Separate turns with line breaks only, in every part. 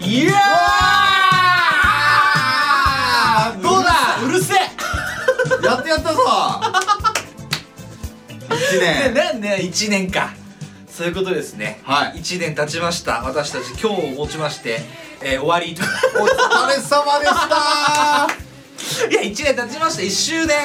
いやーどうだ
うるせ
やってやったぞ一
えね
年
ね1年かそういうことですね
はい
1年経ちました私たち今日をもちまして、えー終わ りと
お疲れ様でした
いや1年経ちました1周年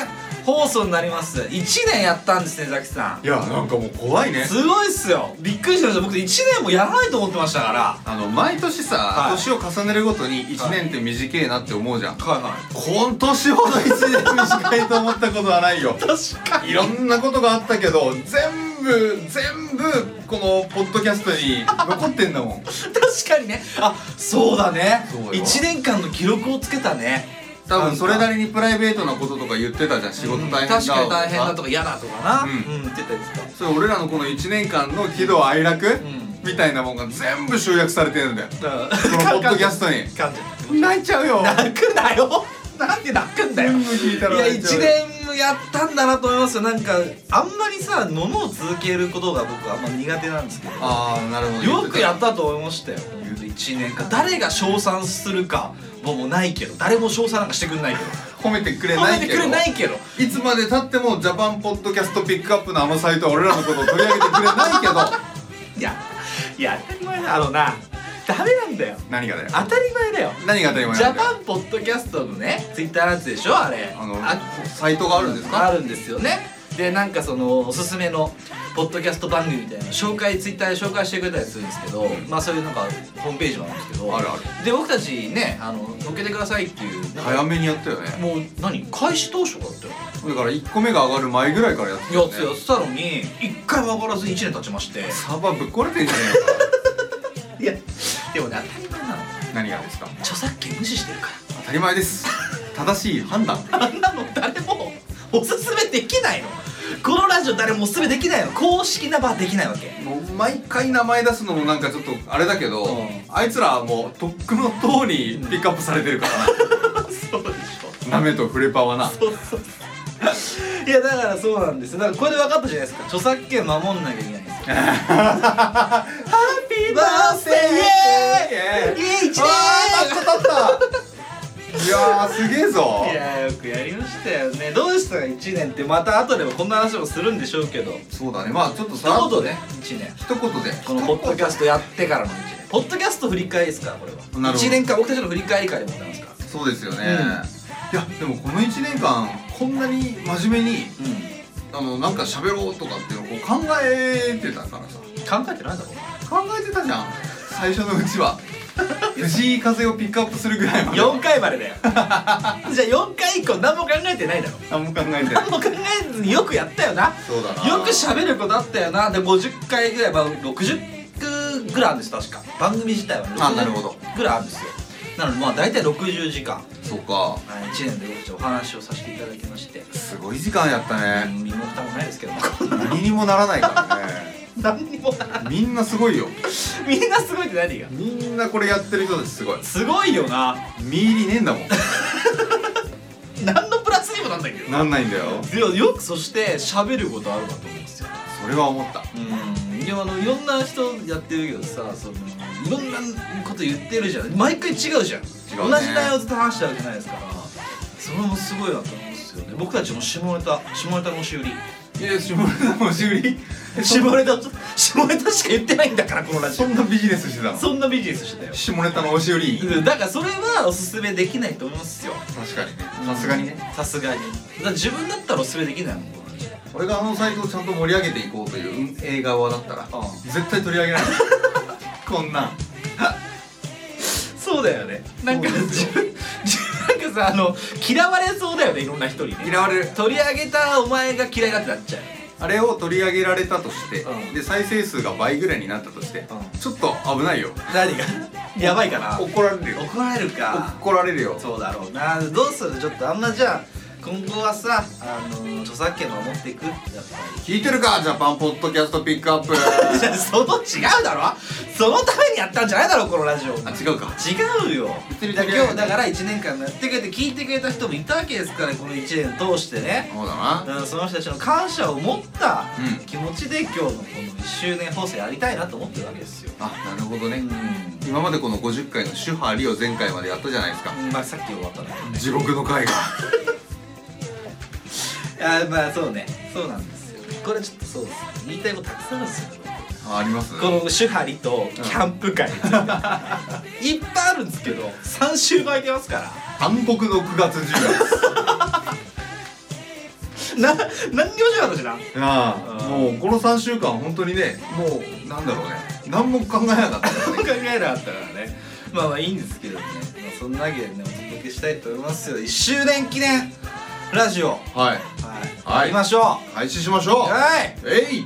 放送になります1年やったんですねザキさん
いやなんかもう怖いね
すごいっすよびっくりしました僕1年もやらないと思ってましたからは
あの毎年さ、
はい
年を重ねるごとに1年って短えなって思うじゃん、
いはい
今年ほど1年短いと思ったことは ないよ
確か
いろんなことがあったけど全部全部このポッドキャストに残ってんだもん
確かにねあそうだね
そうよ
1年間の記録をつけたね
多分それなりにプライベートなこととか言ってたじゃん仕事大変だ
うん確かに大変だとか嫌だとかな
うん
うん、言ってたやつか
それ俺らのこの1年間の喜怒哀楽、
ん
みたいなもんが全部集約されてるんだよ
だ
こ のポッドキャストに
噛んじゃ
泣いちゃうよ
った泣くなよなんで泣くんだよ
全部聞いたら
いや
泣い
1
ちゃう
年もやったんだなと思いますよなんかあんまりさものを続けることが僕はあんま苦手なんですけど
ああなるほど
よくやったと思いましたよ1年間誰が称賛するかももうないけど誰も称賛なんかしてくれないけど
褒めてくれ
褒
な
め
い
て
け
く
ど
れないけど
いつまでたってもジャパンポッドキャストピックアップのあのサイトは俺らのことを取り上げてくれない けど
いやいや当たり前だあのなダメなんだよ
何がだよ
当たり前だよ
何が当たり前
ジ
な
ャ
んだよ
パンポッドキャストのねツイッターのやつでしょあれ
あのサイトがあるんですか
あるんですよねでなんかそのおすすめのポッドキャスト番組みたいな紹介ツイッターで紹介してくれたりするんですけど、まあそういうなんかホームページもあるんですけど
あるある
で僕たちねあの乗っけてくださいっていうなんか
早めにやったよね
もう何開始当初だったよ
だから1個目が上がる前ぐらいからやってたよ
や
ね
つやってたのに一回も上がらずに1年経ちまして
サーバーぶっ壊れてんじゃね
いやでもね当たり前なの
えよ 何がですか
著作権無視してるから
当たり前です正しい判断
あんなの誰もおすすめできないのこのラジオ誰もおすすめできないの公式な場はできないわけ
もう毎回名前出すのもなんかちょっとあれだけど、
うん
あいつらはもうとっくの塔にピックアップされてるから
そうでしょ
ななめとフレパはな
そうそうそういやだからそうなんですよだからこれで分かったじゃないですか著作権守んなきゃいけないんですよ
ハッピーバースデ
イ
ー
エーイイエーイ一年
あー立った立ったいやーすげえぞ
いやよくやりましたよねどうでしたか1年ってまた後でもこんな話もするんでしょうけど
そうだねまあちょっとさら
一
っと
言ね1年
一言で
このポッドキャストやってからの1年ポッドキャスト振り返りですからこれは
なるほど
1年間僕たちの振り返り会でございますから
そうですよね、
うん
いやでもこの1年間こんなに真面目に
う
あのなんか喋ろうとかっていうのをこう考えてたからさ
ん考えてないだろ
考えてたじゃん最初のうちは 藤井風をピックアップするぐらいまで
4回までだよ じゃあ4回以降何も考えてないだろ
何も考えてない
何も考えずによくやったよな
そうだな
よく喋ることあったよなで50回ぐらい、まあ、60ぐらいあるんです確か番組自体は
あなるほど
60ぐらいあるんですよなのでまあ大体60時間
そうか
1年で僕たちお話をさせていただきまして
すごい時間やったね
身も蓋もないですけ ども
何にもならないからね
何にもな
みんなすごいよ
みんなすごいって何が
みんなこれやってる人たちすごい
すごいよな
見入りねえんだもん
何のプラスにもなんないけど
なんないんだよ
いやよくそして喋ることあるかと思うんですよ
それは思った
うんでもあのいろんな人やってるけどさそのいろんなこと言ってるじゃん毎回違うじゃん
違うね
同じ内容ずっと話してるわけじゃないですからそれもすごいなと思うんですよね僕たちも下ネタ下ネタの押し売り
いや下ネタもし売り
下ネタ下ネタしか言ってないんだからこのラジ
そんなビジネスしてた
オ
の
そんなビジネスしてたよ
下ネタの押し売り
うんだからそれはおすすめできないと思うんですよ
確かにねさすがにね
さすがにだから自分だったらおすすめできないもんこのラジオ
俺があのサイトをちゃんと盛り上げていこうという映画側だったら
ああ
絶対取り上げ ないこんなん
そうだよねなんか
そうです
自
よ
分自分なんかさあの嫌われそうだよねいろんな人にね
嫌われる
取り上げたお前が嫌いだってなっちゃう
あれを取り上げられたとして、
うん
で再生数が倍ぐらいになったとして、
うん
ちょっと危ないよ
何がやばいかな
怒られるよ
怒られるか
怒られるよ
そうだろうなどうするちょっとあんなじゃあ今後はさあの著作権守っていくやっぱ
聞いてるかジャパンポッドキャストピックアップ
りい やその違うだろそのためにやったんじゃないだろこのラジオ
あ違うか
違うよ
ってるだけ
今日だから1年間やってくれて聞いてくれた人もいたわけですからこの1年通してね
そうだな
うんその人たちの感謝を持った
うん
気持ちで今日のこの1周年放送やりたいなと思ってるわけですよ
あなるほど
う
ね
ん
今までこの50回の主派リを前回までやったじゃないですか
まあさっき終わったね
地獄の回が
あまあそうねそうなんですよこれちょっとそうです言いたいことたくさんあるんですよ
ああります
この手張りとキャンプ 会、いっぱいあるんですけど3週間いけますから
暗黒の9月10月
な何にもしなかったしな
なあ
うん
もうこの3週間本当にねもうなんだろうね何も考えなかったから
考
ね
えなかったからねまあまあいいんですけどね、まあ、そんなわけでねお届けしたいと思いますよ1周年記念ラジオは
はい
い、
はい
行きましょ
開始しましょ
うはい
いえい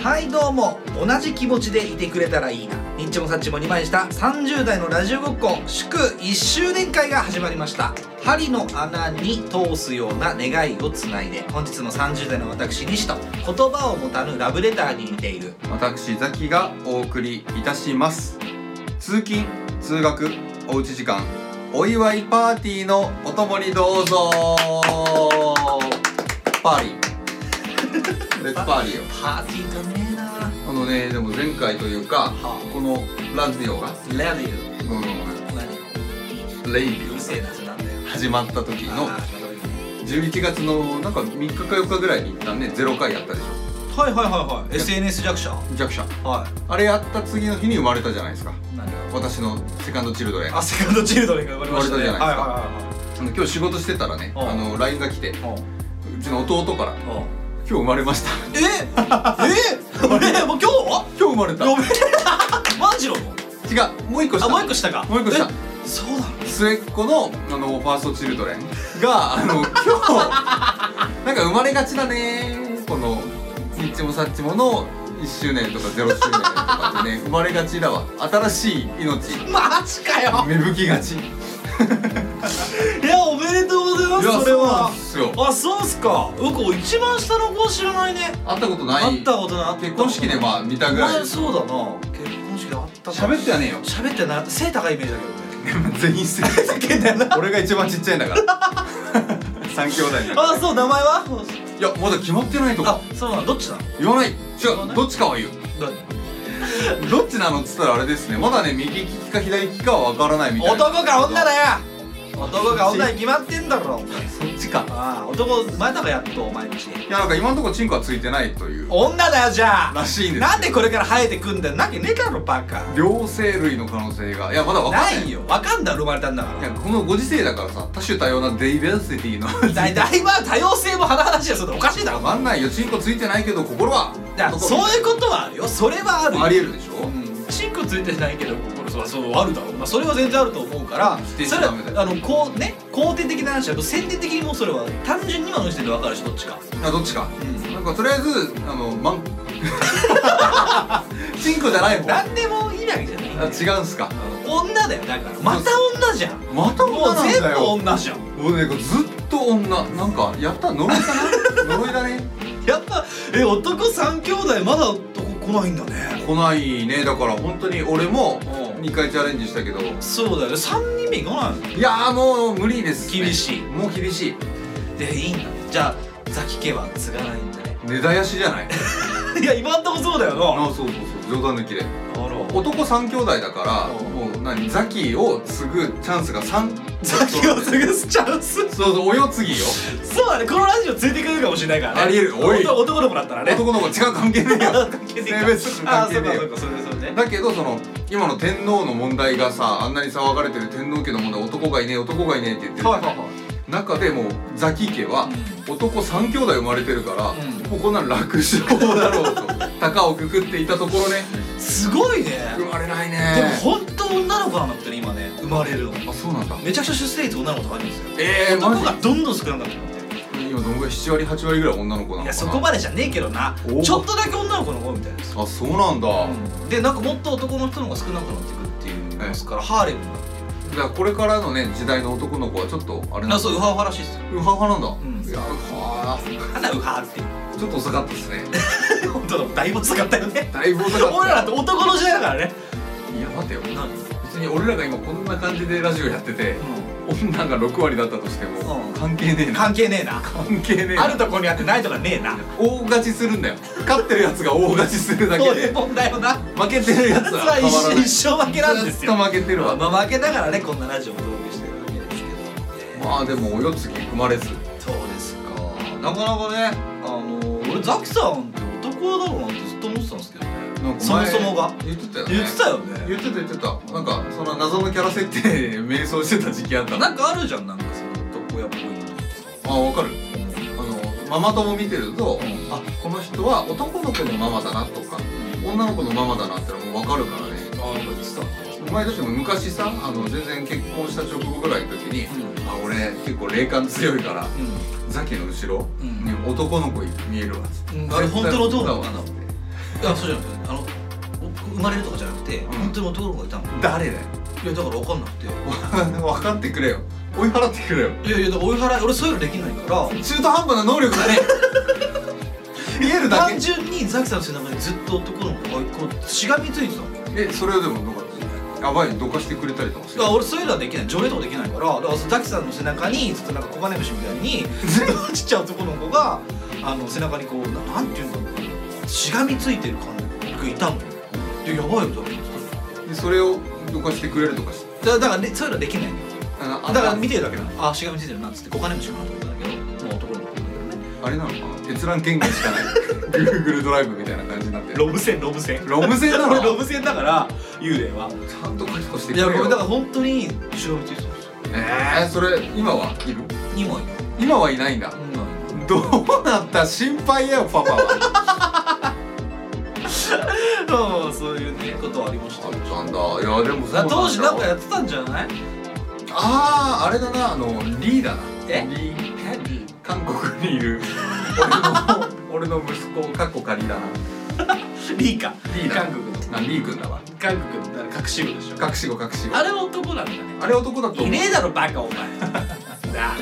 はいどうも同じ気持ちでいてくれたらいいなニッチもサッチも2枚した30代のラジオごっこ祝1周年会が始まりました針の穴に通すような願いをつないで本日も30代の私西と言葉を持たぬラブレターに似ている
私ザキがお送りいたします通勤通学おうち時間お祝いパーティーのお供にどうぞパーリーレッツパーリーよ
パーティーだねえな
あのねでも前回というか
はあ
このラジオが
ラディ
ごめんごめ
オ何
んレイビ
う
ュ
るせえなそれなんだよ
ー始まった時の
あ
11月のなんか3日か4日ぐらいに一旦ね0回やったでし
ーはいはいはいはい SNS 弱者
ょ弱者
は
あれやった次の日に生まれたじゃないですか
い何が
私のセカンドチルドレン
あセカンドチルドレンが生まれましたね
生まれ
は
たじゃ
いはいはい
あの今日仕事してたらね
うん
あの LINE が来てう
はい
ちの弟から
うんうん
「今日生まれました
ええ俺もう今日」
今日生まれた
やべえ万次郎も
違うもう一個した
あもう一個下か
もう一個下
えそうなの
末っ子のあのファーストチルドレン があの今日なんか生まれがちだねこの「ニッチもサッチも」の1周年とか0周年と かでね生まれがちだわ新しい命
マジかよ
芽吹きがちい
いやおめでとうございますそれ
な
は
んですよ
あそうっすかうこ一番下の子は知らないね
会ったことない
会ったことない
結婚式でまあ見たぐらい
あそうだな結婚式で会ったか
喋ってはねえよ
喋ってな背高いイメージだけどね
全員捨てて俺が一番ちっちゃいんだから三兄弟だから
あそう名前はい
やまだ決まってないと
あ
か
そうなのどっちなの
言わない違
言わな
う
い
どっちかは言うどっちなのっつったらあれですねまだね右利きか左利きかは分からないみたいな
男か女だよ男か女に決まってんだろ
そっちか
ああ男前だかやっとお前のち
いやなんか今のところチンコはついてないという
女だよじゃあ
らしいんですよ
なんでこれから生えてくんだよなきゃねえだろバカ
両生類の可能性がいやまだ分か
なん
ない
いよわかんだろ生まれたんだか
い
ら
やこのご時世だからさ多種多様なデイベーシティの
だいだいぶ多様性も甚だしいよそれおかしいだろ
分かんないよチンコついてないけど心は
だからそういうことはあるよそれはあるよ
ありえるでし
う
ょ
んチンコついてないけど心それはそうあるだろう、まあ、それは全然あると思うから
否定しち
そ
ゃ
れ
ダメだよ
はあのこうね肯定的な話だと先天的にもうそれは単純に今の時点で分かるしどっちか
あどっちか
うん
なんかとりあえずあのマン チンコじゃない方あ
何でもいいわけじゃないんだよ
違うんすか
女だよだからまた女じゃんも
また女
う
なん
全
だ
部
よ
女じゃん
俺ねずっと女なんかやった呪い だな呪いだね
やっぱえ男三兄弟まだ男来ないんだね
来ないねだから本当に俺も
うん
2回チャレンジしたけどい
そうだよね3人目いかないの
やーもう無理です、ね、
厳しい
もう厳しい
でいいんだじゃあザキ家は継がないんだね
根絶やしじゃない
いや今んとこそうだよな
あそうそうそう冗談抜きで
あら
男3兄弟だから
うん
もう何ザキを継ぐチャンスが3
ザキを継ぐチャン ス
そうそうお世継ぎよ
そうだね、このラジオついてくれるかもしれないからね。
ありえるおい
男男の子だったらね。
男の子違う関係ねえよ
関 係ねえか
性別とか関係ねえ
あ、
よ
そうか、そうか、それそれね。
だけどその今の天皇の問題がさあんなに騒がれてる天皇家の問題男がいねえ男がいねえって言ってる、
はいはいはい。
中でもうザキ家は男3兄弟生まれてるから、
うん
もうこんなん楽勝だろ うと高をくくっていたところね
すごいね
生まれないね
でも本当女の子なんだってね今ね生まれるの
あそうなんだ
めちゃくちゃ出生率女の子高いんですよ
えー、マ
男
ジ
がどんどん少なくなってくるって
今どのぐらい7割8割ぐらい女の子なのかない
やそこまでじゃねえけどな
お
ちょっとだけ女の子の方みたいです
あそうなんだ、
でなんかもっと男の人の方が少なくなってくるっていうですからハーレムになって
じゃあこれからのね時代の男の子はちょっとあれなん
る
だ
あそうウハウハらしいっすよ
ウハウハなんだ、
ん
いやウハ
なんだウハーって
ーちょっと遅かったですね
本当だだいぶ使ったよね
だいぶ遅かっ た
俺らって男の時代だからね
いや待てよ
何
別に俺らが今こんな感じでラジオやってて女が6割だったとしても、
うん
関係ねえな
関係ねえな
関係ねえ
あ
な
るとこにあってないとかねえな
大勝ちするんだよ勝ってるやつが大勝ちするだけ
そういう
で
もんだよな
負けてるやつ
奴
は
ら
変
一
わらない
生一生負けなんですよ
ずっと負けてるわ、
まあ負けだからねこんなラジオも同期してるわけですけど
まあでもお世継ぎ生まれず
そうですかなかなかねあの俺ザキさんって男だろうなってずっと思ってたんですけどね
なんか
そも
前
そもが
言ってたよね
言ってたよね
言ってた言ってたなんかその謎のキャラ設定で迷走してた時期あったの
なんかあるじゃんなんかその男親っぽいのとか
あわかるあのママ友見てると、
うん
あこの人は男の子のママだなとか女の子のママだなってのはもう分かるからね
あなんか言ってた
前だっても昔さあの全然結婚した直後ぐらいの時に、
う
あ俺結構霊感強いからザキの後ろ
うん
に男の子見えるわっつって、
うんあれ本当の男の子
だ
な
わ
のいやそうじゃなくてあの生まれるとかじゃなくて、
ん
本当に男の子がいたのい
誰だよ
やだから分かんなくて
分かってくれよ追い払ってくれよ
いやいやだから追い払い俺そういうのできない から
中途半端な能力だ ね見えるだ
単純にザキさんの背中にずっと男の子がこうしがみついてたの
けえそれをでもどかやばいどかしてくれたりとかして
だから俺そういうのはできない条例とかできないからだからザキさんの背中にずっとなんか黄金虫みたいにちっちゃい男の子があの背中にこうななんていうんだろうなしがみついてる感じがいたのよでやばいよだから
でそれをどかしてくれるとかして
だからだから、ね、そういうのはできないのよ
あ
だから見てるだけなのあしがみついてるなっつって黄金虫かなと思ったんだけどもう男の子なんだけどね
あれなのかな閲覧権限しかない Google ドライブみたいな感じになってる
ロブ戦ロブ戦
ロム線なの
ロブ戦だから幽霊は
ちゃんと書き越して
い
くれ
や
よ
これだから本当にしがみついてたんですよ
えー、それ今はいる
2枚
今はいないんだ
2枚
どうなった心配やよパパは
うんそういうねことはありました
あったんだいやでもそう
あ
だ
当時なんかやってたんじゃない
あああれだなあのリーダーだ
え
リー韓国にいる俺の俺の息子カッコ仮だな
リーか
リーだ
韓国の
なリー君だわ
韓国の隠し子でしょ
隠し子隠し子
あれは男なんだね
あれ男だと思う
いねえだろバカお前 なあ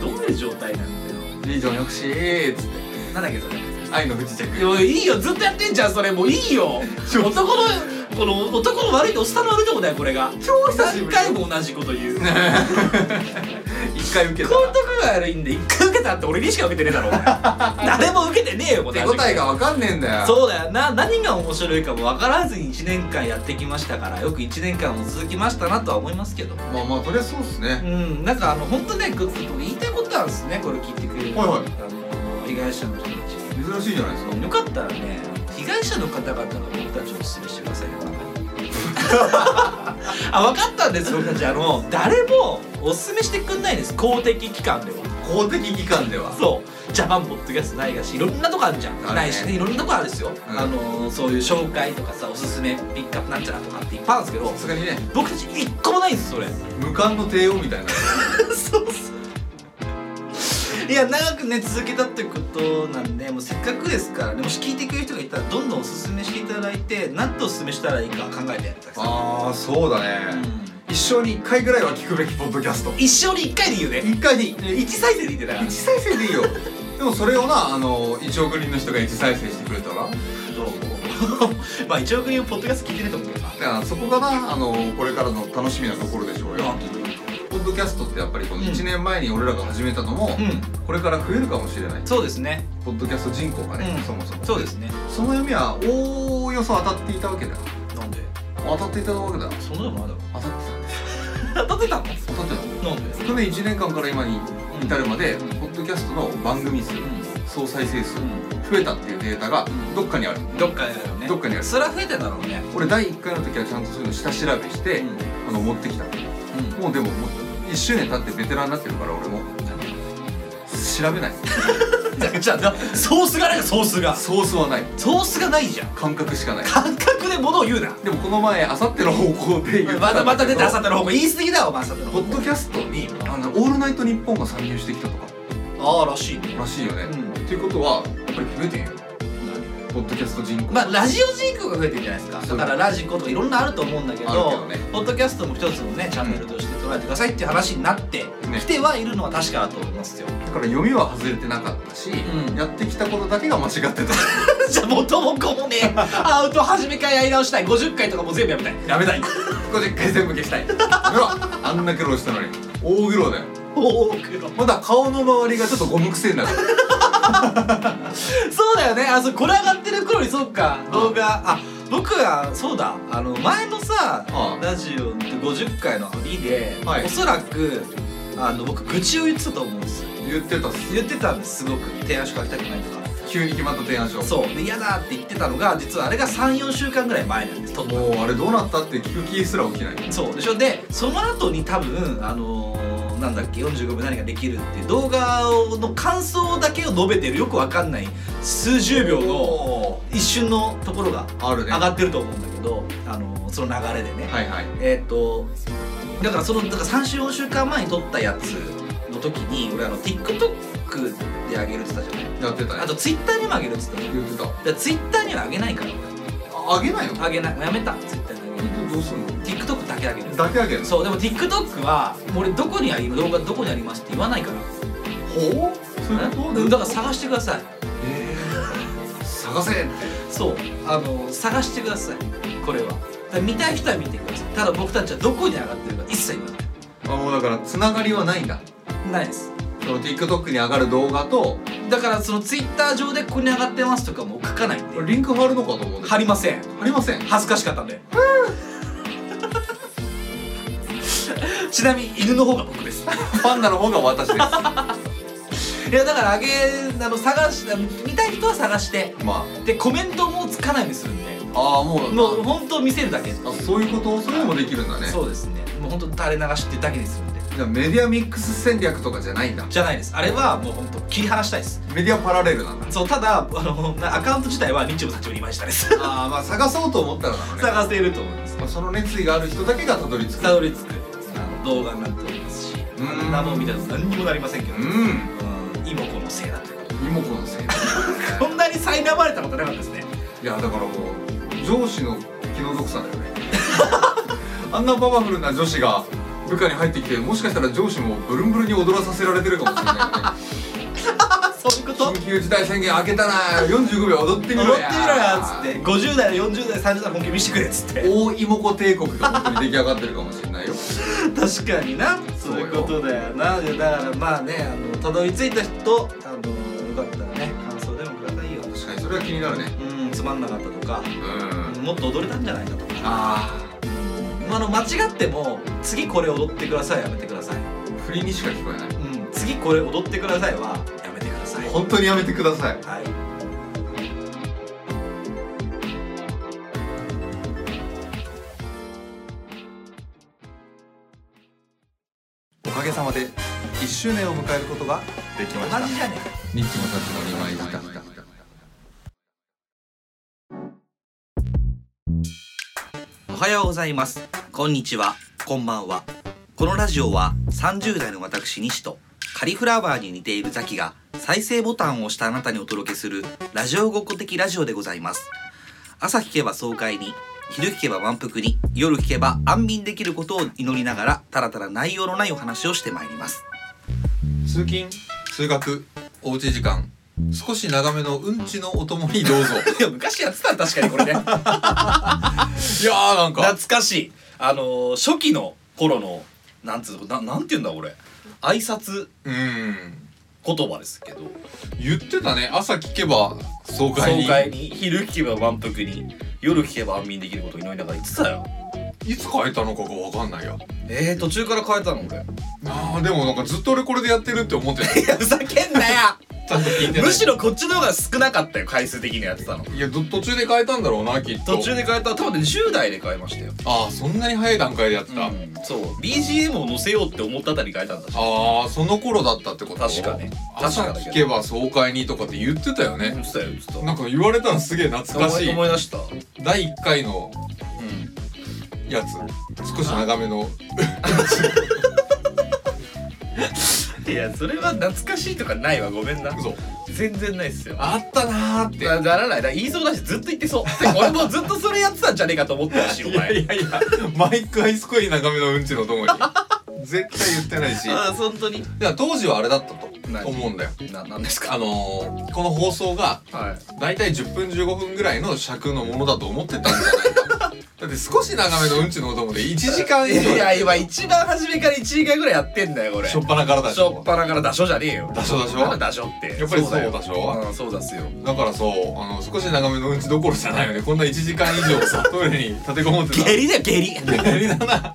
どういう状態なんだよ
リージョンよくしーっつって
なんだっけそれ
愛の不時着
いやいいよずっとやってんじゃんそれもういいよ
超
男のこの男の悪いおっさんの悪いとこだよこれが
超久しぶり
何回も同じこと言うこういう
一回受け
と
た
こ
な
が悪いんで一回受けたって俺にしか受けてねえだろお 前誰も受けてねえよこ
手
の話
応えがわかんねえんだよ
そうだよな何が面白いかも分からずに1年間やってきましたからよく1年間も続きましたなとは思いますけど
まあまあそれはそうっす
う
ね
んなんかあの本当ねグッズと言いたいことあるんですねこれ聞いてくれる
はいは
あ
い
の被害者の人たち
珍しいじゃないですか
よかったらね被害者の方々が僕たちをおすすめしてくださいよ あ分かったんです僕たちあの誰もおすすめしてくんないんです公的機関では
公的機関では
そうジャパンポッドキャストないがしいろんなとこあるじゃん、
あるね
ないしねいろんなとこあるんですよ、
うん
あのーそういう紹介とかさおすすめピックアップなんちゃらとかっていっぱいあるんですけど
さすがにね
僕たち一個もないんですそれ
無冠の帝王みた いな
そうそういや長くね続けたってことなんでもうせっかくですからねもし聞いてくれる人がいたらどんどんおすすめしていただいて何ておすすめしたらいいか考えてたくさん
ああそうだ
う
ね
ん
一生に一回ぐらいは聞くべきポッドキャスト
一生に一回でいいよね
一回でいい
一再生でいいんだから
一再生でいいよでもそれをなあの1億人の人が1再生してくれたらだ
どう もまあ一億人ポッドキャスト聞いてると思うけどな
からそこがなあのこれからの楽しみなところでしょうよポッドキャストってやっぱりこの
うん
1年前に俺らが始めたのも、
うん
これから増えるかもしれない
そうですね。
ポッドキャスト人口がね、
うん
そもそも
そうですね。
その読みはおおよそ当たっていたわけだ
なんで？
当たっていたわけだ
そんなのもある
当たってたんです
だろ。当たってたの？
当たってた
なんで？
去年1年間から今に至るまで、
うん
ポッドキャストの番組数総再生数
う
増えたっていうデータが
ん
どっかにある、
ん。どっかにあるよね。
どっかにある
それは増えてんだろうね。
俺第1回の時はちゃんとそういうの下調べして、
うん
あの持ってきたもうでももう1周年経ってベテランになってるから俺も調べない
じゃあソースがないソースが
ソースはない
ソースがないじゃん
感覚しかない
感覚で物を言うな
でもこの前あさっての方向で言って
ま
た
た
んだ
ま
け
た
ど
出てあさっての方が言い過ぎだよお前あさっての
ポ
方
ッドキャストに「あのオールナイトニッポン」が参入してきたとか
ああらしいね
らしいよね、
うん
っていうことはやっぱり増えてんよポッドキャスト人口
まあラジオ人口が増えてるじゃないですかだからラジコとかいろんなあると思うんだけど
あるけどね
ポッドキャストも一つのねチャンネルとして捉えてくださいっていう話になって
ね
きてはいるのは確かだと思いますよ
だから読みは外れてなかったし、
うん
やってきたことだけが間違ってた
じゃあ元も子もねアウト初めからやり直したい50回とかもう 全部やめたい
やめたい50回全部消したいやめろあんな苦労したのに大苦労だよ
多くの
まだ顔の周りがちょっとゴム癖になる
そうだよねあそうこれ上がってる頃にそっか
ん
動画あ僕はそうだあの前のさ
うん
ラジオの50回の「り」で、
はい
おそらくあの僕愚痴を言ってたと思うんですよ
言ってたっす
言ってたんですすごく提案書書きたくないとか
急に決まった提案書
そうで嫌だって言ってたのが実はあれが34週間ぐらい前なんですと
もうあれどうなったって聞く気すら起きない
そうでしょでその後に多分あのーなんだっけ45分何ができるっていう動画の感想だけを述べてるよくわかんない数十秒の
の
一瞬のところが
ある
上
ね
がってると思うんだけど、あのその流れでね、
はいはい
えーっ、とだからそのだから3週4週間前に撮ったやつの時に俺あの TikTok で上げるって言ったじゃない
やってたね
あと Twitter にも上げるって言ったじゃん
言ってた
だから Twitter には上げないから俺
ああげないよ
上げないやめた Twitter に上げる
どうすんの
TikTok だけ上げる
だけあげる
そうでも TikTok はもう俺どこにあり動画どこにありますって言わないから
ほうそういうこと
ねだから探してください
えー探せって
そうあの探してくださいこれはだから見たい人は見てくださいただ僕たちはどこに上がってるか一切言わない
あもうだからつながりはないんだ
ないです
その TikTok に上がる動画と
だからその Twitter 上でここに上がってますとかもう書かないんで
リンク貼るのかと思うんだけど
貼りません
貼りません
恥ずかしかったんで ちなみに犬の方が僕です
パンダの方が私です ま
いやだからあげあの探し見たい人は探して
あ
でコメントもつかないようにするんで
ああもう
もう本当見せるだけ、
あそういうことそれもできるんだね
そうですねもう本当垂れ流しってだけにするんで
じゃあメディアミックス戦略とかじゃないんだ
じゃないですあれはもう本当切り離したいです
メディアパラレルなんだ
そうただあのなアカウント自体は日曜社長に今したです
ああまあ探そうと思ったらなのね、
探せると思います
まあ、その熱意がある人だけがたどり着く
たどり着くあの動画になっておりますし
うーん
名も見たら何にもなりませんけど
うん
うん妹子のせいだということで
妹子の せいだ
こんなに苛まれたことなかったですね
いやだからもう上司の気の毒さだよね あんなパワフルな女子が部下に入ってきてもしかしたら上司もブルンブルンに踊らさせられてるかもしれない、ね、
あそういうこと
緊急事態宣言開けたな45秒踊ってみ
乗っ
ろ
てみろ
や
よっつって50代40代30代本気見してくれっつって
大妹子帝国が本当に出来上がってるかもしれないよ
確かになそういうことだよなでだからまあねあのたどり着いた人あのよかったらね感想でもくださいよ
確かにそれは気になるね
うんつまんなかったとか
う、ん
もっと踊れたんじゃないかとか
あ
あの間違っても次これ踊ってくださいやめてください、
あ振りにしか聞こえない
うん、次これ踊ってくださいはやめてください
本当にやめてください
はい
おかげさまで1周年を迎えることができました
同じじゃね
ニッチもサッチも2枚だった
おはようございますこんにちはこんばんはこのラジオは30代の私西とカリフラワーに似ているザキが再生ボタンを押したあなたにお届けするラジオごっこ的ラジオでございます朝聞けば爽快に昼聞けば満腹に夜聞けば安眠できることを祈りながらたらたら内容のないお話をしてまいります
通勤通学おうち時間少し長めのうんちのお供にど うぞ
いや昔やってた確かにこれね
いやーなんか
かしいあの初期の頃のなんつうななんて言うんだ俺挨拶
うん
言葉ですけど
言ってたね朝聞けば爽快に
爽快に昼聞けば満腹に夜聞けば安眠できることを祈りながら言ってたよ
いつ変えたのかがわかんないや
えー、途中から変えたの俺
あーでもなんかずっと俺これでやってるって思ってた
ふざけんなよ
ちゃんと聞いてない
むしろこっちの方が少なかったよ回数的にやってたの
いやど途中で変えたんだろうなきっと
途中で変えた多分ね10代で変えましたよ、
ああそんなに早い段階でやってた、
うんそう BGM を載せようって思ったあたり変えたんだし
ああその頃だったってこと
確かね確
朝
かだけど
聞けば爽快にとかって言ってたよね、
そうよちょっ
なんか言われたのすげえ
と
懐か
思
し
い
い
思い出したう
第1回の
ん
やつ少し長めの
いやそれは懐かしいとかないわごめんな
嘘
全然ないっすよ
あったなーって
なならないだから言いそうだしずっと言ってそう てか俺もずっとそれやってたんじゃねえかと思ってるしお
いや
前
いやいやマイクアイスコイ長めのうんちのともに絶対言ってな いし
ああ本当に
いや当時はあれだったと
何
思うんだよ
ななんです
あ
か
のー、この放送が
はい
大体10分15分ぐらいの尺のものだと思ってたんじゃないかだって少し長めのうんちのお供で1時間以
い
上
や今一番初めから1時間ぐらいやってんだよこれ
しょっぱなからだし
しょっぱなからダショじゃねえよ
ダショダショ
なんだダショって
やっぱりそうだしょ
うんそうだっすよ
だからそうあの少し長めのうんちどころじゃないよねこんな1時間以上さトイレに立てこもってた
下痢だよ下痢
下痢だな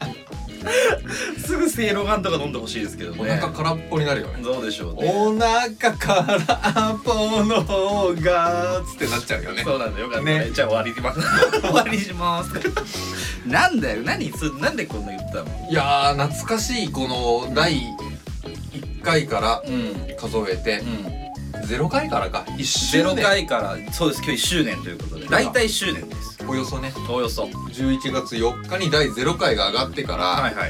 すぐセイロガンとか飲んでほしいですけどね
お腹空っぽになるよね
どうでしょうね
お腹空っぽの方がつってなっちゃうよね
そうなんだよかったね
ね
じゃあ終わりにします終わりにしますなんだよ何すなんでこんな言ったの
いやー懐かしいこの第1回から
うん
数えて
うん
0回からか1周
ゼロ
年
回からそうです今日1周年ということで大体1周年です
およそね
おおよそは
11月4日に第0回が上がってから
いは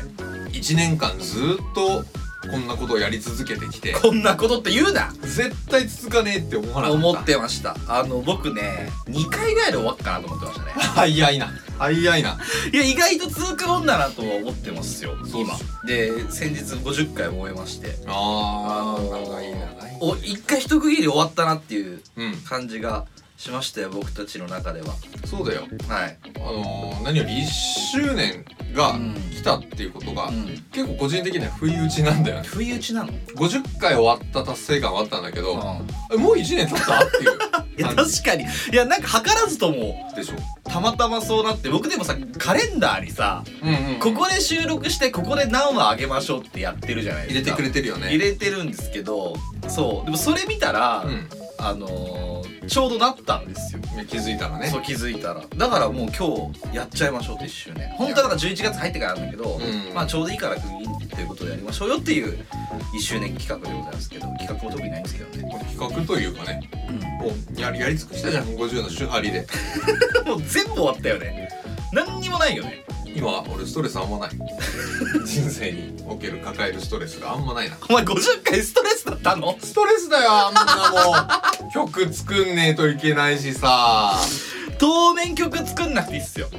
い
1年間ずーっとこんなことをやり続けてきて
こんなことって言うな
絶対続かねえって思わなかった
思ってましたあの僕ね2回ぐらいで終わっかなと思ってま したね
早いな早いない
や意外と続くもんだなとは思ってますよ
そうっ
今で先日50回も終えまして
あー
あのー
長い長い
お一回一区切り終わったなっていう
うん
感じがしましたよ僕たちの中では
そうだよ
はい、
あのー、何より1周年が
うん
来たっていうことが、
うん、
結構個人的には不意打ちなんだよね
不意打ちなの
50回終わった達成感はあったんだけど、
うん
えもう1年経ったっていう
いや
感
確かにいやなんか図らずとも
じでしょ、
たまたまそうなって僕でもさカレンダーにさ
うんうん
ここで収録してここで何話あげましょうってやってるじゃないで
入
す
れ
か
てくれてるよね
入れてるんですけどそうでもそれ見たら、
うん
あのーちょうどなったんですよ、
気づいたらね
そう気づいたらだからもう今日やっちゃいましょうって一周ね本当はだから11月入ってからなんだけど、
うん
まあちょうどいいから区切ってということでやりましょうよっていう1周年企画でございますけど企画も特にないんですけどね、
企画というかねもうやりやり尽くしたじゃん50の手張りで
もう全部終わったよね何にもないよね
今俺ストレスあん まない人生における抱えるストレスがあんまないな
お前50回ストレスだったの
ストレスだよあんな もう曲作んねえといけないしさ
当面曲作んなくていいっすよ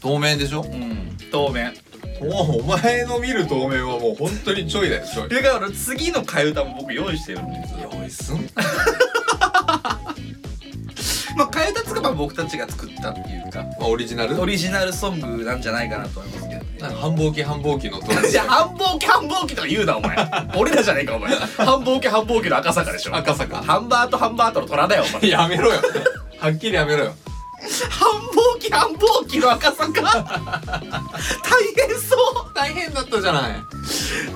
透明でしょ
うん当面
おお前の見る透明はもう本当にちょいだよちょい
だから次の替え歌も僕用意してるんですよ
用意すん
まあ替え歌つかば僕たちが作ったっていうか
まあオリジナル
オリジナルソングなんじゃないかなと思いますけどね
なんか繁忙期繁忙期の透 明
じゃあ繁忙期繁忙期とか言うなお 前俺らじゃねえかお前繁忙期繁忙期の赤坂で しょ
赤坂
ハンバートハンバートの虎だよ お前
やめろよはっきりやめろよ
繁忙期繁忙期の赤坂 大変そう
大変だったじゃない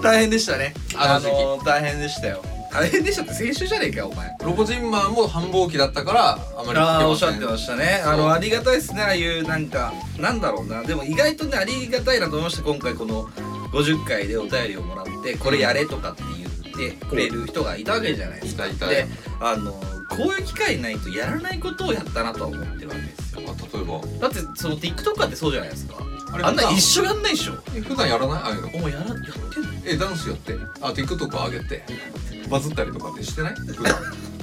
大変でしたね
あの時期
ー大変でしたよ大変でしたって先週じゃねえかよお前
ロボジンマンも繁忙期だったからあまり
あーおっし
聞
ゃ
け
って
ま
ましたね
そう
あのありがたいですねああいうなんかなんだろうなでも意外とねありがたいなと思いました今回この50回でお便りをもらってこれやれとかって言ってくれる人がいたわけじゃないですか
いたいた
であのこういう機会ないとやらないことをやったなとは思ってるわけですよ
せんあ例え
だ
ば
ってその TikToker ってそうじゃないですか
あれ
あんな
普段
一緒やんないでしょ
え普段やらないああいうの
お前やらやってんの
えダンスやってあ TikTok 上げてバズったりとかってしてない普段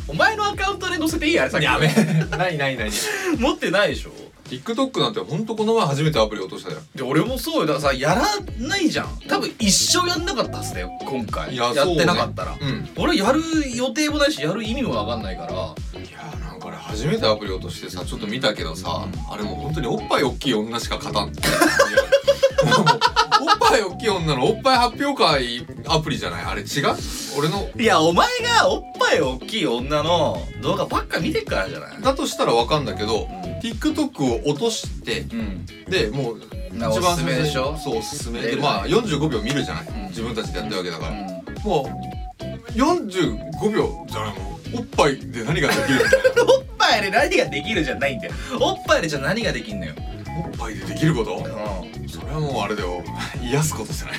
お前のアカウントで載せていいやれさっきの
ないないない
持ってないでしょ
TikTok なんてほんとこの前初めてアプリ落としたよ
で俺もそうよだからさやらないじゃん多分一生やんなかったっすね今回
い
や
や
ってなかったら、
うん
俺やる予定もないしやる意味も分かんないから
いやーなんかね初めてアプリ落としてさちょっと見たけどさ、あれもう本当におっぱい大きい女しか勝たんいやもうおっぱい大きい女のおっぱい発表会アプリじゃないあれ違う俺の
いやお前がおっぱい大きい女の動画ばっか見てっからじゃない
だとしたらわかんだけど、
ん
TikTok を落として
うん
でもう一
なおすすめでしょ
そうおすすめ
出
で
る
まあ45秒見るじゃない、
うん
自分たちでやってるわけだから、
う
もう45秒じゃないのおっぱいで何ができるみた いな
おっぱいで何ができるじゃないんだよおっぱいでじゃ何ができんのよ、
おっぱいでできること
う
それはもうあれだよ癒すことじゃない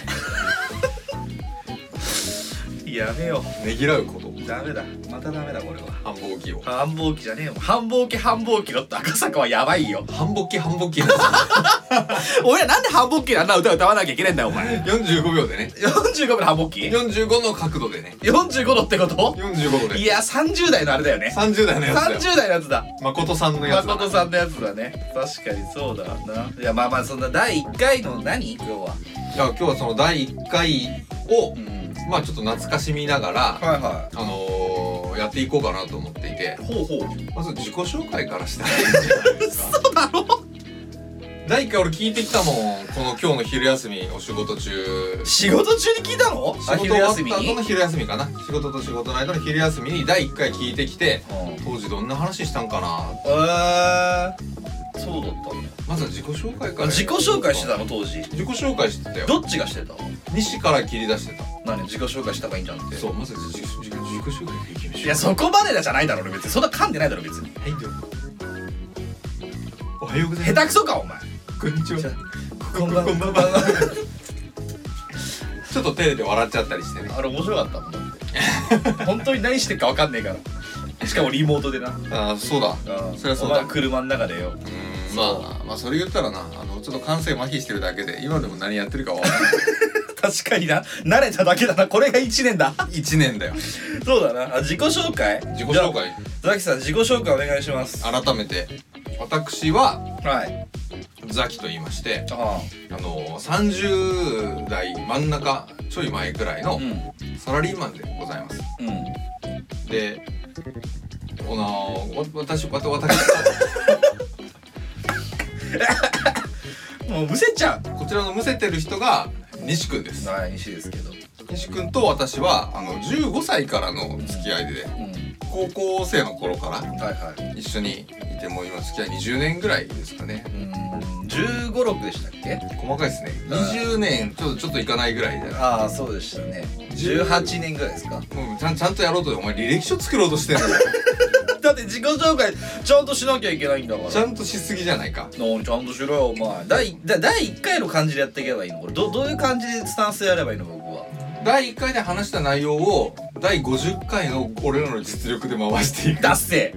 ん、やめよ
ねぎらうこと
うダメだまたダメだこれは
繁忙期を
繁忙期じゃねえよ繁忙期繁忙期のって赤坂はやばい よ
繁忙期繁忙期
俺らなんで繁忙期であんな歌歌わなきゃいけないんだよお前
45秒でね
45秒の繁忙期
45の角度でね
45度ってこと
45度
い
で
や30代のあれだよね
30代のやつだよ
30代のやつだ
誠さんのやつだ
誠さんのやつだね確かにそうだないやまあまあそんな第1回の何今日は
じゃあ今日はその第1回を
ん
まあちょっと懐かしみながら
はいは
あのーやっていこうかなと思っていて
いほうほう
まず自己紹介からしてもいいんじゃない ですか嘘だろ第1回俺聞いてきたもんこの今日の昼休みお仕事中
仕事中に聞いたの
仕事終わった後の昼休みかな仕事と仕事の間の昼休みに第1回聞いてきて当時どんな話したんかな
えー、そうだったんだ
まずは自己紹介か
あ
ら
自己紹介してたの当時
自己紹介してたよ
どっちがしてた
西から切り出してた
何自己紹介した方がいいんじゃんって
そうまずは自己自己自己紹介でいきましょう
いやそこまでだじゃないだろ俺別にそんな噛んでないだろ別に
はいどうもおはようござい
下
ま
手くそかお前
すこんにち
じゃ
は
こんばんは
こんばんは ちょっと照れて笑っちゃったりしてね
あれ面白かったもんだって本当に何してるか分かんねえからしかもリモートでな
ああそうだ
うん
そりゃそうだ
お前車の中でよ
うーんまあまあそれ言ったらなあのちょっと感性麻痺してるだけで今でも何やってるかは分から ない
確かにな慣れただけだなこれが1年だ
1年だよ
そうだなあ自己紹介
自己
じゃあ
紹介
ザキさん自己紹介お願いします
改めて私は
はい
ザキと言いまして
あ
あの30代真ん中ちょい前くらいの
うん
サラリーマンでございます
うん
でこのわ私わた私
もうむせちゃ
こちらのむせてる人が西くんです
うはい西ですけど
西くんと私はあの15歳からの付き合いで
うん
高校生の頃から
はいはい
一緒にいてもう今付き合い20年ぐらいですかね
うん1 5六6でしたっけ
細かいですね
うん
20年ちょっとちょっといかないぐらいだよ
ああそうでしたね18年ぐらいですか
もうちゃんちゃんとやろうとお前履歴書作ろうとしてんのよ
だって自己紹介ちゃんとしなきゃいけないんだから
ちゃんとしすぎじゃないか
おいちゃんとしろよお前第だ第1回の感じでやっていけばいいのこれどどういう感じでスタンスでやればいいの僕は
第1回で話した内容を第50回の俺らの実力で回していく
だっせ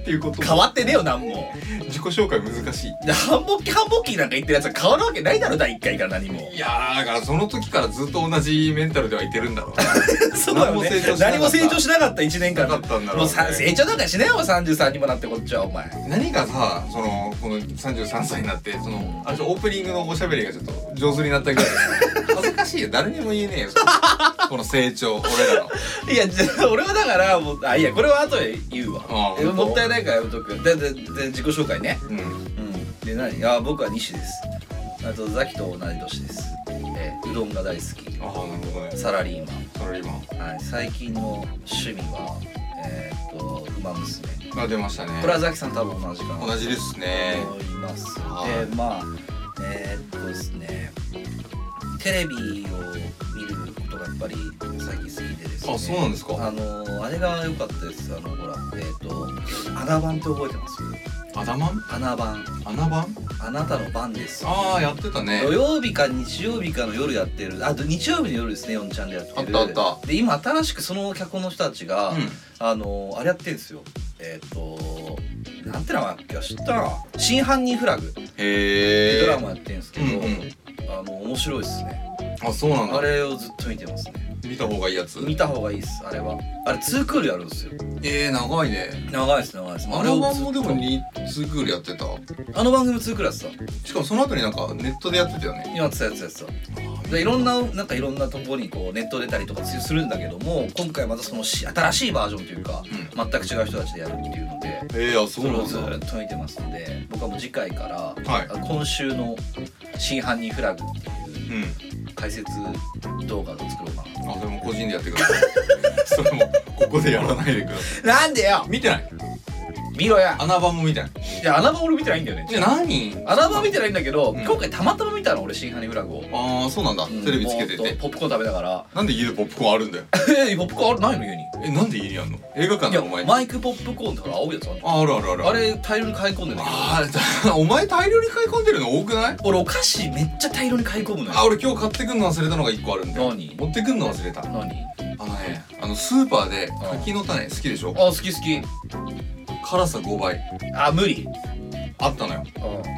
っていうこと
変わってねえよなんも
自己紹介難しい
で繁忙期繁忙期なんか言ってるやつは変わるわけないだろ第1回から何も
いやーだからその時からずっと同じメンタルではいてるんだろうな
そうだよね何
何
も
も
成
成
長
長
しなかった1年間
なかったんだろうね
もうさ成長なんかしないよ33にもなってこっちはお前
何がさそのこの33歳になってそのあれちょオープニングのおしゃべりがちょっと上手になった ぐらい恥ずかしいよ誰にも言えね えよそのこの成長俺らの
いやじゃ あ俺はだからもうあいやこれは後で言うわ
ああ
えもったいないからやめとくででで自己紹介ね
うん
うんで何あ僕は西ですあとザキと同じ年ですえーうどんが大好
ああなるほどね
きサラリーマ
サラリーマン
ン、はい、最近の趣味はえー、っと馬娘
が出ましたね
これはザキさん多分同じかな
同じですね
思います
はい
でまあえー、っとですねテレビを見ることがやっぱり最近好きでですね
あそうなんですか
あのーあれが良かったですあのほらえーっ、と穴番って覚えてます
アダマン
穴番
穴番
あなたの番です
ああやってたね
土曜日か日曜日かの夜やってるあと日曜日の夜ですね4ちゃんでやってる
あったあっ
で今新しくその脚本の人たちが、
う
あのーあれやってるんですよえーっ、となんて名前だっけ知ったな「真犯人フラグ」
んへえ
ドラマやってるんですけど、
うんうん
あの面白いですね
あそうなん
あ
だ
れをずっと見てますね
見た方がいいやつ
見た方がいいですあれはあれ2クールやるんですよ
えー、長いね
長いです長いです
あ
れ
の
を
番
ずっ
も
と
でも2クールやってた
あの番組も2クールやってた
しかもその後になんかネットでやってたよね
今やってたやつやってたでいろんななんかいろんなところにこうネット出たりとかするんだけども今回またそのし新しいバージョンというか、
うん
全く違う人たちでやるっていうので
えー、あ
そ
そ
うれをず
な
っ
んだ
と見てますので僕はもう次回から、
はい
あ今週の「真犯人フラグ」っていう
うん
解説動画を作ろうか
あそれも個 人でやってくださいそれもここでやらないでくださ
ななんでよ
い見てない
見ろや
穴場もみたいない
や穴場俺見てないんだよね
え何
穴場見てないんだけど、
うん
今回たまたま見たの俺「新ハニーフラグを」
ああそうなんだ、
うん
テレビつけて
ぼーっと
て
ポップコーン食べながら
なんで家でポップコーンあるんだよ
えポップコーンあるないの家に
えなんで家にあんの映画館
い
だ
や
お前
マイクポップコーンとか青いやつある
ああるあるある
あれ大量に買い込んでんだけ
あーお前大量に買い込んでるの多くない
ど俺お菓子めっちゃ大量に買い込むの
あ
よ
俺今日買ってくんの忘れたのが1個あるんだよ
何
持ってくんの忘れたあ
何
のねあのスーパーで柿の種好きでしょ
あ好き好き
辛さ5倍
あ無理
あったのよ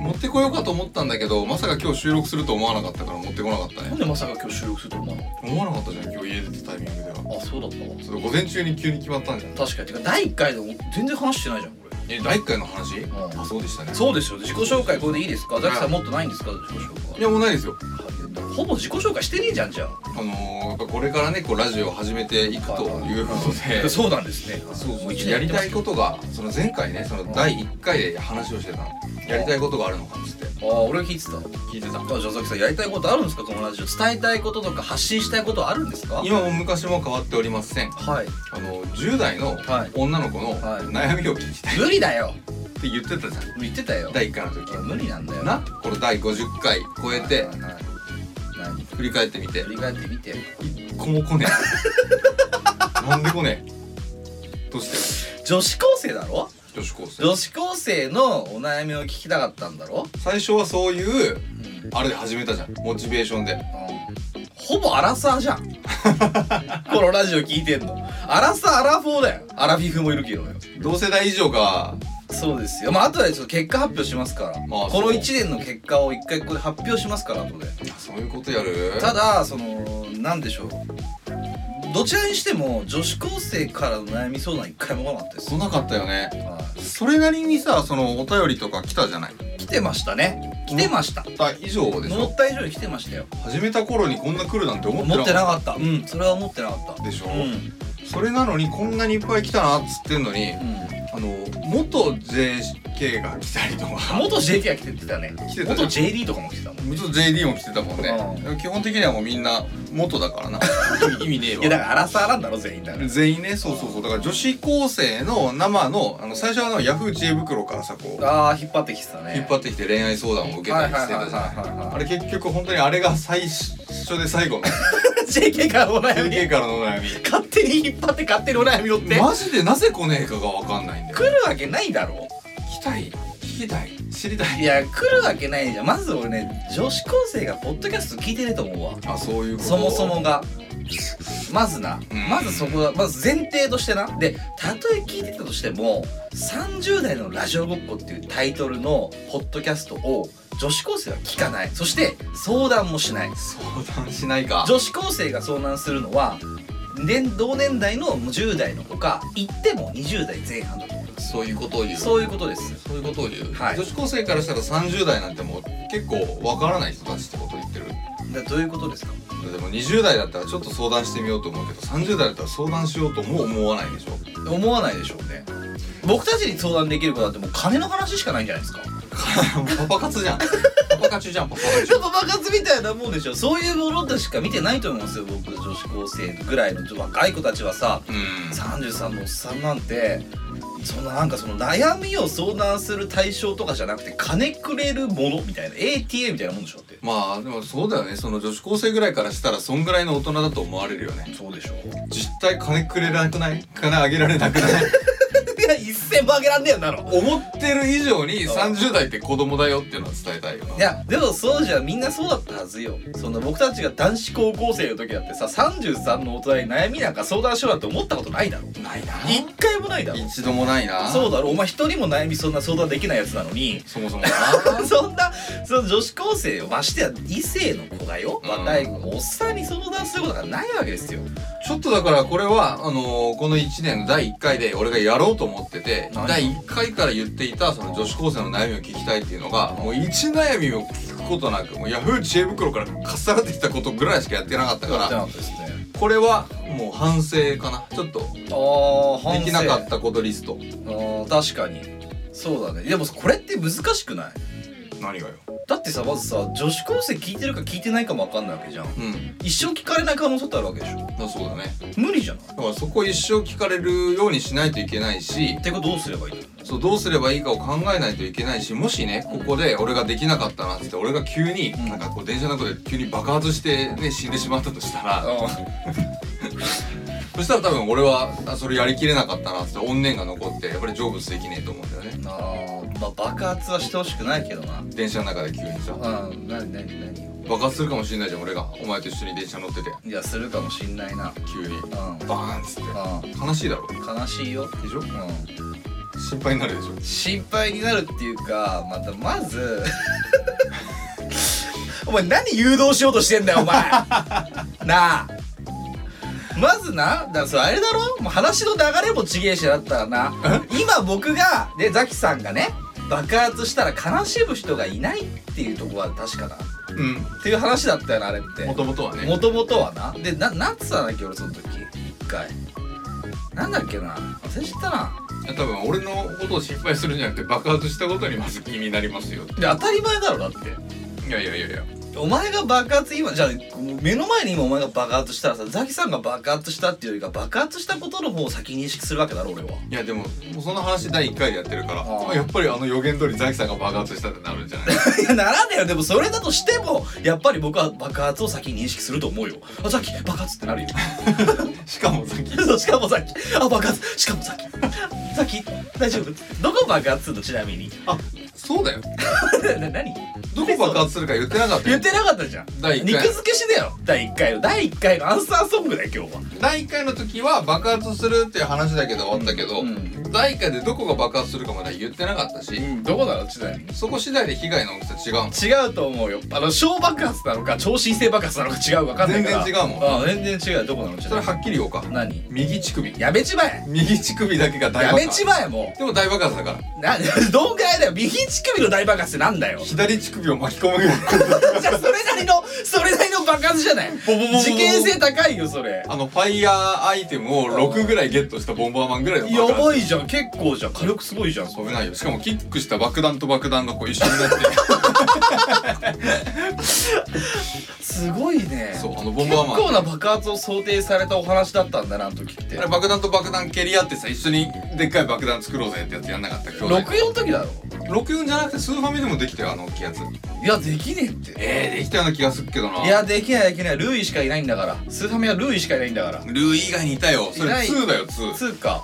持ってこようかと思ったんだけどまさか今日収録すると思わなかったから持ってこなかった
な
ね
んでまさか今日収録すると思うの
思わなかったじゃん今日家出たタイミングでは
あそうだったわ
ちょっと午前中に急に決まったんじゃん
確かにてか第1回でも全然話してないじゃんこれ
え第1回の話
ん
あそうでしたね
そうですよ自己紹介これでいいですかザキさんもっとないんですか自己紹
いやもうないですよ
介ほぼ自己紹介してねえじゃんじゃあ
あのー、やっぱこれからねこうラジオを始めていくということで
そうなんですね
そうそ
も
う
一年
やりたい
っ
ことがその前回ねその第1回で話をしてたのやりたいことがあるのかっつって
てますああ俺聞いてた
聞いてた
あじゃあザキさんやりたいことあるんですかこのラジオ伝えたいこととか発信したいことあるんですか
今も昔も変わっておりません
はい
あの10代の
はい
女の子の
はい
悩みを聞きたいっ
無理だよ
て言ってたじゃん
言ってたよ
第1回の時
無理なんだよ
なこの第50回超えて
はいはい何
振り返ってみて
振り返ってみて
一個も来ね えなんで来ねえどうして
女子高生だろ
女子高生
女子高生のお悩みを聞きたかったんだろ、
最初はそういう
うん
あれで始めたじゃんモチベーションで
ほぼアラサー じゃんこのラジオ聞いてんのアラサーアラフォーだよアラフィフもいるけどよ
同世代以上が
そうですよまあ後でちょっと結果発表しますから
まあ
この
そう
1年の結果を一回ここで発表しますから後で
そういうことやる
ただそのなんでしょうどちらにしても女子高生からの悩み相談一回も来なかったです
来なかったよね
は
それなりにさそのお便りとか来たじゃない
い来てましたね来てました
あ以上でし
思
ょ
った以上に来てましたよ
始めた頃にこんな来るなんて思って
思
な
ってな
かっ
かったうんそれは思ってなかった
でしょ
うんうん
たそれなのにこんなにいっぱい来たなっつってんのにあの元 JK が来たりとか
元 JK が来てたね
来てた
元
じゃん
JD とかも来てたもん
ちょっと JD も来てたもんね基本的にはもうみんな元だ からな意味ねえわ
いやだからアラサーなんだろ全員だから
全員ねそうそうそうだから女子高生の生のあの最初はあのヤフー知恵袋からさこう
あー引っ張ってきてたね
引っ張ってきて恋愛相談を受けたりしてたじゃ
はいはいはいはいは
ないいあれ結局本当にあれが最初で最後 の
JK からお悩み
JK からのお悩み
勝手に引っ張って勝手にお悩み乗って
マジでなぜ来ねえかがわかんないんだよ
来るわけないだろ
聞きたい聞きたい知りた
い
い
や来るわけないじゃんまず俺ね女子高生がポッドキャスト聞いてると思うわ
あそういうこと
そもそもがまずな、
うん
まずそこがまず前提としてなでたとえ聞いてたとしても30代のラジオごっこっていうタイトルのポッドキャストを女子高生は聞かないそして相談もしない
相談しないか
女子高生が遭難するのは年同年代の10代の子か言っても20代前半だと思う
そういうことを言う
そういうことです
そういうことを言う、
はい
女子高生からしたら30代なんてもう結構わからない人たちってこと言ってる
だどういうことですか
でも20代だったらちょっと相談してみようと思うけど30代だったら相談しようとも思わないでしょ
思わないでしょうね僕たちに相談できることだってもう金の話しかないんじゃないですか
パパ活じゃんパパ活じゃんパパ活
ちょっと爆発みたいなもんでしょそういうものとしか見てないと思うんですよ僕女子高生ぐらいの若い子たちはさ
うん
33のおっさんなんてそんななんかその悩みを相談する対象とかじゃなくて金くれるものみたいな ATA みたいなもんでしょだって
まあでもそうだよねその女子高生ぐらいからしたらそんぐらいの大人だと思われるよね
そうでしょ
実態金くれなくない金あげられなくない
いや1000もあげらんねえよなの
思ってる以上に30代って子供だよっていうのは伝えたいよない
やでもそうじゃんみんなそうだったはずよそんな僕たちが男子高校生の時だってさ33の大人に悩みなんか相談しようなんて思ったことないだろ
ないな
一回もないだろ
一度もないな
そうだろお前一人も悩みそんな相談できないやつなのに
そもそもな
そんなその女子高生よましてや異性の子がよ
うん
若い子がおっさんに相談することがないわけですよ
ちょっとだからこれはあのーこの1年の第1回で俺がやろうと思ってて
何
第1回から言っていたその女子高生の悩みを聞きたいっていうのがもう一悩みを聞くことなくもうヤフー知恵袋からかっさらってきたことぐらいしかやってなかったから
かったですね
これはもう反省かなちょっと
ああ反省
できなかったことリスト
あー確かにそうだねでもこれって難しくない
何がよ
だってさまずさ女子高生聞いてるか聞いてないかも分かんないわけじゃん
うん
一生聞かれない可能性ってあるわけでしょ
まあそうだね
無理じゃない
だからそこを一生聞かれるようにしないといけないし
ってことどうすればいいんだろ
そうどうすればいいかを考えないといけないしもしねここで俺ができなかったなってって俺が急に、
うん
なんかこう電車の中で急に爆発して、ね、死んでしまったとしたら、そしたら多分俺はあそれやりきれなかったなって怨念が残ってやっぱり成仏できねえと思うんだよね
あーまあ爆発はしてほしくないけどな
電車の中で急にさ
うん何何何を
爆発するかもしれないじゃん俺がお前と一緒に電車乗ってて
いやするかもしんないな
急に
うんうん
バーンっつって悲しいだろ
悲しいよ
でしょ
うん
心配になるでしょ
心配になるっていうかまたまずお前何誘導しようとしてんだよお前なあまずなだからそれあれだろもう話の流れもちげえしだったらな今僕がでザキさんがね爆発したら悲しむ人がいないっていうところは確かだっ
う
ていう話だったよなあれって
んもともとはね
もともとはなでななんつったんだっけ俺その時一回なんだっけな忘れちゃったない
や多分俺のことを心配するんじゃなくて爆発したことにまず気になりますよ
で当たり前だろだって
いやいやいやいや
お前が爆発今じゃあ目の前に今お前が爆発したらさザキさんが爆発したっていうよりか爆発したことの方を先に認識するわけだろ俺はい
やでももうその話第1回でやってるから
あー
まあやっぱりあの予言通りザキさんが爆発したってなるんじ ゃない
いやならねえよでもそれだとしてもやっぱり僕は爆発を先に認識すると思うよあザキ爆発ってなるよ
しかもザキ
そうしかもザキあ爆発しかもザキザキ大丈夫どこ爆発するのちなみに
あそうだよ
な何
どこ爆発するか言ってなかった
言
よ
ってなかったじゃん
第一回
肉付けしだよ第1回の第1回のアンサーソングだよ今日は
第1回の時は爆発するっていう話だけど終わったけど、
うんうん
第1回でどこが爆発するかまでは言ってなかったし、
どこだろうちなみに
そこ次第で被害の大きさ違うん
違うと思うよあの小爆発なのか超新星爆発なのか違うか分かんないから
全然違うもん
ああ全然違うどこなの
それはっきり言おうか
何
右乳首
やめちまえ
右乳首だけが大
や
爆
め
発
ちまえも
でも大爆発だから
うな どんぐらいだよ右乳首の大爆発ってなんだ よ
左乳首を巻き込むぐらい
じゃあそれなりのそれなりの爆発じゃない
ボボボボボ
事件性高いよそれ
あのファイヤーアイテムを6ぐらいゲットしたボンバーマンぐらいの
や
爆発
ばいじゃん結構じゃん火力すごいじゃんそ
危
れ
ないよしかもキックした爆弾と爆弾がこう一緒になって
すごいね
そうあのボン
結
バーマン
構な爆発を想定されたお話だったんだなあの時って
あれ爆弾と爆弾蹴り合ってさ一緒にでっかい爆弾作ろうぜってやつやんなかった兄弟
64の時だろ
64じゃなくてスーファミでもできたよあの大きいやつ
いやできねえって
えー、できたような気がするけどない
やできないできないルーイしかいないんだからスーファミはルーイしかいないんだから
ルー以外にいたよそれ
いない
2だよ2
つうか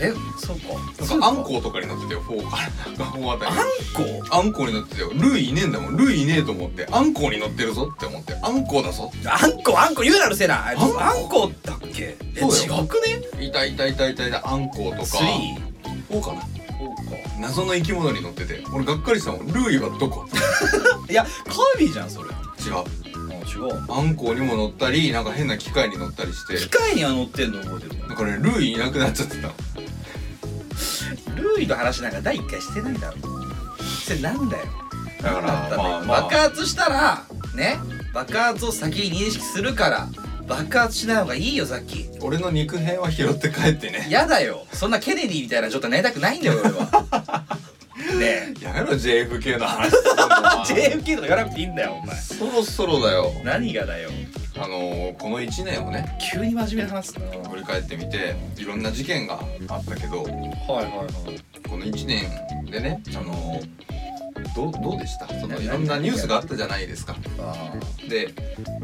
えそうか
なんかアンコウとかになってたよ4から4あたり
アンコ
アンコウになってたよルーいねえんだもんルーいねえと思ってアンコウに乗ってるぞって思ってアンコウだぞ
アンコアンコ言うなるせえなあいつ
アンコ
アンコだっけえ違
そうだよ
くね
いたいたいたいたいたアンコウとか
スリー
4かな
そう
謎の生き物に乗ってて俺がっかりしたもんルーイはどこ
かいやカービィじゃんそれあ
違う
違う
アンコウにも乗ったりなんか変な機械に乗ったりして
機械には乗ってんの覚えてる
だからねルーイいなくなっちゃってた
ルーイの話なんか第一回してないだろそれなんだよ
だから
だったんだよ
まあまあ
爆発したらね爆発を先に認識するから爆発しない方がいいよさっき
俺の肉片は拾って帰ってね
やだよそんなケネディみたいな状態になりたくないんだよ 俺は ね
やめろ JFK の話
え JFK とか言わなくていいんだよお前
そろそろだよ
何がだよ
あのー、この1年をね
急に真面目な話すなはい
振り返ってみていろんな事件があったけどこ
はいはい
の1年でねあのー、どうどうでしたその
い
い
や
ろんな
何
ニュースがあったじゃないですか
あ
で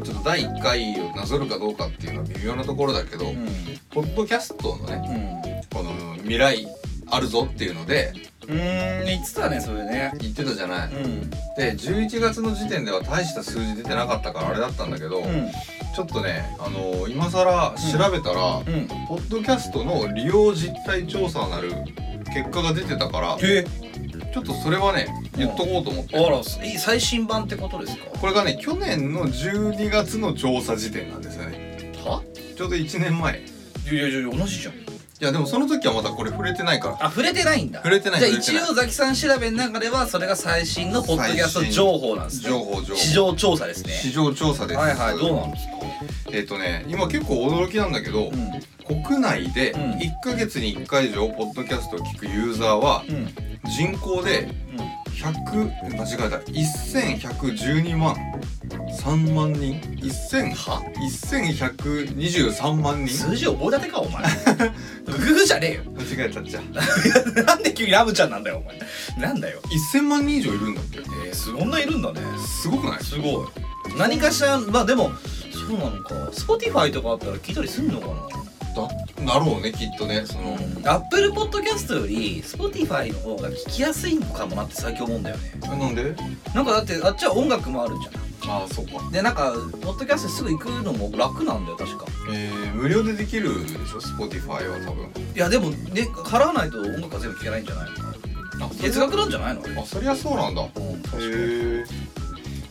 ちょっと第1回をなぞるかどうかっていうのは微妙なところだけど、
うん
ポッドキャストのね
うん
この未来あるぞっていうので
うーん言ってたねそれね
言ってたじゃない、
うん
で11月の時点では大した数字出てなかったからあれだったんだけど、
うん
ちょっとね、あのー今更調べたら、
うん
ポッドキャストの利用実態調査なる結果が出てたからち
え
ょっとそれはね言っとこうと思って、
あらすい最新版ってことですか
これがね去年の12月の調査時点なんですよね
はい
ちょうど1年前い
やいやいや同じじゃん
やでもその時はまだこれ触れてないから
あ触れてないんだ
触れてない
じゃあ
触れて
一
ない
応ザキさん調べの中ではそれが最新のポッドキャスト情報なんですね
情報情報
市場調査ですね
市場調査です
はいはいどうなんですか
えっ、とね今結構驚きなんだけど、国内で
うん
1ヶ月に1回以上ポッドキャストを聞くユーザーは
うんうん
人口で
うん
100間違えた1112万3万人1000
は
1123万人
数字覚えたてかお 前グーじゃねえよ
間違えたっちゃ
なんで急にラブちゃんなんだよお前なんだよ
1000万人以上いるんだって
えー、すごんないるんだね
すごくない
すごい何かしらまあでもそうなのか Spotify とかあったら聞いたりすんのか
だなろうねきっとねそ
な、
の、
Apple Podcast より Spotify の方が聞きやすいのかもなって最近思うんだよね
なんで
なんかだってあっちは音楽もあるじゃ
ああそうか
んでなんかポッドキャストすぐ行くのも楽なんだよ確か
えー、無料でできるでしょ Spotify は多分
いやでもね払わないと音楽は全部聞けないんじゃないの
あ
月額なんじゃないのあれ
あそりゃそうなんだへ
うん確かに
え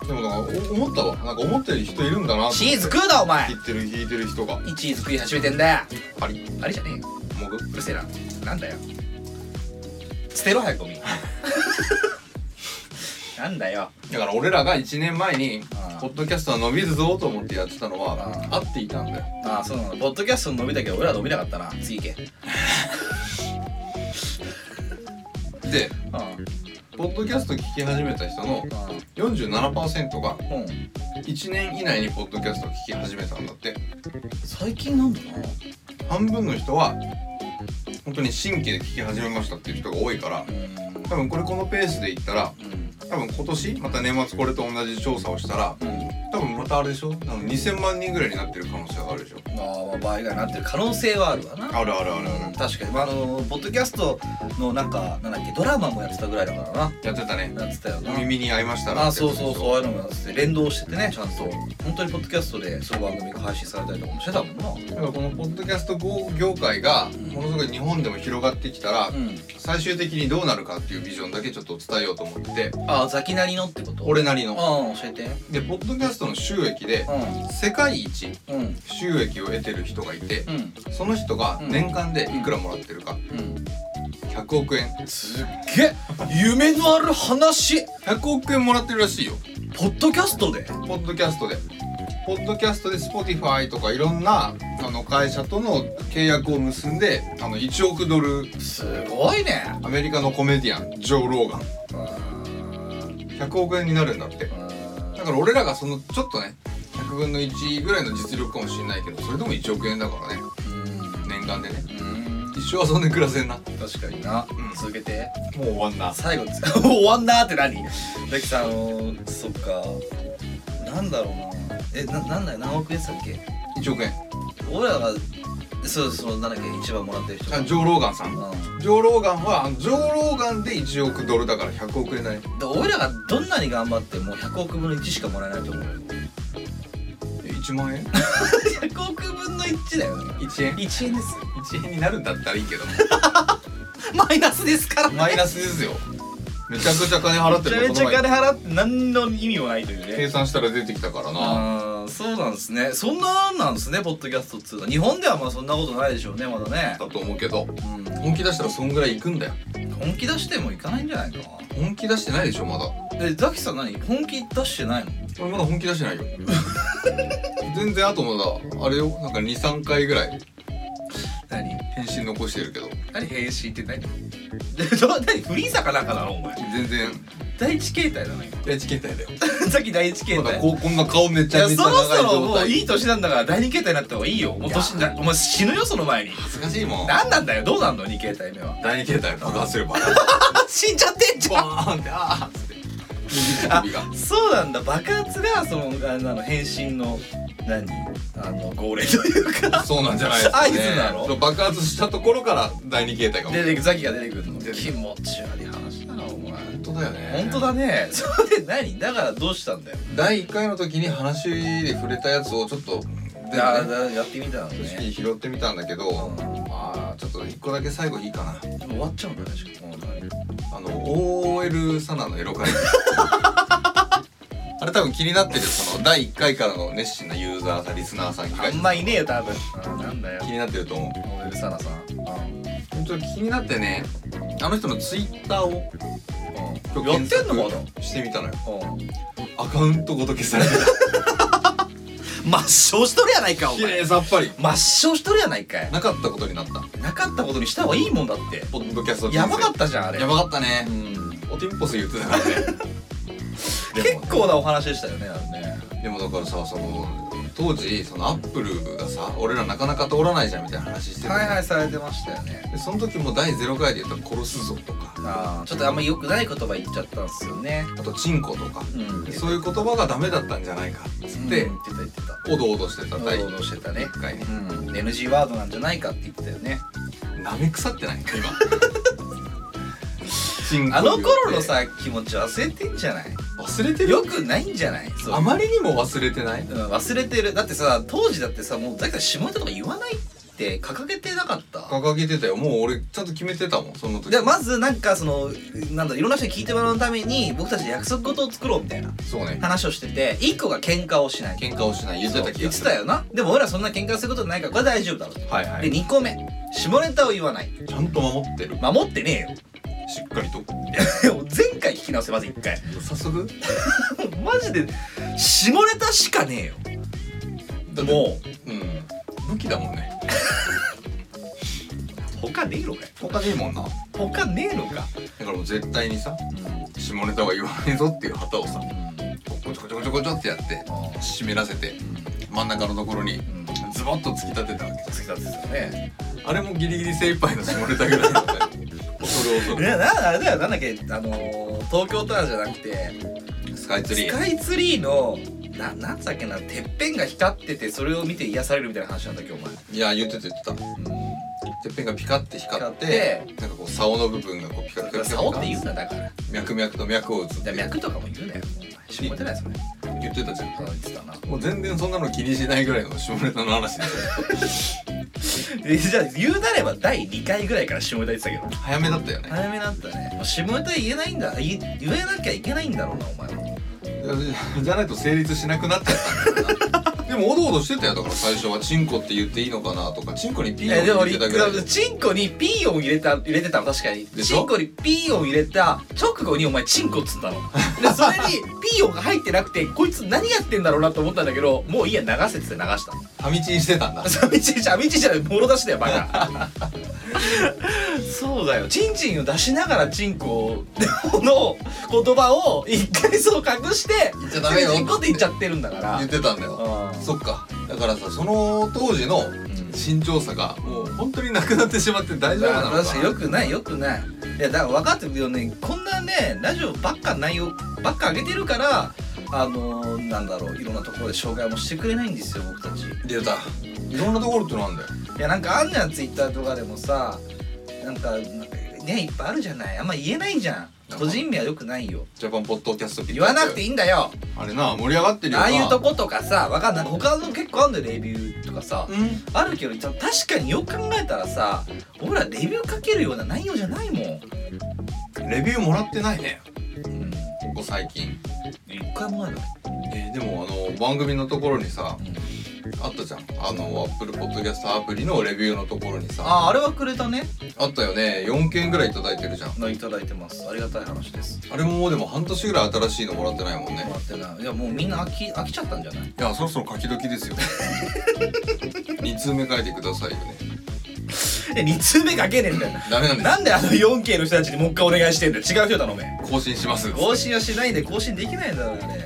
でもなんかお思ったわなんか思ったより人いるんだな
チーズ食うなお前
聞いてる聞いてる人が
チーズ食い始めてんだよ
パリ
あれじゃねえよ
モグ
うるせえななんだよ捨てろ早くゴミ なんだよ
だから俺らが1年前に
ああ
ポッドキャストは伸びるぞと思ってやってたのは
あ
合っていたんだよ
ああそうなのポッドキャスト伸びたけど俺ら伸びなかったな次行け
で
あ
ポッドキャスト聞き始めた人の
あ
47%が
うん
1年以内にポッドキャストを聞き始めたんだって
最近なんだな
半分の人は本当に新規で聞き始めましたっていう人が多いから
うん
多分これこのペースでいったら多分今年また年末これと同じ調査をしたら
うん、うん
多分またあれでしょあの2000万人ぐらいになってる可能性があるでしょ
まあ、場合がなってる可能性はあるわな。
あるあるあるあ
うん
る
確かに、まあ、あのポッドキャストのなんかなんだっけドラマもやってたぐらいだから
やってたね
なやってたよな
耳に合いましたら
あそうそうそう
う
ああいうのもやってて連動しててねちゃんと本当にポッドキャストでその番組が配信されたりとかもしてたもんな
だからこのポッドキャスト業界がものすごい日本でも広がってきたら
うん
最終的にどうなるかっていうビジョンだけちょっと伝えようと思ってて
あザキなりのってこと
俺なり
うん
の
教えて
でポッドキャストの収益で
う
世界一
んうん
収益を得てる人がいて
うん
その人が年間でいくらもらってるか100億円
うんすっげえ夢のある話
100億円もらってるらしいよ
ポッドキャストで
ポッドキャストでポッドキャストで Spotify とかいろんなあの会社との契約を結んであの1億ドル
すごいね
アメリカのコメディアンジョー・ローガン100億円になるんだってだから俺らがそのちょっとね100分の1ぐらいの実力かもしれないけどそれでも1億円だからね年間でね
うん
一生遊んで暮らせんなも
確かにな、
うん
続けて
う終わんな
最後です 終わんなーって何だきさんあのーそっかなんだろうなえななんだよ何億円でしたっけ
1億円
俺らがそうそのなんだっけ一番もらってる人
あジョー・ローガンさん
う
ジョー・ローガンはあのジョー・ローガンで1億ドルだから100億円だね
んで俺らがどんなに頑張っても100億分の1しかもらえないと思うよ
え1万円
100億分の1だよね
1円
1円です
?1 円になるんだったらいいけど
マイナスですから
マイナスですよ。めちゃくちゃ金払っ
めち
てる
ゃ
の
めちゃ
この前
金払って何の意味もないというね
計算したら出てきたからな。
あーそうなんですねそんなんなんですねポッドキャストっつうのは日本ではまあそんなことないでしょうねまだね、
だと思うけど、
う
本気出したらそんぐらいいくんだよ。
ん、本気出してもいかないんじゃないか
本気出してないでしょ、まだ。
なえザキさん何本気出してないの
俺まだ本気出し てないよ。全然あとまだ、あれよ、なんか2、3回ぐらい
何
返信残してるけど、
何変身って何 でど何フリーザかなんかなのお前
全然、
第一形態だな今
第一形態だよ。
ザキ第一形
まだ
態
こうこんな顔め
い
ちゃ
や
めち
そ
ゃ
ろ
長い
そろ
状
もう
態。
いい年なんだから第二形態になった方がいいよもう年だお前死ぬよその前に
恥ずかしいもん。
何なんだよどうなんの二形態 目は
第二形態爆発すれば、
あ死んじゃってんじ
バーンって、あーっつ って。右首が。
そうなんだ爆発がそのあの変身の何あの号令というか
そうなんじゃないですか、ね。
合図なの
そう爆発したところから第二形態 が。
出てくるザキが出てくるの
出てくる
気持ち悪い話だなお前
本当だよね。
本当だねそれで何だからどうしたんだよ
第1回の時に話で触れたやつをちょっと
いや
全部ね
だやってみたの
組織
ね
に拾ってみたんだけど、
ん
まあちょっと1個だけ最後いいかな
でも終わっちゃうんだねしかも
あの OL サナのエロ会議あれ多分気になってるその第1回からの熱心なユーザーさんリスナーさん
あ
が
んまいねえよ多分なんだよ
気になってると思う
ノベルサナさん
本当に気になってねあの人のツイッターを
うんやってんのまだ
してみたのよ
うん
アカウントごと消されて
抹消しとるやないか
た
お
きれ
前
いさっぱり
抹消しとるやないかい
なかったことになった
なかったことにした方がいいもんだって
ポッドキャスト人生
やばかったじゃんあれ
やばかったね
うん
おティンポス言ってたからねでも
結構なお話でしたよねあれね
でもだからさその当時そのアップルがさ俺らなかなか通らないじゃんみたいな話してたじゃん
はいはいされてましたよね
でその時も第0回で言ったら殺すぞとか
あーちょっとあんま良くない言葉言っちゃったんですよね
あとチンコとか
うん
そういう言葉がダメだったんじゃないかっつっ
う
て
ん言ってた言ってた
おどおどしてた第
おどおどしてたね
1回ね
うん NG ワードなんじゃないかって言ってたよね
なめ腐ってない今 チンコ
あの頃のさ気持ち忘れてんじゃない
忘れてる
よくないんじゃないそう
あまりにも忘れてない
うん忘れてるだってさ当時だってさもうだから下ネタとか言わないって掲げてなかった
掲げてたよもう俺ちゃんと決めてたもんその時
じゃあまずなんかそのなんだろういろんな人に聞いてもらうために僕たちで約束事を作ろうみたいな
そうね
話をしてて一個が喧嘩をしない
喧嘩をしない言ってた気
言っ
が
て
する
たよなでも俺らそんな喧嘩することないからこれは大丈夫だろうと、
はいは
で
い
2個目下ネタを言わない
ちゃんと守ってる
守ってね
しっかりと
えよ 前回聞き直せまず1回
早速
マジで下ネタしかねえよもう
うん武器だもんね
他ねえのかよ
他でいいもんなだ
他ねえのか、
からもう絶対にさ下ネタは言わないぞっていう旗をさこちょこちょこちょこちょってやって湿らせて真ん中のところに
うん
ズボッと突き立てたわけ
次だってたね
あれもギリギリ精一杯の下ネタぐらいだったよ恐る恐
い
る
やなあれだよなんだっけあのー東京タワーじゃなくて
スカイツリ
ス
ー
カイツリーのななんだっけなてっぺんが光っててそれを見て癒されるみたいな話なんだっけお前
いや言ってた言ってたてっぺんがピカって光って
光
なんかこう竿の部分がこうピカピカピカピカ
竿って言うなだから
脈々と脈を打つって
で脈とかも言うなよ下ネタないそれ
言ってたじゃん
言ってたな
もう全然そんなの気にしないぐらいの下ネタの話で
えじゃあ言うなれば第2回ぐらいから下ネタ言ってたけ
早めだったよね
ど早めだったね下ネタ言えないんだ言え言えなきゃいけないんだろうなお前はい
やじゃないと成立しなくなっちゃったんだよなでもおどおどしてたよだから最初はチンコって言っていいのかなとかチンコにピー
いやで
ヨン
も
入れてたぐらいで
チンコにピー音入れた入れてたの確かに
でしょ
チンコにピー音入れた直後にお前チンコっつ ったのでそれにピー音が入ってなくてこいつ何やってんだろうなと思ったんだけどもういいや流せっつって流した
はみちんしてたんだ
サミチンじゃミチンじゃないもろ出しだよバカ そうだよチンチンを出しながらチンコの言葉を一回そう隠して
言っちゃダメよ
チンコって言っちゃってるんだから
言ってたんだよ
うん
そっかだからさその当時の身長差がもう本当になくなってしまって大丈夫なのかな
確かによくないよくないいやだから分かってるよねこんなねラジオばっか内容ばっか上げてるからあのー、なんだろういろんなところで紹介もしてくれないんですよ僕たちい
出たいろんなところってなんだよ
やなんかあんじゃんツイッターとかでもさなんかなんかねいっぱいあるじゃないあんま言えないじゃん個人名はよくないよ
ジャパンポッドキャストピッ
言わなくていいんだよ
あれな盛り上がってるよ
あ
な
あいうとことかさわかんない他の結構あんだよレビューとかさ
うん
あるけど確かによく考えたらさ俺らレビューかけるような内容じゃないもん、
レビューもらってないね
うん、
ここ最近
一回もないだろ
えーでもあの番組のところにさあったじゃんあのアップルポッドキャストアプリのレビューのところにさ
あああれはくれたね
あったよね4件ぐらい頂いてるじゃん
のいただいてますありがたい話です
あれももうでも半年ぐらい新しいのもらってないもんね
もらってないいやもうみんな飽き飽きちゃったんじゃない
いやそろそろ書き時 ですよ2通目書いてくださいよね
え2通目かけねえんだよ
ダメなんです
なんであの 4K の人たちにもう一回お願いしてんだよ違う人頼め
更新します
更新はしないで更新できないんだろあれ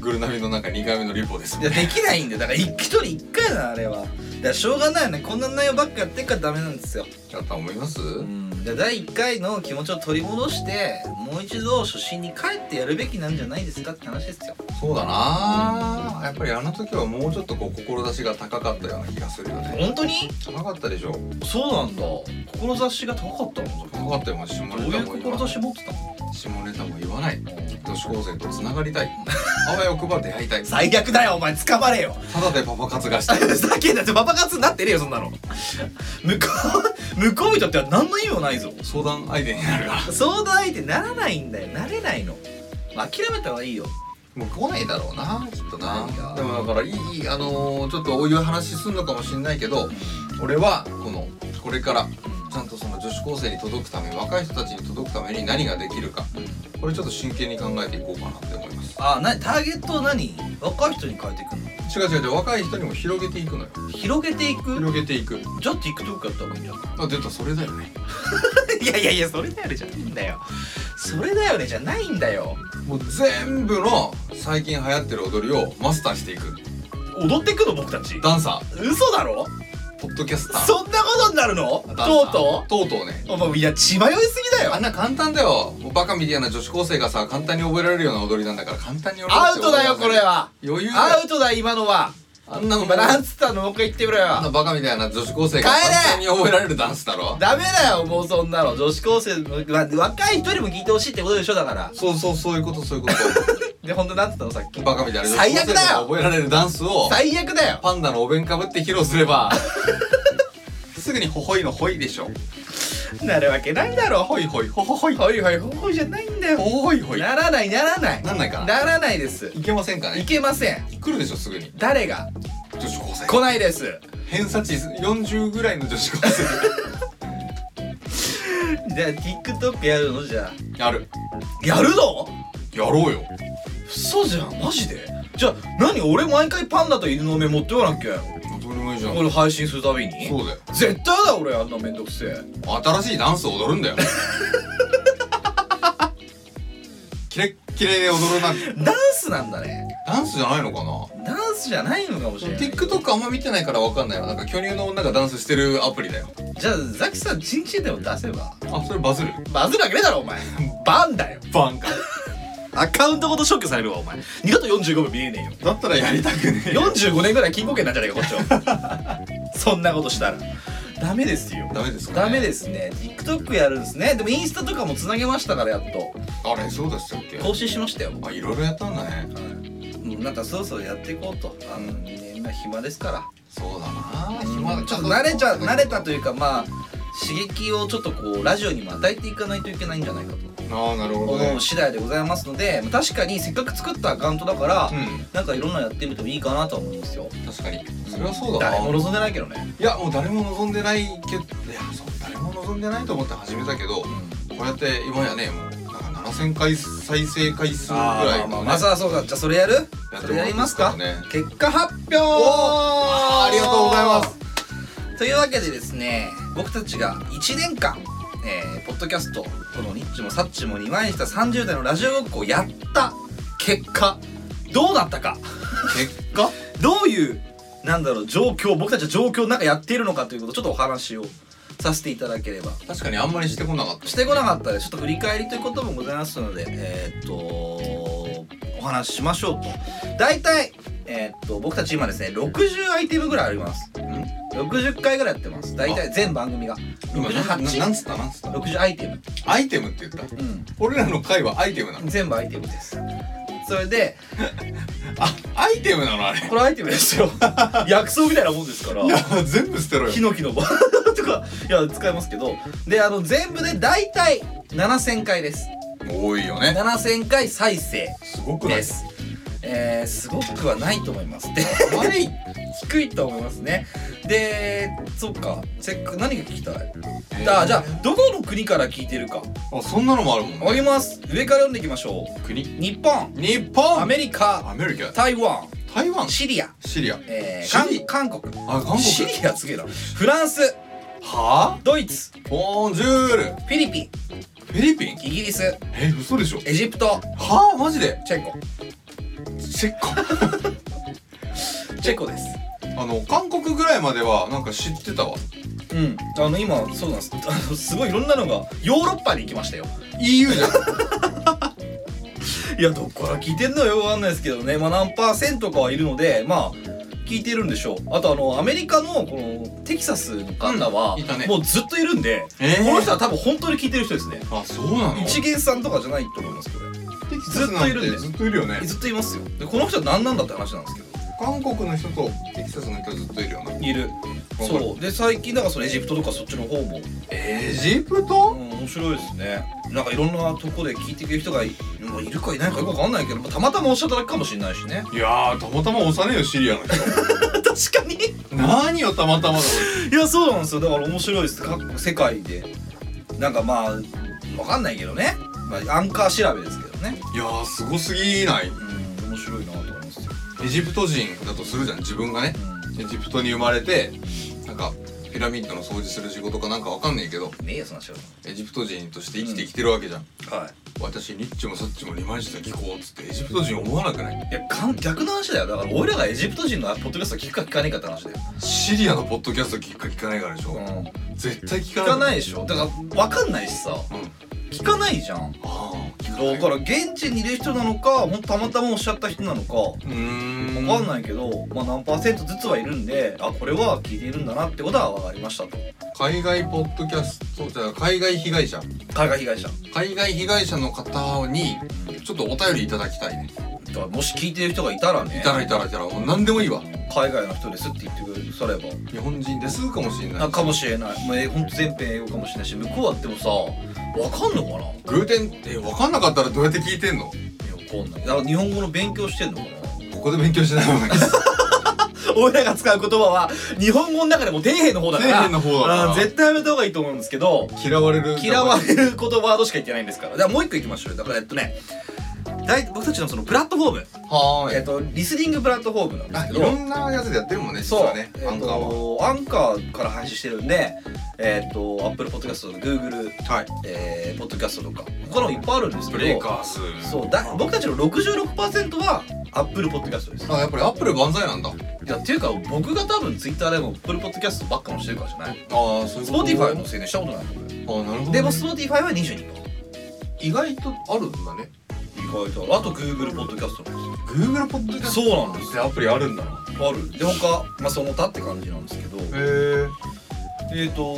グルナビの中2回目のリポです
いやできないんだよだから一一人一回だなあれはだからしょうがないよねこんな内容ばっかやってっからダメなんですよ
だったと思います
うんで第1回の気持ちを取り戻してもう一度初心に帰ってやるべきなんじゃないですかって話ですよ
そうだなやっぱりあの時はもうちょっとこう志が高かったような気がするよね
本当に
高かったでしょ
そうなんだ志が高かったの
高かったよもう下ネ
どう
タ
いう
も言わない
志持ってたの
下ネタも言わない女子高生とつながりたいあわよくば出会いたい
最悪だよお前捕まれよ
ただでパパ活がしたい
ふざけんなってパパ活になってねえよそんな の向こう向こうにとっては何の意味もないぞ
相談相手になるから
相談相手ならないんだよなれないの、まあ、諦めた方がいいよ
もう来ないだろうなきっとな
何が
でもだからいいあのーちょっとおいう話すんのかもしんないけど俺はこのこれからちゃんとその女子高生に届くため若い人たちに届くために何ができるかこれちょっと真剣に考えていこうかなって思います
あなターゲットを何若い人に変えていくの
違う違う違う若い人にも広げていくのよ
広げていく
広げていく
じゃあ TikTok やった方がいいんじゃな
あ出たそれだよね
いいやいやいやそれだよねじゃないんだよそれだよねじゃないんだよ
もう全部の最近流行ってる踊りをマスターしていく
踊ってくの僕たち
ダンサ
嘘だろ
ーポッドキャスター
そんなことになるの
ダンサ
と
ー
うと
とうとうね
うお前いや血迷いすぎだよ
あんな簡単だよもうバカみたいな女子高生がさ簡単に覚えられるような踊りなんだから簡単に
アウトだよこれは
余裕だよ
アウトだ今のは
あんなの
今なん
バ
つったのもう一回言ってくれよ
あんなバカみたいな女子高生が
帰れ
簡単に覚えられるダンスだろ
ダメだよもうそんなの女子高生のわ若い人にも聞いてほしいってことでしょだから
そうそうそういうことそういうこと
でほんとなんつったのさっき
バカみたいな女子
最
高
悪
生
だ
が
よ
覚えられるダンスを
最悪だよ
パンダのお弁かぶって披露すれ ばすぐにほほいのほいでしょ
なるわけないだろ
ほいほいほほほい
ほいほいほいほいじゃないんだよ
ほほいほい
ならないならない
なんないかな
ならないです
いけませんか
い
ね
けません
来るでしょすぐに
誰が
女子高生
来ないです
偏差値40ぐらいの女子高生
じゃあ TikTok やるのじゃ
やる
あやるの
やろうよ
嘘じゃんマジでじゃあ何俺毎回パンダと犬の目持ってこなきゃ
当たり前じゃん
これ配信するたびに
そうだよ
絶対だ俺あんなめんどくせえ
新しいダンスを踊るんだ よキレッキレで踊るな
ダンスなんだね
ダンスじゃないのかな
ダンスじゃないのかもしれない
TikTok あんま見てないからわかんないわなんか巨乳の女がダンスしてるアプリだよ
じゃあザキさんチンチンでも出せば
あそれバズる
バズるわけねえだろお前バンだよ
バンか
アカウントごと消去されるわお前二度と45秒見れねえよ
だったらやりたくねえ
45年ぐらい禁錮刑なんじゃないかこっちは そんなことしたらダメですよ
ダメですか、ね、
ダメですね TikTok やるんですねでもインスタとかもつなげましたからやっと
あれそうでしたっけ
更新しましたよ
あいろいろやったんだね
うんなんかそろそろやっていこうとあのみんな暇ですから
そうだな暇だ
ちょっと慣れちゃ慣れたと
いう
いうかまあ刺激をちょっとこうラジオにも与えていかないといけないんじゃないかと
ああなるほど
思
ね
う次第でございますのでまあ確かにせっかく作ったアカウントだから、
う
なんかいろんなのやってみてもいいかなとは思うんですよ
ん確かにそれはそうだな
誰も望んでないけどね、
いやもう誰も望んでないけどいやそう誰も望んでないと思って始めたけどこうやって今やねもうなんか7000回再生回数ぐ
あー
ら
まあまあ
いのね
まずはそうだじゃあそれやる
って
そ
も
れ
ら
や
っ
り
て
ますか
ね
結果発表
あーありがとうございます
というわけでですね僕たちが1年間えーポッドキャストこのニッチもサッチも2枚した30代のラジオごっこをやった結果どうなったか
結
がどういうなんだろう状況僕たちは状況の中やっているのかということをちょっとお話をさせていただければ
確かにあんまりしてこなかった
してこなかったらちょっと振り返りということもございますのでえーっとお話ししましょうと大体えーっと僕たち今ですね60アイテムぐらいあります
ん
60回ぐらいやってます大体全番組が
今なななん
68?60
つったなんつった
アイテム
アイテムって言った
うん
俺らの回はアイテムなの
全部アイテムですそれで
あアイテムなのあれ
これアイテムです よ薬草みたいなもんですから
いや全部捨てろよ
ヒノキの棒 とかいや使いますけどであの全部で大体7000回です
多いよね
7000回再生
すごくない
ですえー、すごくはないと思いますで
悪い
低いと思いますねでそっかせっかく何が聞きたいだじゃあどこの国から聞いてるか
あそんなのもあるもん
あ
ね
げます上から読んでいきましょ
国
う日本
日本
アメリカ
アメリカ
台湾
台湾
シリア、
シリア
えー、
シ
韓
リ
韓国
あ韓国
シリアすげえなフランス
はあ
ドイツ
ボンジュールフ
フィリピン
ィリピン
イギリス
え嘘でしょ
エジプト
はあマジで
チェコ
チェコ
チェコです
あの韓国ぐらいまではなんか知ってたわ
うんあの今そうなんですあのすごいいろんなのがヨーロッパに行きましたよ
EU じゃん
いやどこから聞いてんのよわかんないですけどねまあ何パーセントかはいるのでまあ聞いてるんでしょうあとあのアメリカのこのテキサスの方は、
うんいたね
もうずっといるんで、
えー
この人は多分本当に聞いてる人ですね
あそうなの
一元さんとかじゃないと思いますけどずっといるんで
ずっといるよね
ずっといますよでこの人は何なんだって話なんですけど
韓国の人とテキサスの人ずっといるよない
る
わかる
そうで最近だからそのエジプトとかそっちの方も
エジプ
う
ト
ん、面白いですねなんかいろんなとこで聞いてくれる人がいまあいるかいないかよくわかんないけど、まあたまたまおっしゃっただけかもしれないし ね
いやーたまたま押さねえよシリアの人
確かにい
何をたまたまだ
やそうなんですよだから面白いです各世界でなんかまあわかんないけどね、まあ、アンカー調べですけどね
いやーすごすぎない
うん面白いなと思いますよ
エジプト人だとするじゃん自分がねエジプトに生まれてなんかピラミッドの掃除する仕事かなんかわかんないけど
ねえよそんな仕事
エジプト人として生きてきてるわけじゃん、
はい
私ニッチもサッチも二枚舌聞こうっつってエジプト人思わなくない
いやかん逆の話だよだから俺らがエジプト人のポッドキャスト聞くか聞かねえかって話だよ、
シリアのポッドキャスト聞くか聞かないからでしょ、絶対聞か
聞
ない
かないでしょだから分かんないしさ
うん
聞かないじゃん
ああ聞
だ
かない
から現地にいる人なのかほんとたまたまおっしゃった人なのか
うー
分
ん
かんないけど、まあ、何パーセントずつはいるんであこれは聞いているんだなってことは分かりましたと
海外ポッドキャストじゃあ海外被害者
海外被害者
海外被害者の方にちょっとお便りいただきたいね
だからもし聞いてる人がいたらね
いたらいたらいたらもう何でもいいわ
海外の人ですって言ってくれるそれば
日本人ですかもしれな
ないかもしれないもうえほんと全編英語かもしれないし向こうはでもさ分かんのかない
グーテンって分かんなかったらどうやって聞いてんの
や分かんないだから日本語の勉強してんのかな
ここで勉強しない方がいいです
俺らが使う言葉は日本語の中でも底辺の方だから
底辺の方だから
あー絶対やめた方がいいと思うんですけど
嫌われる
嫌われることワードしか言ってないんですから。じゃあもう一個いきましょうよ。だからえっとね、大僕たちのそのプラットフォーム、
はーい
えっとリスニングプラットフォームなんです
あ
け
い
ど、
ろんなやつでやってるもんね実
そう、
はね
えっと
アンカーは
アンカーから配信してるんで、えっと Apple Podcast とか Google、
はい
えー、Podcast とか他のもいっぱいあるんですけ
ブ
ど、
レイカーズ
そうだ僕たちの66%は Apple Podcast です。
あやっぱりアップル万歳なんだ
いやっていうか僕が多分 Twitter でも Apple Podcast ばっかのしてるからじゃない。
ああそういうこと
Spotify の宣伝したことないと思うよ。
あなるほど
でも Spotify は22%。
意外とあるんだね
意外とあるあと Google ポッドキャストなんで
Google ポッドキャ
す
スト
よそうなんで
ってアプリあるんだな
あるで他まあその他って感じなんですけど
へえ
えっ、と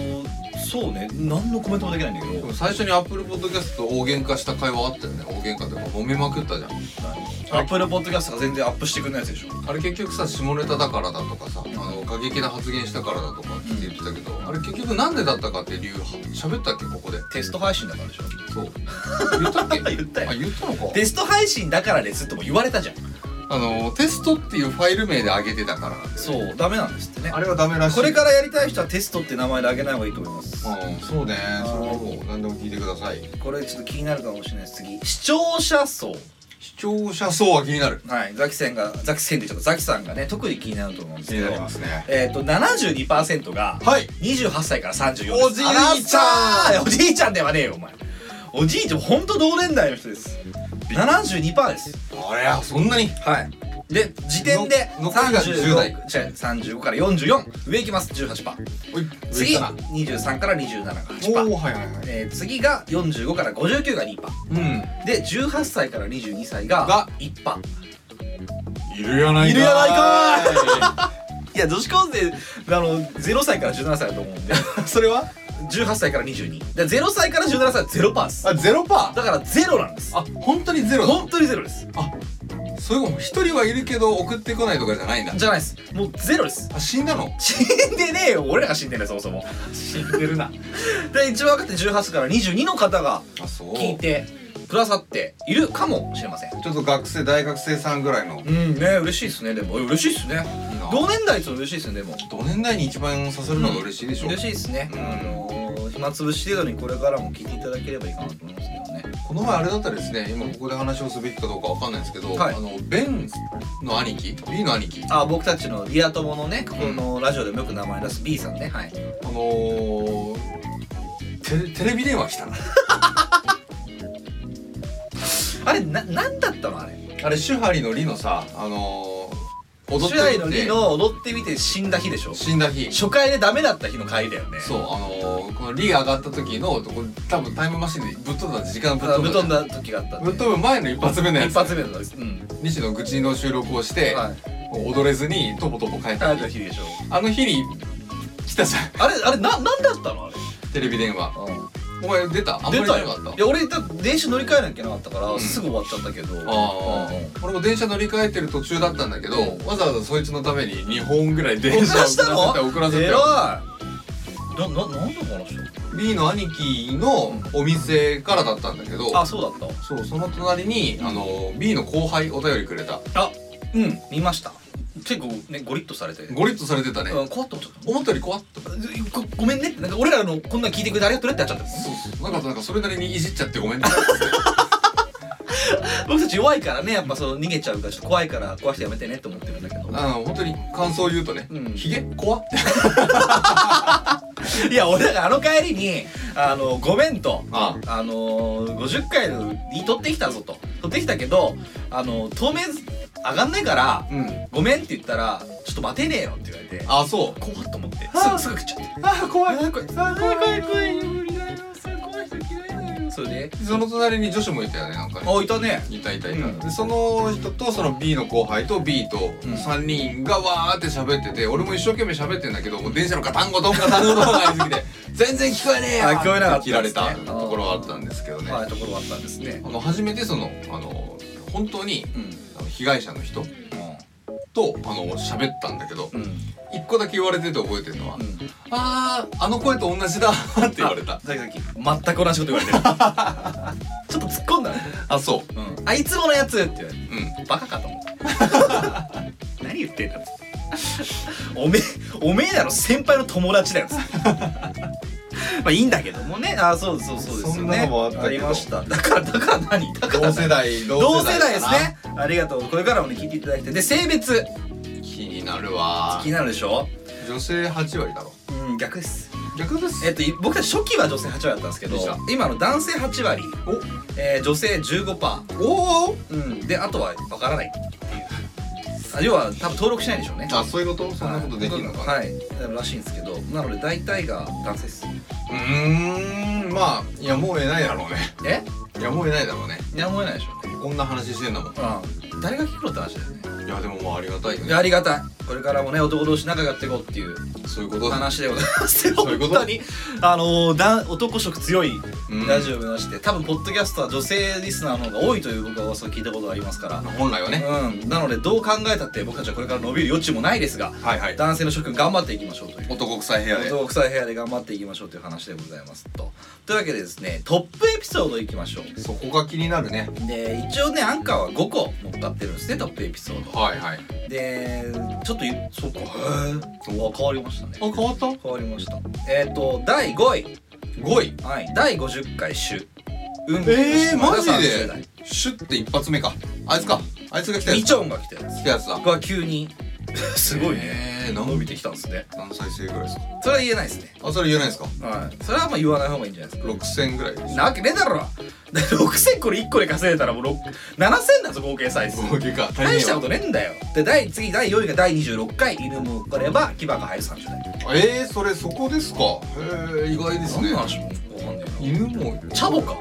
そうね何のコメントもできないんだけ
で
ど
も最初にアップルポッドキャストと大喧嘩した会話あったよね大喧嘩というか揉めまくったじゃん
アップルポッドキャストが全然アップしてくれないやつでしょ
あれ結局さ下ネタだからだとかさあの過激な発言したからだとかって言ってたけど、あれ結局なんでだったかって理由は喋ったっけここで
テスト配信だからでしょ
そう言ったっけ
言ったよ
あ言ったのか
テスト配信だからですっても言われたじゃん
あのテストっていうファイル名で上げてたから
そうダメなんですってね
あれはダメらしい
これからやりたい人はテストって名前であげない方がいいと思います
うんそうね
あー
それはもう何でも聞いてください
これちょっと気になるかもしれないです次視聴者層
視聴者層は気になる
はいザキさんがザキさんでちょっとザキさんがね特に気になると思うんですけど
すね
えっ、ー、と72%が
はい
28歳から34です
おじいちゃ
あ
ん
らさーおじいちゃんではねえよお前おじいちゃんほんと同年代の人です72%です
あれはそんなに
はいで時点で
の残りが10代
違う35から44上いきます18%
おい
次
上かな
23から27が
お
8%
おはいはいはい
えー、次が45から59が2%
うん
で18歳から22歳が
が
1%
いるやないい
いるやない
か
いや女子高生あの0歳から17歳だと思うん で
ーいそれは
18歳から22で0歳から17歳は0%です
あゼロパー
だからゼロなんです
あ本当にゼロだ
本当にゼロです
そういうこと一人はいるけど送ってこないとかじゃないんだ
じゃないですもうゼロです
あ死んだの
死んでねえよ俺らが死んでないそもそも
死んでるな
で一番若手18から22の方が
あそう
聞いてくださっているかもしれません
ちょっと学生大学生さんぐらいのいい
うんね嬉しいですねでもえ嬉しいですね
な
同年代っていうの嬉しいですねでも
同年代に一番刺さるのが嬉しいでしょ、
嬉しいですね
うん
あのー暇つぶし程度にこれからも聞いていただければいいかなと思いますけどね
この前あれだったらですね今ここで話をすべきかどうかわかんないですけど、
はい
あのベンの兄貴 B の兄貴あ
あ僕たちのリア友のねここのラジオでもよく名前出す B さんねはい
のー、テテレビ電話来たな
あれな何だったのあれ
あれ手張りのリのさあのー、踊
主題
っ
の
てみ
2
て
の踊ってみて死んだ日でしょ
死んだ日
初回でダメだった日の回だよね
そうあのー、このリ上がった時のこれ多分タイムマシンでぶっ飛んだ時間ぶっ
あ
飛
ぶ
ん
っ
だ
飛んだ時があったんで
ぶっ飛ぶ前の一発目のや
一
つ
発目のですうん
西野愚痴の収録をして、
はい
踊れずにとぼとぼ帰っ
あ
た
の日でしょ
あの日に来たじゃん
あれあれななんだったのあれ
テレビ電話お前出たあんまり
出
出
た
な
よ
かった
いや俺だって電車乗り換えなきゃいけなかったから、
うん
すぐ終わっちゃったけど
ああ、
うん
俺も電車乗り換えてる途中だったんだけど、わざわざそいつのために2本ぐらい電
遅
車
らせた
を
の
送らせて
偉い
よ
なななんだこの人
B の兄貴のお店からだったんだけど
あそうだっ
そうその隣に、あの B の後輩お便りくれた
たあうん見ました結構ねゴリッとされて
ゴリッとされてたね、
うん怖っと思っちゃった
思ったより怖っと
ごごめんねってなんか俺らのこんなん聞いてくれてありがとうねってやっちゃったんです
そうそうなんかなんかそれなりにいじっちゃってごめんね
僕たち弱いからねやっぱその逃げちゃうからちょっと怖いから怖くてやめてねって思ってるんだけど
あの本当に感想を言うとね、
うん
ヒゲ怖って
いや俺だからあの帰りに「あのごめん」と
あ
「あのー、50回のに取ってきたぞ」と「取ってきたけどあの透明上がんないから
あうん
ごめん」って言ったら「ちょっと待てねえよ」って言われて
あそう
怖っと思って
あー
すぐすぐ食っちゃって
あ怖い
あー怖いあー怖い怖い怖い無理だよそれ怖い人嫌いだよそれで
その隣に女子もいたよねなんかね
あいたね
いたいたいた、
うん
でその人とその B の後輩と B と
うん
3人がわーって喋ってて俺も一生懸命喋ってんだけどもう電車のガタンゴトンガタンゴトンが入りすぎ て全然聞こえねえよ
あ聞こえなかった
て切られた
ですね
ところはあったんですけどね、
はいところがあったんですね
あの初めてそのあの本当に
うん
あの被害者の人とあの喋ったんだけど
うんうん
一個だけ言われてて覚えてるのは「
うん
あーあの声と同じだ」って言われた
さっきさっき全く同じこと言わ れてるちょっと突っ込んだね
あそ
うんあいつものやつって言われて
ううん
バカかと思って 何言ってんだっつっておめえおめえだろ先輩の友達だよっつ ってまあいいんだけどもねあそうそうそうです
そ
よ
ん
ね
なのもあったけど
りましただからだから何だから
同
何
世代
同
同
世代
世代
で
か
す
な
ねありがとうこれからもね聞いていただいてで性別
気になるわ
気になるでしょ
女性8割だろ
うん逆です
逆です
えっとい僕たち初期は女性8割だったんですけど
でした
今の男性8割
お
えー女性15%
おお
うん、であとはわからないっていうあ要は多分登録しないんでしょうね
あそういうことそんなことできるのかな、
はいらしいんですけどなので大体が男性です
うーんまあいやもうえないだろうね
え
いやもうえないだろうね
いや思えないでしょうね
こんな話してんだも
う
ん
ん誰が聞くのって話だよね
いやでももうありがたいよ
い
ね
やありがたいこれからもね男同士仲良くやっていこうっていう
そういうことだ
話でございますよ
そういう
本
こと
当にあのーだ男色強い
うん
ラジオを目指して多分ポッドキャストは女性リスナーの方が多いという僕は噂を聞いたことがありますから
本来はね
うんなのでどう考えたって僕たちはこれから伸びる余地もないですが
はいはい
男性の諸君頑張っていきましょうという
男臭い部屋で
男臭い部屋で頑張っていきましょうという話でございますと。というわけでですねトップエピソードいきましょう。
そこが気になるね
で一応ねアンカーは5個乗っかってるんですねトップエピソード。
はいはいあ
でちょっとゆそっかへえうわ変わりましたね。
変わった
変わりました。えっ、ー、と第5位
5位
はい第50回主運
えーマジで
30代
シュッて一発目かあいつかあいつが来たや
み
つ
ちょんが来たやつ。
来たやつだ
僕は急に すごいね
えー、
伸
何
びてきたんですね。
何再生ぐらいですか
それは言えないですね。
あそれ言えないですか
はい。それはまあ言わない方がいいんじゃないですか。
6000ぐらいです
なわけねえだろだって6000これ1個で稼いだらもう6 7000だぞ合計サイズ
合計か足りねえわ
大したことねえんだよで第次第4位が第26回犬もこれば牙が入る30代
えー、それそこですかへえー、意外です
何
ね
の話もわかんねえな
犬も
チャボか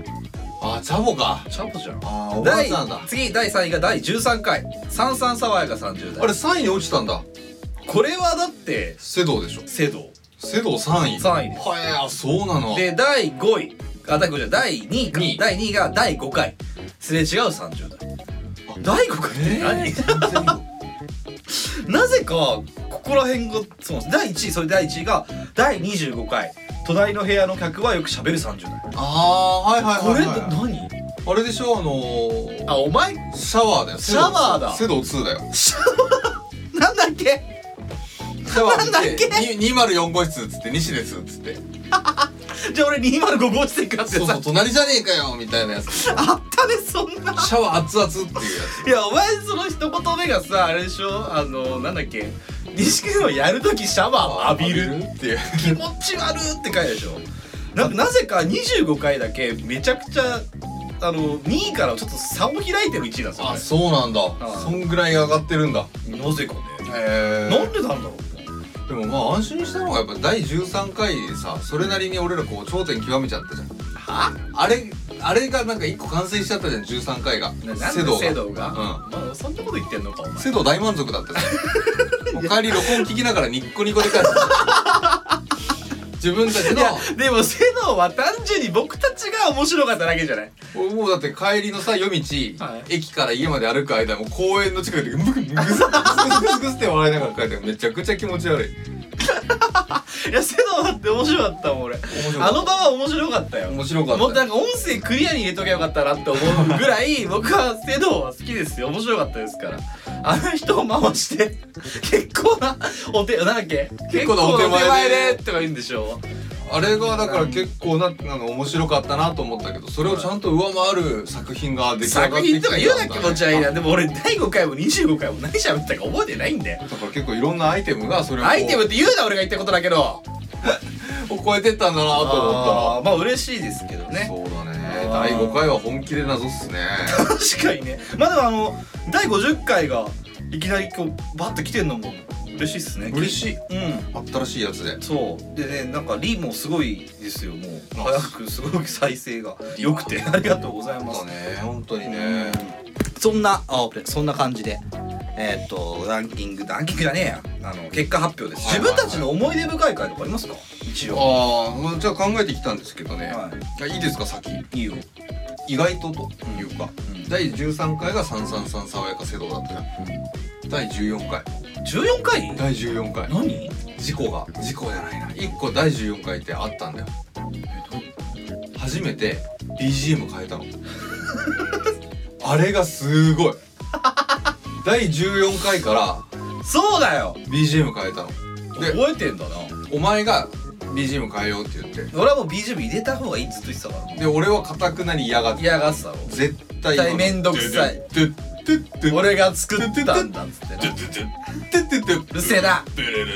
あチャボか
チャボじゃん
あーおばあ
第
さんだ
次第3位が第13回三三爽やか30
あ
代
れ3位に落ちたんだ
これはだって
セドウでしょ
セド
セドウ3位
3位です
はえあそうなの
で第5位あ第5じゃない第2位か
二位
第2位が第5回すれ違う30代
あ
第5回って何、
えー全然
なぜかここら辺がそうなんです第1位それ第1位が第25回隣の部屋の客はよく喋る30代
あーはいはい
こ
は
れ
い、はい、
何
あれでしょあのー、
あお前
シャワーだよセド
シ
ウ
ャワーだ
セドウ2だ よ
なんだっけ
シャワー
なんだっけ
に204号室っつって西ですっつって
じゃあ俺205号室かって
そうそ
さ
う隣じゃねえかよみたいなやつシ
あったねそんな
ャワー熱々っていうやつ
いやお前その一言目がさあれでしょあのなんだっけ錦鯉をやるときシャワーを浴びる
っていう
気持ち悪ーって回でしょなんかなぜか25回だけめちゃくちゃあの2位からちょっと差を開いてる1位なんですよ
あ
ね
そうなんだ
い
そんぐらい上がってるんだ
なぜかね
へ
な
え
んでなんだろ
でもまあ安心したのがやっぱ第13回でさそれなりに俺らこう頂点極めちゃったじゃん
うは
あれあれがなんか一個完成しちゃったじゃん13回が
なんで
セドウ
セ
が
ドウが、まあ、そんなこと言ってんのかお前
セドウ大満足だったじゃんもう帰り録音聞きながらニッコニコで帰ってた自分たち
いや
の
でもセドウは単純に僕たちが面白かっただけじゃない
もうだって帰りのさ夜道、
はい
駅から家まで歩く間もう公園の近くでググググググググって笑いながら帰ってめちゃくちゃ気持ち悪い
いやセドウだって面白かったもん俺
面白か
あ
った
の場は面白かったよ
面白かった
もっとなんか音声クリアに入れときゃよかったなって思うぐら い僕はセドウは好きですよ面白かったですからあの人を回して結構なお手なんだっけ
結構なお手前で
とか言うんでしょ
あれがだから結構ななんか面白かったなと思ったけどそれをちゃんと上回る作品が出来上が
作
って
品
きて
とか言うな
たんだ
気
ね
持ちはいいなでも俺第5回も25回も何喋ってたか覚えてないんだよ
だから結構いろんなアイテムがそれをこう
アイテムって言うな俺が言ったことだけど
を超えてったんだなと思
あーまあ嬉しいですけど
ったら
ね
そうだね
あー
第5回は本気で謎っすね
確かにねまあでもあの第50回がいきなり今日バッと来てんのも嬉しいっすね
嬉しい
うん
新しいやつで
そうでねなんかリもすごいですよもう
あ
早くすごく再生が良くてありがとうございま
そ
す
うね本当にね
そんなあそんな感じでえーっとランキングランキングじゃねえやあの結果発表です
はい
自分たちの思い出深い回とかありますか一応
ああじゃあ考えてきたんですけどね、、
はい
いいですか先
いいよ、
意外とというか、
うん
第13回が「三三三爽やか瀬戸」だったよ第14回
14回
第14回
何
事故が事故じゃないな1個第14回ってあったんだよ初めて BGM 変えたの あれがすごい第14回から
そうだよ
BGM 変えたので
覚えてんだな
お前が BGM 変えようって言って
俺はもう BGM 入れた方がいいっつって言ってたから
で俺はかたくなに嫌がって
嫌がってたろ
絶対
絶対めんどくさい
てってってって
俺が作ったんだっつって
て
な
ってってって
うるせえな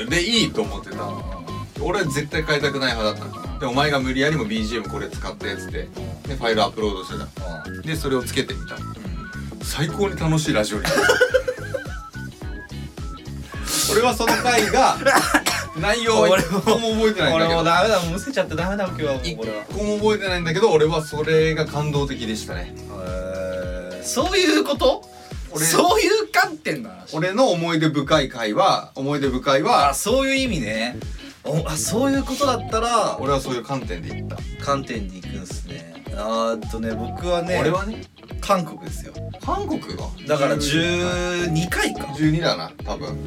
でいいと思ってた俺は絶対変えたくない派だったのでお前が無理やりも BGM これ使ってっつってでファイルアップロードしてたでそれをつけてみた最高に楽しいラジオに俺はその回 が内容は
俺
一個も覚えてないん
俺
だけ
も
ど
うダメだもうむせちゃってダメだもん今日
一
はもう俺は
個も覚えてないんだけど俺はそれが感動的でしたね
へーそういうこと
俺
そういう観点の話
俺の思い出深い回は思い出深い
あ
は
そういう意味ねおあそういうことだったら
俺はそういう観点で言った、
観点に行くんすねあーっとね僕はね
俺はね
韓国ですよ
韓国が
だから12回か
12だな多分
うん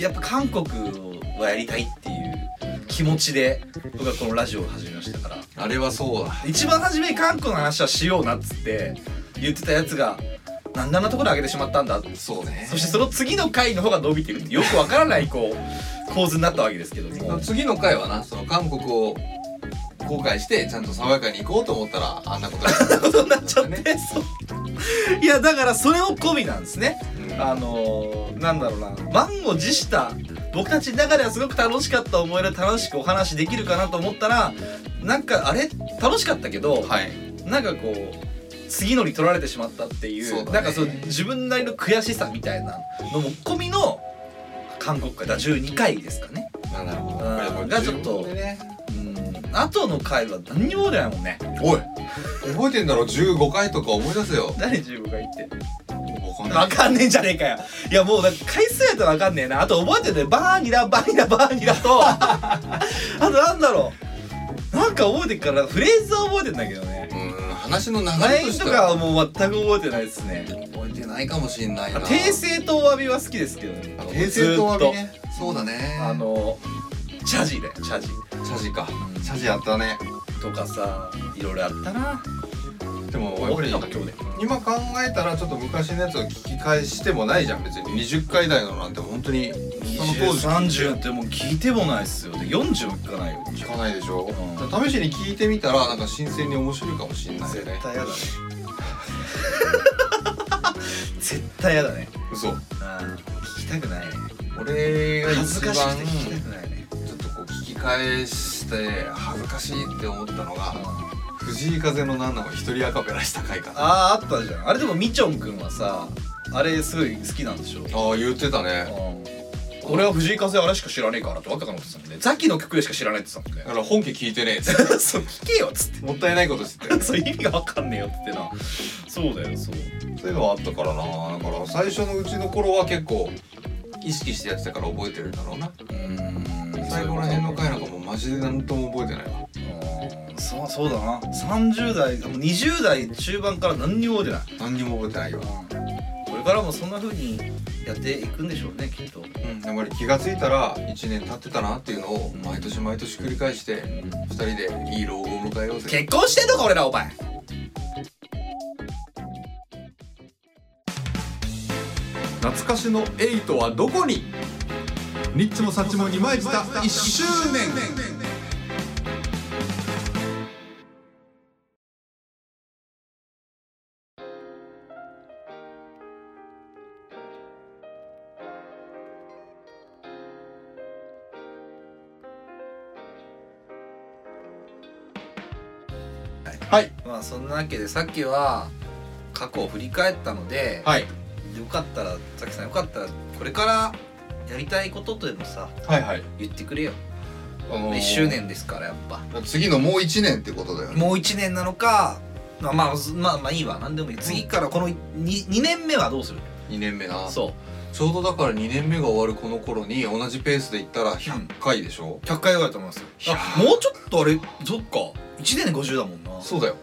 やっぱ韓国はやりたいっていう気持ちで僕はこのラジオを始めましたから
あれはそうだ
一番初めに韓国の話はしようなっつって言ってたやつがなんであんなところ上げてしまったんだ
そうね
そしてその次の回の方が伸びてるってよくわからないこう構図になったわけですけ ども
次の回はなその韓国を後悔してちゃんと爽やかに行こうと思ったらあんなことに
そうなっちゃって、そういやだからそれを込みなんですね
うん
あのー、なんだろうな満を持した僕たちの中ではすごく楽しかった思い出楽しくお話できるかなと思ったらなんかあれ楽しかったけど、
はい
なんかこう次のに取られてしまったっていう
そうだね
なんかそう自分なりの悔しさみたいなのも込みの韓国から12回ですかね
なんだろう
あー
これ
がちょっと
自分でね
うん後の回は何にも覚えてないもんね
おい覚えてんだろ15回とか思い出せよ
誰15回って
わかんない
わかんねえんじゃねえかよいやもうなんか回数やったらわかんねえなあと覚えてるねバーニラバーニラバーニラ とあとなんだろうなんか覚えてるからフレーズは覚えてんだけどね
うん話の流
前
れとし
と
て
か
は
はもう全く覚えてないですね
覚えてないかもしんないな
訂正とお詫びは好きですけどね
あ訂正と詫びねそうだね
あのチャジだよチャジ
チャジかチャジやったね
とかさいろいろあったな
でもやっぱ
俺
り
なんか今日ね
今考えたらちょっと昔のやつを聞き返してもないじゃん別に20回台のなんて本当にその当時
2030ってもう聞いてもないっすよで40も聞かないよ
聞かないでしょ、
ん
だから試しに聞いてみたらなんか新鮮に面白いかもしれないよね
嫌だね絶対嫌だね
嘘
あ聞きたくないね
俺が一番
恥ずかしくて聞き
ち
たくないね
ょっとこう聞き返して恥ずかしいって思ったのが、藤井風のなんなを一人アカペラした回かなあ
あーあったじゃんあれでもみちょんくんはさあれすごい好きなんでしょ
あー言ってたね
俺は藤井風あれしか知らねえからって若かのこと言ってたもんねザキの曲でしか知らないって言ってたもん
だから本家聞いてねえっ つっ
ね そう聞けよっつって
もったいないことしてたよ
そう意味がわかんねえよってなそうだよそう
そういうのはあったからなだから最初のうちの頃は結構意識してやってたから覚えてるんだろうな
うん
最後ら辺の回なんかもうマジで何とも覚えてないわ
そうそうだな30代もう20代中盤から何にも覚えてない
何にも覚えてないよ
これからもそんな風にやっていくんでしょうねきっと
うん、やっぱり気がついたら1年経ってたなっていうのを毎年毎年繰り返して2人でいい老後を迎えようぜ
結婚してんのか俺らお前
懐かしの8はどこにニッチもサッチも2枚した1周年はい
まあそんなわけでさっきは過去を振り返ったので、
はい
よかったらさきさんよかったらこれからやりたいこととでもさ
はいはい
言ってくれよ
あのー
1周年ですからやっぱ
次のもう1年ってことだよね
もう1年なのかまあまあまあまあいいわ何でもいい次からこの 2, 2年目はどうする
2年目な
そ
ちょうどだから2年目が終わるこの頃に同じペースでいったら100回でしょ
う100回ぐらいだと思いますよ
いや
あもうちょっとあれそっか1年で50だもんな
そうだよ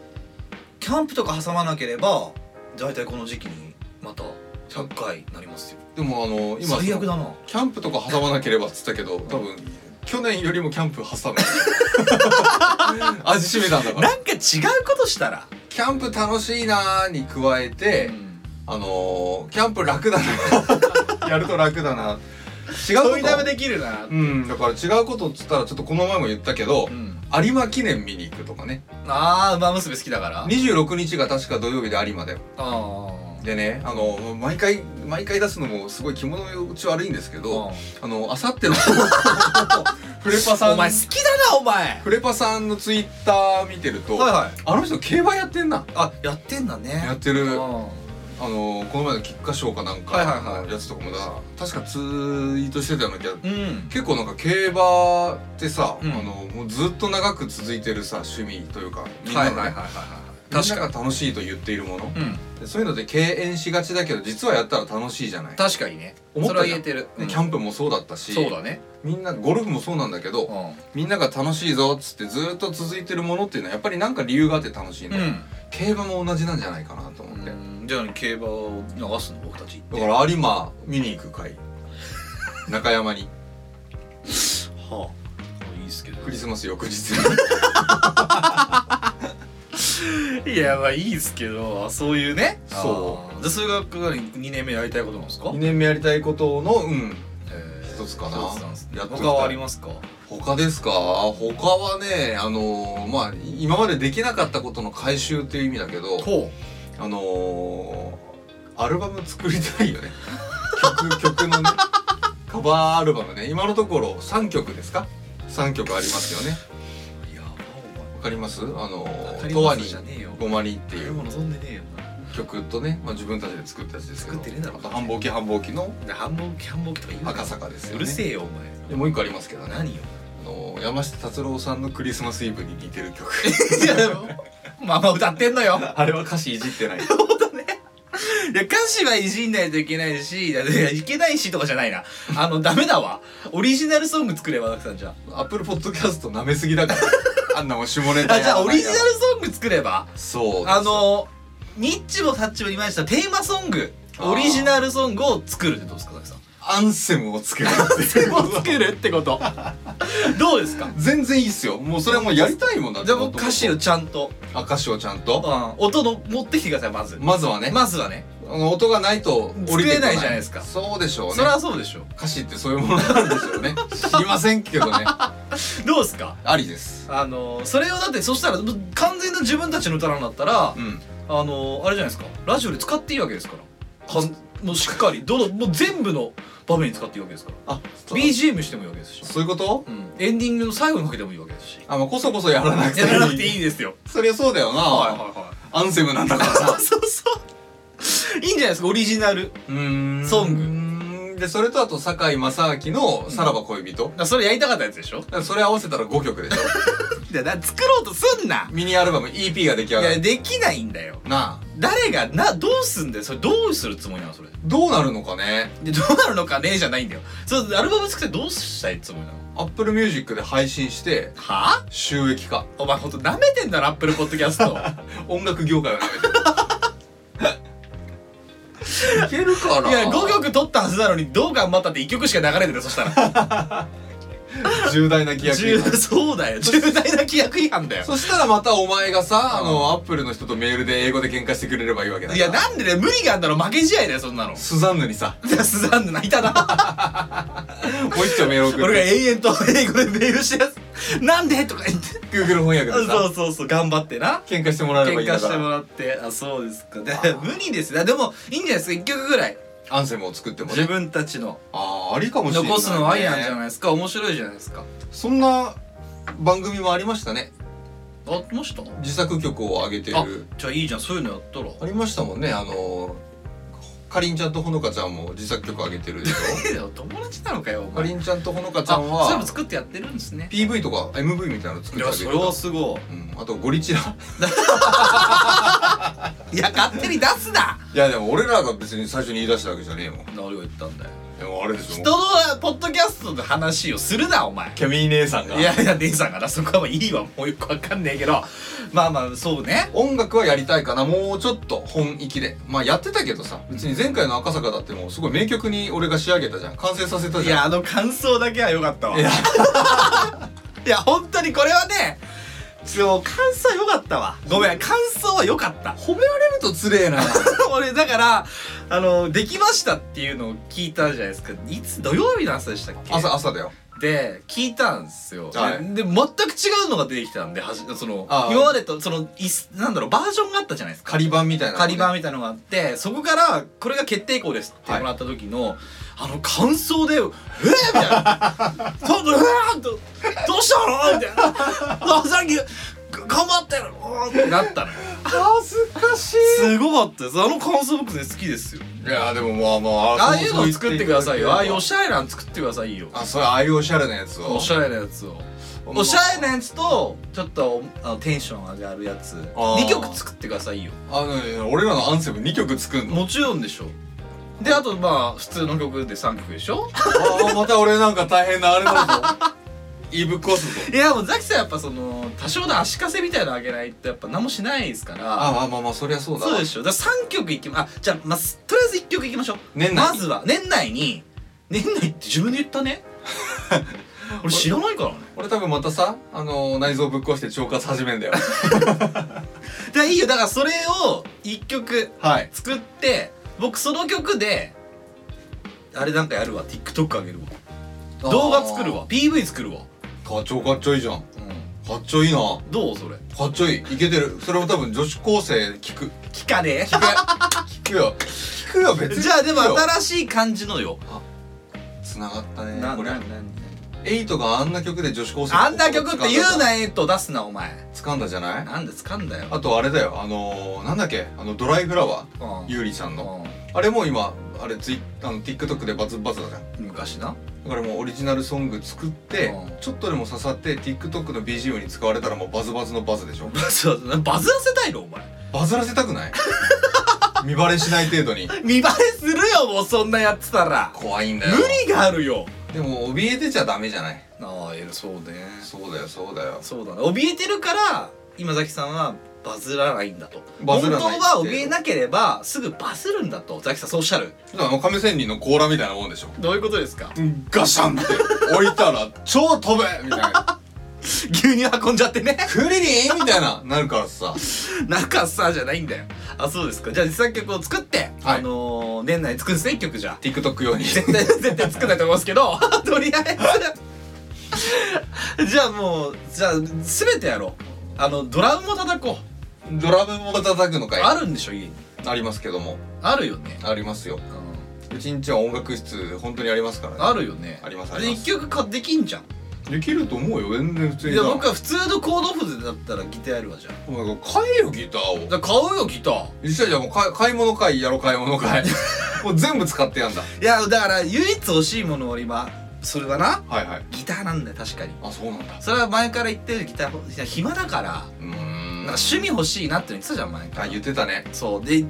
キャンプとか挟まなければ大体この時期にまた100回になりますよ
でもあの今
最悪だな
キャンプとか挟まなければっつったけど多分去年よりもキャンプ挟む 味しめたんだから
んか違うことしたら、
キャンプ楽しいなーに加えて、あのー、キャンプ楽だなやると楽だな違うこと
できるな
うんだから違うことっつったらちょっとこの前も言ったけど、
うん
有馬記念見に行くとかね
ああ馬娘好きだから
26日が確か土曜日で有馬だよ
あ
でねあの毎回毎回出すのもすごい着物打ち悪いんですけど、あのあさ ってのフレパさ
お
ん
前好きだなお前
フレパさんのツイッター見てると、
はい
あの人競馬やってんな
あやってんだね
やってるあのこの前の菊花賞かなんか
はいはいはい
のやつとかもだ確かツイートしてたような気が
うん
結構なんか競馬ってさ、
うん
あのもうずっと長く続いてるさ趣味というかみんな
はい
の
はい
ね
はいはいは
みんなが楽しいと言っているもの
いうん
でそういうので敬遠しがちだけど実はやったら楽しいじゃない
確かにね
思
そ
っ
れは
た
言
じゃ
え
ん
てる
でキャン
プ
プもそうだったし、
そうだね
みんなゴルフもそうなんだけど、
う
みんなが楽しいぞっつってずーっと続いてるものっていうのはやっぱりなんか理由があって楽しいんだよ、
ん
競馬も同じなんじゃないかなと思って、
うんじゃあ競馬を流すの僕たち
だから有馬見に行く会中山に
はあいいっすけど
クリスマス翌 日
いやまあいいっすけどそういうね
そ
そうでそれが2年目やりたいことなんですか
2年目やりたいことのうん
えー
一つかな
そうなんですね
やっときた
他はありますか
他ですか他はねあのーまあ今までできなかったことの回収っていう意味だけど
ほ
あのー、アルバム作りたいよね曲 曲のねカバーアルバムね今のところ3曲ですか3曲ありますよね
ういや
わかりますあの
わ
ー
か
「
り
と
ま
わ
す
に
じゃねえよ
ごまに」っていう
も望んでねえよ
曲とね、まあ、自分たちで作ったやつですけど
作ってねえだろ
あと繁忙期繁忙期の
な繁忙期繁忙期とか言うな
赤坂ですよ、ね、
うるせえよお
で
前
もう一個ありますけどね
何よ
あのー山下達郎さんの「クリスマスイブ」に似てる曲
いやまあまあ歌ってんのよ
あれは歌詞いじってない
いや歌詞はいじんないといけないしいやいやいけないしとかじゃないなあのダメだわオリジナルソング作ればたくさんじゃん
アップルポッドキャスト舐めすぎだからあんなもん下ネタ
あ
や
じゃあオリジナ
なんや
ルソング作れば
そうです
あのニッチもタッチも言いましたテーマソング
あー
オリジナルソングを作るってどうですかさ
アンセムをつける
きさんを作るってこと どうですか
全然いいっすよもうそれはもうやりたいもんだって
じゃあ僕歌詞を
を
ちゃんと、
歌詞をちゃん
う
と
ん、音の持ってきてくださいまず
まずはね、
まずはね
あの音がないと降りてこ
作れないじゃないですか
そうでしょうね
それはそうでしょ
歌詞ってそういうものなんでしょう ね知りませんけどね
どうですか
ありです
あのそれをだってそしたらもう完全な自分たちの歌なんだったら、
うん
あのあれじゃないですかラジオで使っていいわけですからかんもうしっかりどのもう全部の場面に使っていいわけですから
あそう
BGM してもいいわけですし、
そういうこと
うん、エンディングの最後にかけてもいいわけですし
あまあこそこそやらなくて
やらなくていいですよ
そりゃそうだよな、
は
アンセムなんだからさ
そうそういいんじゃないですかオリジナル
うーん
ソ
ングでそれとあと堺正章の「さらば恋人」だか
それやりたかったやつでしょ
らそれ合わせたら5曲で しょ
だから作ろうとすんな
ミニアルバム EP が出来
い
上が
や
る
できないんだよ
なあ
誰がなどうすんだよそれどうするつもりなのそれ
どうなるのかね
でどうなるのかねじゃないんだよそれアルバム作ってどうしたいつもりなのは
アップルミュージックで配信して
あ
収益化
お前ほんと舐めてんだろアップルポッドキャス ト
音楽業界はや めていけるかない
いや5曲取ったはずなのにどう頑張ったって1曲しか流れてるそしたら
重大な規約違
重
反
そうだよ重大な規約違反だよ
そしたらまたお前がさあのアップルの人とメールで英語で喧嘩してくれればいいわけだ
い
から
やなんでね無理があんだろ負け試合だよそんなの
スザンヌにさ
いやスザンヌ泣いたな
もう一丁メール送っ
俺が
て
永遠と英語でメールしてるやつなんでとか言って
Google 翻訳で
そ
さ
うそうそう頑張ってな
喧嘩してもらえれば
喧
いいんだ
嘩
か
しても
ら
らってあそうですかで無理ですねでもいいんじゃないですか1曲ぐらい
アンセムを作っても
自
ね
分たちの
ああありかもしれない、ね、
残すのはアイアンじゃないですか面白いじゃないですか
そんな番組もありましたね
あってました
自作曲を上げてる
あじゃあいいじゃんそういうのやったら
ありましたもんねあのかりんちゃんとほのかちゃんも自作曲上げてるでしょ
友達なのかよ お
か
前
りんちゃんとほのかちゃ
あ
ん
そういうの
は
作ってやってるんですね
PV とか MV みたいなの作
い
って
や
あげ
そ
てた
れはすご
うん、あとゴリチラ
いいや勝手に出すない
やでも俺らが別に最初に言い出したわけじゃねえもん
俺が言ったんだよ
でもあれでし
人
ょ
のポッドキャストの話をするなお前
ケミー姉さんが
いやいや姉さんがなそこはもういいわもうよくわかんねえけどまあまあそうね
音楽はやりたいかなもうちょっと本域でまあやってたけどさ別に前回の赤坂だってもうすごい名曲に俺が仕上げたじゃん完成させた
い
じ
や
ゃん
あの感想だけは良かったわ
い
い
や
や本当にこれはねそう感想良かったわごめん感想は良かった
褒められると つれえな
俺だからあのできましたっていうのを聞いたじゃないですかいつ土曜日の朝でしたっけ
朝朝だよ
で聞いたんですよ、
はい
でで全く違うのが出てきたんではじその
あー
今までとそのいすなんだろうバージョンがあったじゃないですか
仮版みたいな
仮版みたいなのがあってそこからこれが決定校ですってもらった時の、あの感想で「えー!」みたいな 「そううわーどどうしたの?」みたいなあ「さっき頑張ってる!おー」ってなったのよ
恥ずかしい
すごかったですあの感想僕ね好きですよ
いやでもまあまあ
ああいうのを作ってくださいよああいうお
し
しゃれなの作ってくださいよ
あそうああいうおしゃれなやつを
おしゃれなやつをおしゃれなやつとちょっとあのテンション上がるやつ
あー
2曲作ってくださいよ
あの俺らのアンセム2曲作んの
もちろんでしょであとまあ普通の曲で3曲でし ょ
ああまた俺なんか大変なあれだ ぞイブコスぞ
いやもうザキさんやっぱその多少の足かせみたいなのあげないとやっぱ何もしないですから
ああまあまあそりゃそうだ
そうでしょだから3曲いきまあじゃあ、まあ、すとりあえず1曲いきましょう
年内
まずは年内に年内って自分で言った ね俺知らないからね
俺多分またさあの内臓ぶっ壊して腸活始めんだよ
だからいいよだからそれを1曲
はい
作って僕その曲であれなんかやるわ TikTok あげるわ動画作るわ PV 作るわ、
かっちょかっちょいいじゃんか
う、
っちょいいなん
どうそれ
かっちょいいいけてるそれも多分女子高生聞く
聞かね
聞け聞くよ聞くよ 別に
じゃあでも
聞くよ
新しい感じのよ
つながったね
な
これ
なな
エイトがあんな曲で女子高生
あんな曲って言う
よ
なえっと出すなお前
掴んだじゃない
なんで掴んだよ
あとあれだよあのー、なんだっけあのドライフラワー
うん
ゆうりちゃんの
う
あれも今あれツイあの TikTok でバズバズだじゃん
ん昔 な
だからもうオリジナルソング作って、
うん
ちょっとでも刺さって TikTok の BGM に使われたらもうバズバズのバズでしょ
バズバズらせたいのお前
バズらせたくない 見バレしない程度に
見バレするよもうそんなやってたら
怖いん
無
だよ
理があるよ
でも怯えてちゃダメじゃない
ああ偉そうね
そうだよそうだよ
そうだな怯えてるから今崎さんはバズらないんだと
バズらない
本当は怯えなければすぐバズるんだとザキさんそうおっしゃる
だからあの亀仙人の甲羅みたいなもんでしょ
どういうことです か
ガシャンって置いたら超飛べみたいな
牛乳運んじゃってね
クリリンみたいななるからさ
なんかさじゃないんだよあそうですかじゃあ実作曲を作って、
は
あ
い
のー、年内作るんですね一曲じゃ
TikTok 用に
絶対絶対作んないと思いますけど とりあえず じゃあもうじゃあ全てやろうあのドラムも叩こう
ドラムも叩くのかい
あるんでしょ家に
ありますけども
あるよね、
ありますよ
う
うちんちは音楽室本当にありますから
ん、あるよね
ありますあり
で
ます
一曲かできんじゃん
できると思うよ全然普通に
いや僕は普通のコード譜でだったらギターやるわじゃん
お前買えよギターを
だから買うよギター
一緒じゃんもう買い買い物会やろう買い 物会もう全部使ってやんだ
いやだから唯一欲しいものを今それはな
はいはい
ギターなんだよ確かに
あそうなんだ
それは前から言ってるギターいや暇だからなんか
うーん
趣味欲しいなって言ってたじゃん前から
あ言ってたね
そうでいっ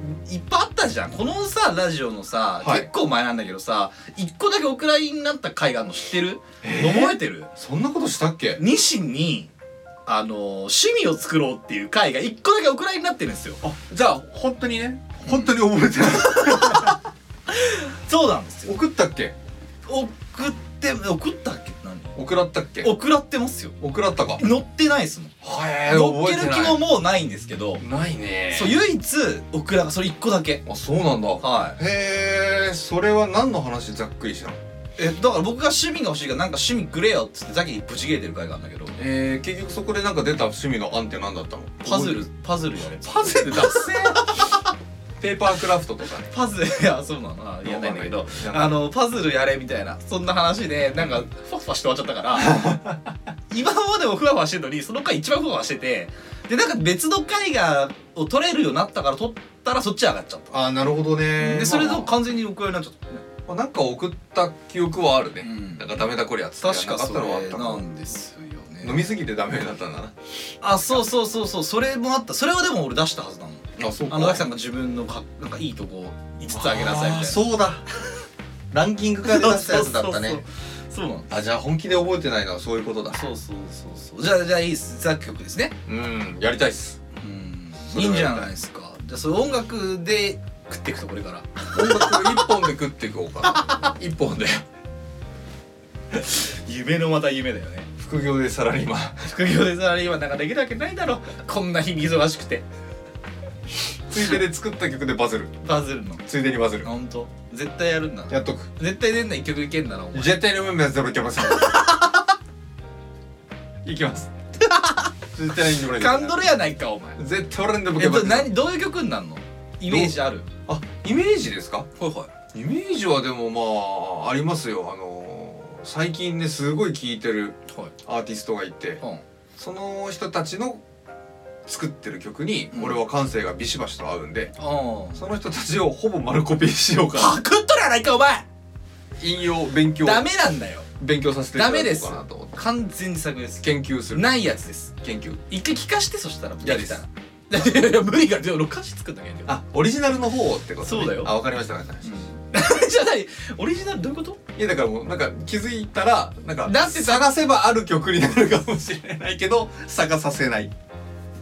ぱいあったじゃんこのさラジオのさ、
はい
結構前なんだけどさ一個だけお蔵入りになった回があるの知ってる、覚えてる
そんなことしたっけ
ニシンにあのー趣味を作ろうっていう回が一個だけお蔵入りになってるんですよ
あじゃあ本当にね本当に覚えてない
そうなんですよ
送ったっけ
送って送ったっけ何
送らったっけ
送らってますよ
送らったか
乗ってないですもん
はえ
乗っ
覚
け
えて
る
な
気も
い
もうないんですけど
ないね
そう唯一オクラがそれ1個だけ
あそうなんだ
は
へえそれは何の話ざっくりしたの
いえだから僕が趣味が欲しいからなんか趣味くれよっつってザキにブチ切れてる回があるんだけど
えー、結局そこでなんか出た趣味の案って何だったの
パズルパズルやれ
パズル だっせペーパークラフトとかね
パズル いやそうなのあいやないんだけど あのパズルやれみたいなそんな話でなんかファッファして終わっちゃったから今までもふわふわしてるのにその回一番ふわふわしててでなんか別の回がを取れるようになったから取ったらそっち上がっちゃった
あーなるほどね
でそれと
ま
完全に奥側になっちゃった、
あまあなんか送った記憶はあるね、なんかダメだこりゃっつっ
確
て
かそ
なかっ
れ
たの
な
はあった
んですよね
な飲みすぎてダメだったんだな
あそうそうそうそうそれもあったそれはでも俺出したはずだもん
あそう
あのガキさんが自分のかなんかいいとこを5つあげなさいみたいなう
そうだランキングから出したやつだったね
そうそうそうそうなん
あじゃあ本気で覚えてないのはそういうことだ
そうそうそうそうじゃあじゃあいいっす作曲ですね
うんやりたいっす
うん
そ
い
れ
い
はやりたい
んじゃないですかじゃあそれ音楽で食っていくとこれから
音楽一本で食っていこうかな 一本で
夢のまた夢だよね
副業でサラリーマン
副業でサラリーマンなんかできるわけないだろこんな日に忙しくて
ついでで作った曲でバズる
バズるの
ついでにバズる
ほんと絶対やるんだ
やっとく
絶対出んな一曲いけんだなお前
絶対に運命はゼロいけませ んいきます絶対に俺
カンドルやないかお前
絶対俺にでも
えっと
ない
何どういう曲になるのイメージある
あイメージですか
はいはい
イメージはでもまあありますよあのー最近ねすごい聴いてる
はい
アーティストがいてその人たちの作ってる曲に
うん
俺は感性がビシバシと合うんで、
うん
その人たちをほぼ丸コピーしようか
パ
な
クっとるやないかお前
引用勉強
ダメなんだよ
勉強させていただこうかなと思って
完全に作です
研究する
ないやつです
研究
一回聞かしてそしたら
嫌です
できたらいやいや無理がでも録歌詞作んなきゃいけないんだよ
あオリジナルの方をってこと、
そうだよ
あわかりましたわかりました
うん じゃないオリジナルどういうこと
いやだからもうなんか気づいたらなんか
だってさ
探せばある曲になるかもしれないけど探させない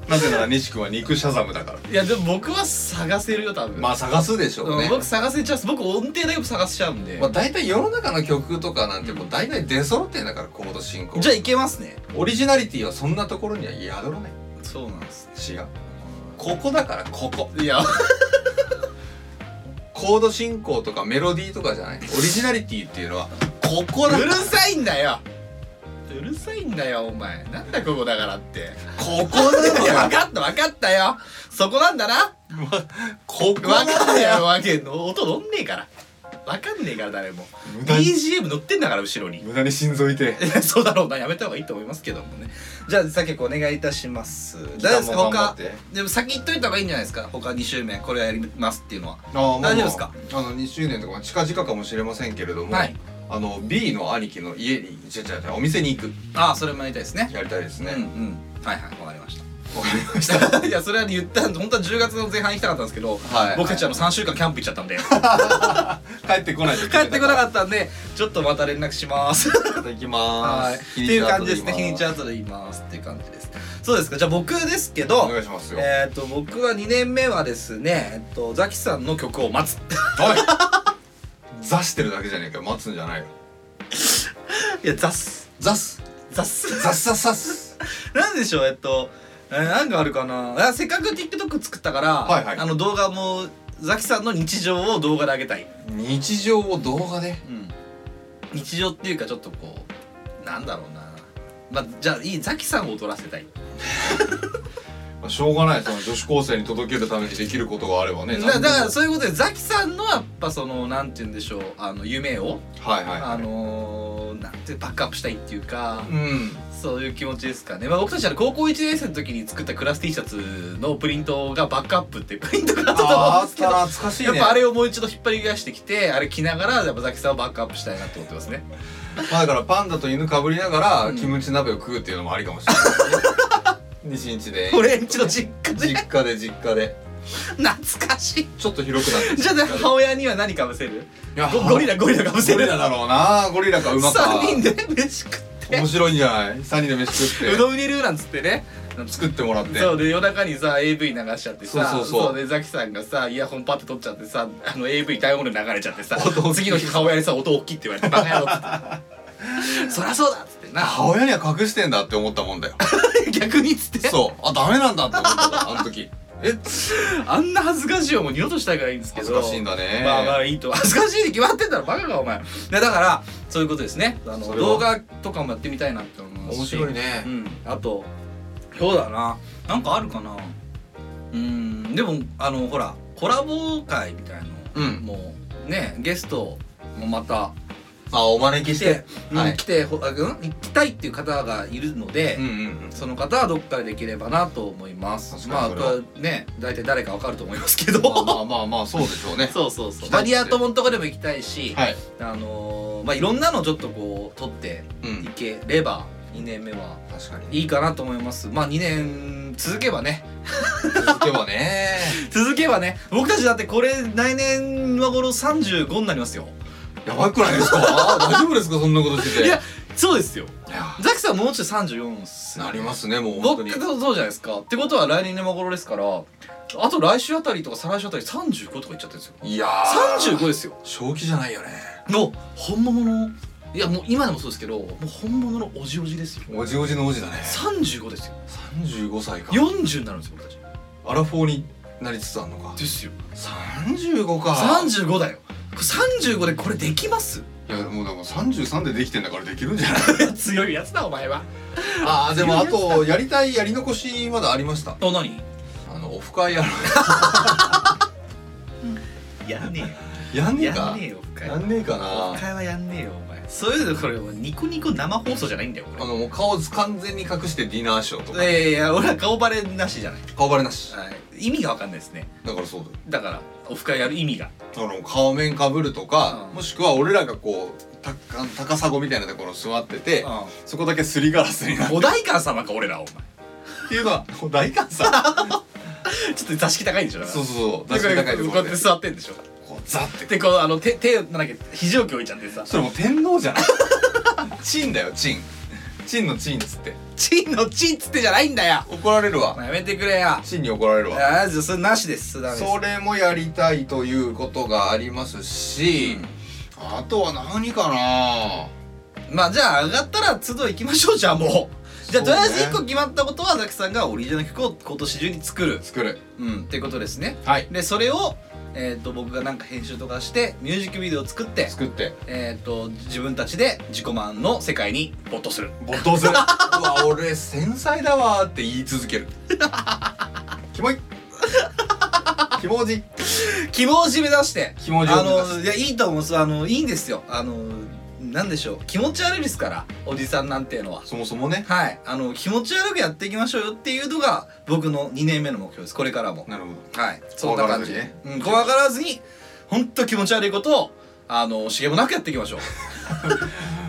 なぜなら西君は肉シャザムだから
いやでも僕は探せるよ多分
まあ探すでしょう
う
ね
ん、僕探せちゃうっす僕音程だけ探しちゃうんで、
まあ、大体世の中の曲とかなんてもう大体出揃ってんだからコード進行
じゃあいけますね
オリジナリティはそんなところには宿らない
そうなんです
違うここだからここ
いや
コード進行とかメロディーとかじゃないオリジナリティっていうのはここ
う
だ
るさいんだようるさいんだよお前なんだここだから って
ここだ
い
か
や
ら
分かった分かったよそこなんだな
ここ
分か
だ
った
か
よ
ら
わけの音乗んねえから分かんねえから誰も
無駄に
BGM 乗ってんだから後ろに
無駄に心臓いて
いや そうだろうなやめた方がいいと思いますけどもねじゃあ作曲お願いいたします大丈夫ですか
頑張っ
他
て
でも先言っといた方がいいんじゃないですか他2周目これやりますっていうのは
あーまあまあ
大丈夫ですか
あの2周年とかまあ近々かもしれませんけれども、
はい
あの B の兄貴の家に違う違う違うお店に行く
ああそれもやりたいですね
やりたいですね、
うんうんはいはいわかりました
わかりまし
いやそれは言ったんで 本当は10月の前半行きたかったんですけど、
はい
僕たちあの3週間キャンプ行っちゃったんで
た 帰ってこないで
帰ってこなか
っ
ったんでちょっとまた連絡します
たいただきま
は
ー
いっ
す
ていう感じですね
日
日
に
にち
ち
後で言いますっていう感じですそうですかじゃあ僕ですけど
お願いしますよ
えっ、と僕は2年目はですね、えっとザキさんの曲を待つ
おい座してるだけじゃねえかよ待つんじゃないよ
いやザス
ザス
ザス
ザスザスザス
なんでしょうえっと、えー、なんかあるかなあせっかく TikTok 作ったから、
はいはい
あの動画もザキさんの日常を動画で上げたい、
日常を動画で
日常っていうかちょっとこうなんだろうなまあじゃあいいザキさんを踊らせたい
まあしょうがないその女子高生に届けるためにできることがあればね
だだから
何で
そういうことでザキさんのやっぱそのなんて言うんでしょうあの夢を
もはいはいはい
あのー、なんてバックアップしたいっていうか、
うん
そういう気持ちですかね、まあ、僕たちは高校1年生の時に作ったクラス T シャツのプリントがバックアップっていうプリントがあったと思うん
あーあ
で
っ
すけど
た懐かしい
やっ
ね
ぱあれをもう一度引っ張り出してきてあれ着ながらやっぱザキさんをバックアップしたいなと思ってますね
まあだからパンダと犬かぶりなが
う
ら
ん
キムチ鍋を食うっていうのもありかもしれない日日で
俺んちの実家で
実家で実家で
懐かしい
ちょっと広くなって
じゃあね
実家で
母親には何かぶせる
いや
ゴゴリラゴリラかぶせ
ゴリ
る
ラ だろうなゴリラか馬か
3人で 飯食って
面白いんじゃない3人で飯食
う
っ
どん入れるなんつってね
て作ってもらって
そうで夜中にさ AV 流しちゃってさ
そうそうそう
でザキさんがさイヤホンパッて取っちゃってさあの AV 大音量流れちゃってさ
音大きい
次の日母親にさ音大きいって言われてバカ野郎っつって そりゃそうだっつってな
母親には隠してんだって思ったもんだよ
逆にっつって
そうあダメなんだって思ったからあの時え
あんな恥ずかしい思い二度としたくないんですけ
恥
ど
ずかしいんだね
まあまあいいと恥ずかしいに決まってんだろバカかお前でだからそういうことですねあの
それは
動画とかもやってみたいなって思いますし
面白いね
うん、あとそうだななんかあるかなうんでもあのほらコラボ会みたいの、
うん
もうねゲストもまた
あお招き
来
して
て、うん
はい
来てほあうん行きたいっていう方がいるので、
うんうんうん
その方はどっかでできればなと思います。
確か
まあ
に
こ
それは
れね大体誰かわかると思いますけ
まあ
ど。
まあまあまあ そうでしょうね
そうそうそう。
期待して
マリア友のとこでも行きたいし、
はい
あのーまあいろんなのちょっとこう取って
うん
いければ2年目は
確かに
いいかなと思います。まあ2年続けばね
続けばね
続けばね僕たちだってこれ来年は頃35になりますよ。
やばくないですか大丈夫ですかそんなことしてて
いやそうですよ。
いや
ザキさんもうちょい34っすね
なりますねもう本当
僕
に
そうじゃないですかってことは来年の今頃ですからあと来週あたりとか再来週あたり35とかいっちゃってるんですよ
いやー
35ですよ
正気じゃないよね
の本物のいやもう今でもそうですけどもう本物のおじおじですよ
おじおじのおじだね
35ですよ
35歳か
40になるんですよ僕たち
アラフォーになりつつあるのか
ですよ
35か
35だよこれ35でこれできます
いやもうでも33でできてんだからできるんじゃない
強いやつだお前は
ああでもあとやりたいやり残しまだありました
あ何
あのオフ会やる
やんね
や
え
んねえ
よや
か
んねえよ深
やんねえかな
会はやんねえよお前そういうのこれもうニコニコ生放送じゃないんだよこれ
あのもう顔完全に隠してディナーショーと
い
か
やいやいや俺は顔バレなしじゃない、
顔バレなし
意味がわかんないですね
だからそうだよ
だからオフ会やる意味が
あの顔面かぶるとか、
うん
もしくは俺らがこうたあの高砂みたいなところ座ってて、そこだけすりガラスになる
お代官様か俺らお前
っていうのは大感さ
ちょっと座敷高いんでしょ
そう
う
そうそう
だ
確
か
から
だから
に高いと
こ
こ
うや
ろ
っ
で
て座ってんでしょ
こうザって
でこうあの手手をなんだっけ肘を置いちゃってさ
それもう天皇じゃない チンだよチンチンのチンっつって
チンのチンっつってじゃないんだよ
怒られるわ
やめてくれよあ
チンに怒られるわ
あじゃあそれなしですダメです
それもやりたいということがありますし、あとは何かな
まあじゃあ上がったら都度行きましょうじゃあもうじゃあとりあえず
そうね
一個決まったことはザキさんがオリジナル曲を今年中に作る
作る
うんってことですね
はい
でそれを、えー、と僕がなんか編集とかしてミュージックビデオを作って、
作って
えー、と自分たちで自己満の世界に没頭する
没頭する うわ俺繊細だわーって言い続 けるキモいキモジ
希望を締め出して
キモジ
あ
を目指す
のいやいいと思うんですあのいいんですよあのなんでしょう気持ち悪いですからおじさんなんていうのは
そもそもね
はいあの気持ち悪くやっていきましょうよっていうのが僕の2年目の目標ですこれからも
なるほど
はいそんな感じ
怖がらずにね
うん、怖がらずに本当気持ち悪いことをあのしげもなくやっていきましょう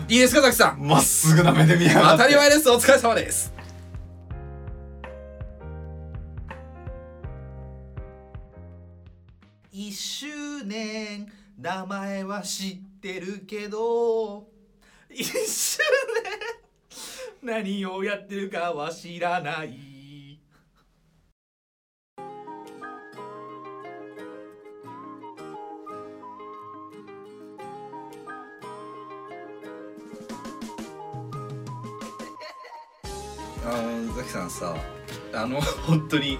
いいですかザキさん
まっすぐな目で見やが
当
って
たり前ですお疲れ様です1周年名前は知ってるけど1周年何をやってるかは知らないあのザキさんさあの 本当に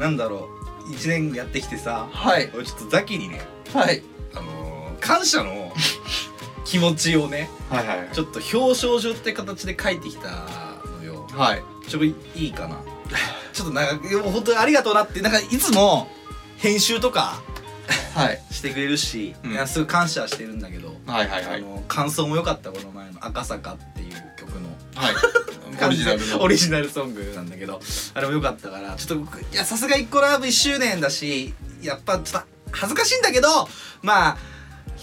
なんだろう1年やってきてさ
はい
俺ちょっとザキにね
はい
あのー感謝の 気持ちをね
はいはい
ちょっと表彰状って形で書いてきたのよ
はい
ちょっといいかなちょっとなんかいやもう本当にありがとうなってなんかいつも編集とか
はい
してくれるし、
うん
いやすごい感謝してるんだけど、
はいはいは
あ
い
の感想も良かったこの前の「赤坂」っていう曲の
はいオリジナル の
オリジナルソングなんだけどあれも良かったからちょっと僕いやさすがイッコラブ1周年だしやっぱちょっと恥ずかしいんだけどまあ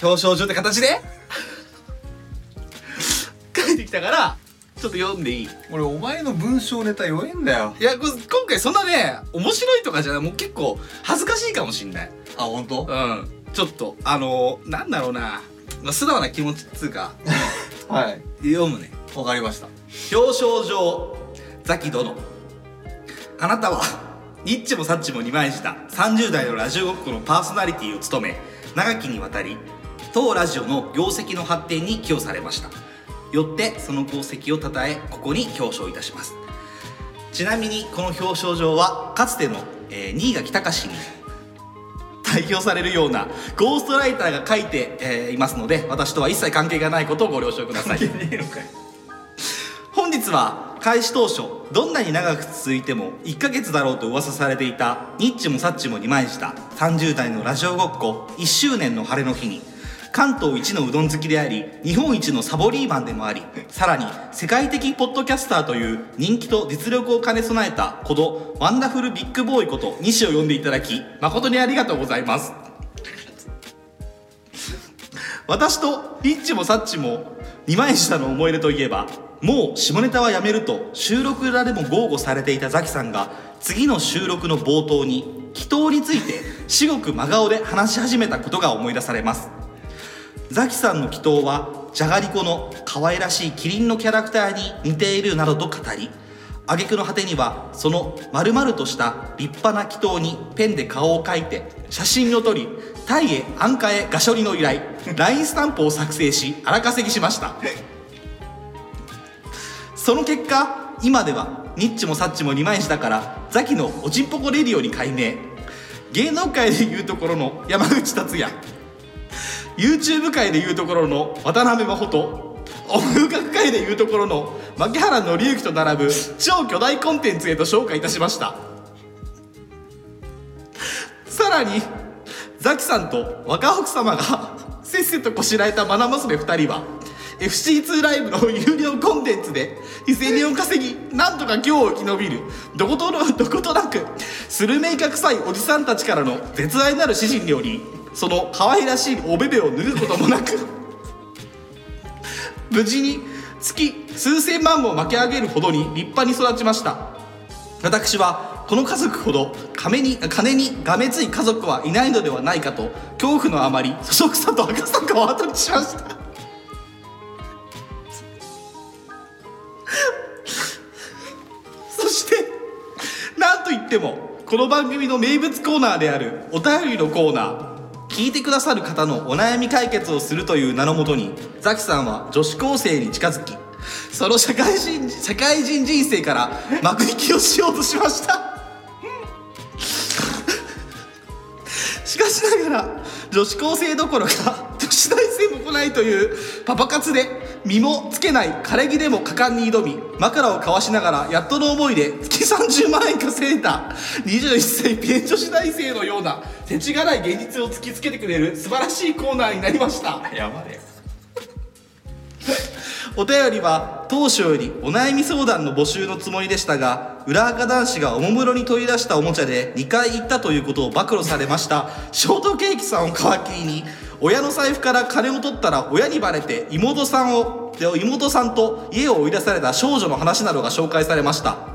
表彰状って形で 書いてきたからちょっと読んでいい
俺お前の文章ネタ弱えんだよ
いやこ今回そんなね面白いとかじゃないもう結構恥ずかしいかもしんない
あ本当
うんちょっとあのー、なんだろうなまあ素直な気持ちっつうか
はい
読むね
わかりました
表彰状ザキ殿あなたはニッチもサッチも二枚舌30代のラジオごっこのパーソナリティを務め長きにわたり当ラジオの業績の発展に寄与されましたよってその功績をたたえここに表彰いたしますちなみにこの表彰状はかつての、えー新垣隆に代表されるようなゴーストライターが書いて、えーいますので私とは一切関係がないことをご了承ください本日は開始当初どんなに長く続いても1ヶ月だろうと噂されていたニッチもサッチも二枚舌30代のラジオごっこ1周年の晴れの日に関東一のうどん好きであり日本一のサボリーマンでもありさらに世界的ポッドキャスターという人気と実力を兼ね備えたこのワンダフルビッグボーイこと西を呼んでいただき誠にありがとうございます私とリッチもサッチも二枚下の思い出といえばもう下ネタはやめると収録裏でも豪語されていたザキさんが次の収録の冒頭に祈祷について至極真顔で話し始めたことが思い出されますザキさんの祈祷はじゃがりこの可愛らしいキリンのキャラクターに似ているなどと語り挙句の果てにはその丸々とした立派な祈祷にペンで顔を描いて写真を撮りタイへ安価へガショリの依頼 LINE スタンプを作成し荒稼ぎしましたその結果今ではニッチもサッチも二枚舌からザキのおちんぽこレディオに改名芸能界でいうところの山口達也 YouTube 界でいうところの渡辺真帆と音楽界でいうところの牧原紀之と並ぶ超巨大コンテンツへと昇華いたしましたさらにザキさんと若奥様がせっせとこしらえた愛娘2人は FC2 ライブの有料コンテンツで非0 0 0を稼ぎなんとか今日を生き延びるどことのどことな くスルメイカ臭いおじさんたちからの絶愛なる指針によりその可愛らしいおべべを脱ぐこともなく無事に月数千万も巻き上げるほどに立派に育ちました私はこの家族ほど亀に金にがめつい家族はいないのではないかと恐怖のあまりそそくさと赤坂を後にしましたそしてなんといってもこの番組の名物コーナーであるお便りのコーナー聞いてくださる方のお悩み解決をするという名のもとにザキさんは女子高生に近づきその社会人社会人人生から幕引きをしようとしましたしかしながら女子高生どころか女子大生も来ないというパパ活で身もつけない枯れ木でも果敢に挑み枕を交わしながらやっとの思いで月30万円稼いだ21歳ピエ女子大生のような世知辛い現実を突きつけてくれる素晴らしいコーナーになりました
やばいよ
お便りは当初よりお悩み相談の募集のつもりでしたが裏垢男子がおもむろに取り出したおもちゃで2回行ったということを暴露されましたショートケーキさんを皮切りに親の財布から金を取ったら親にバレて妹さんをで妹さんと家を追い出された少女の話などが紹介されました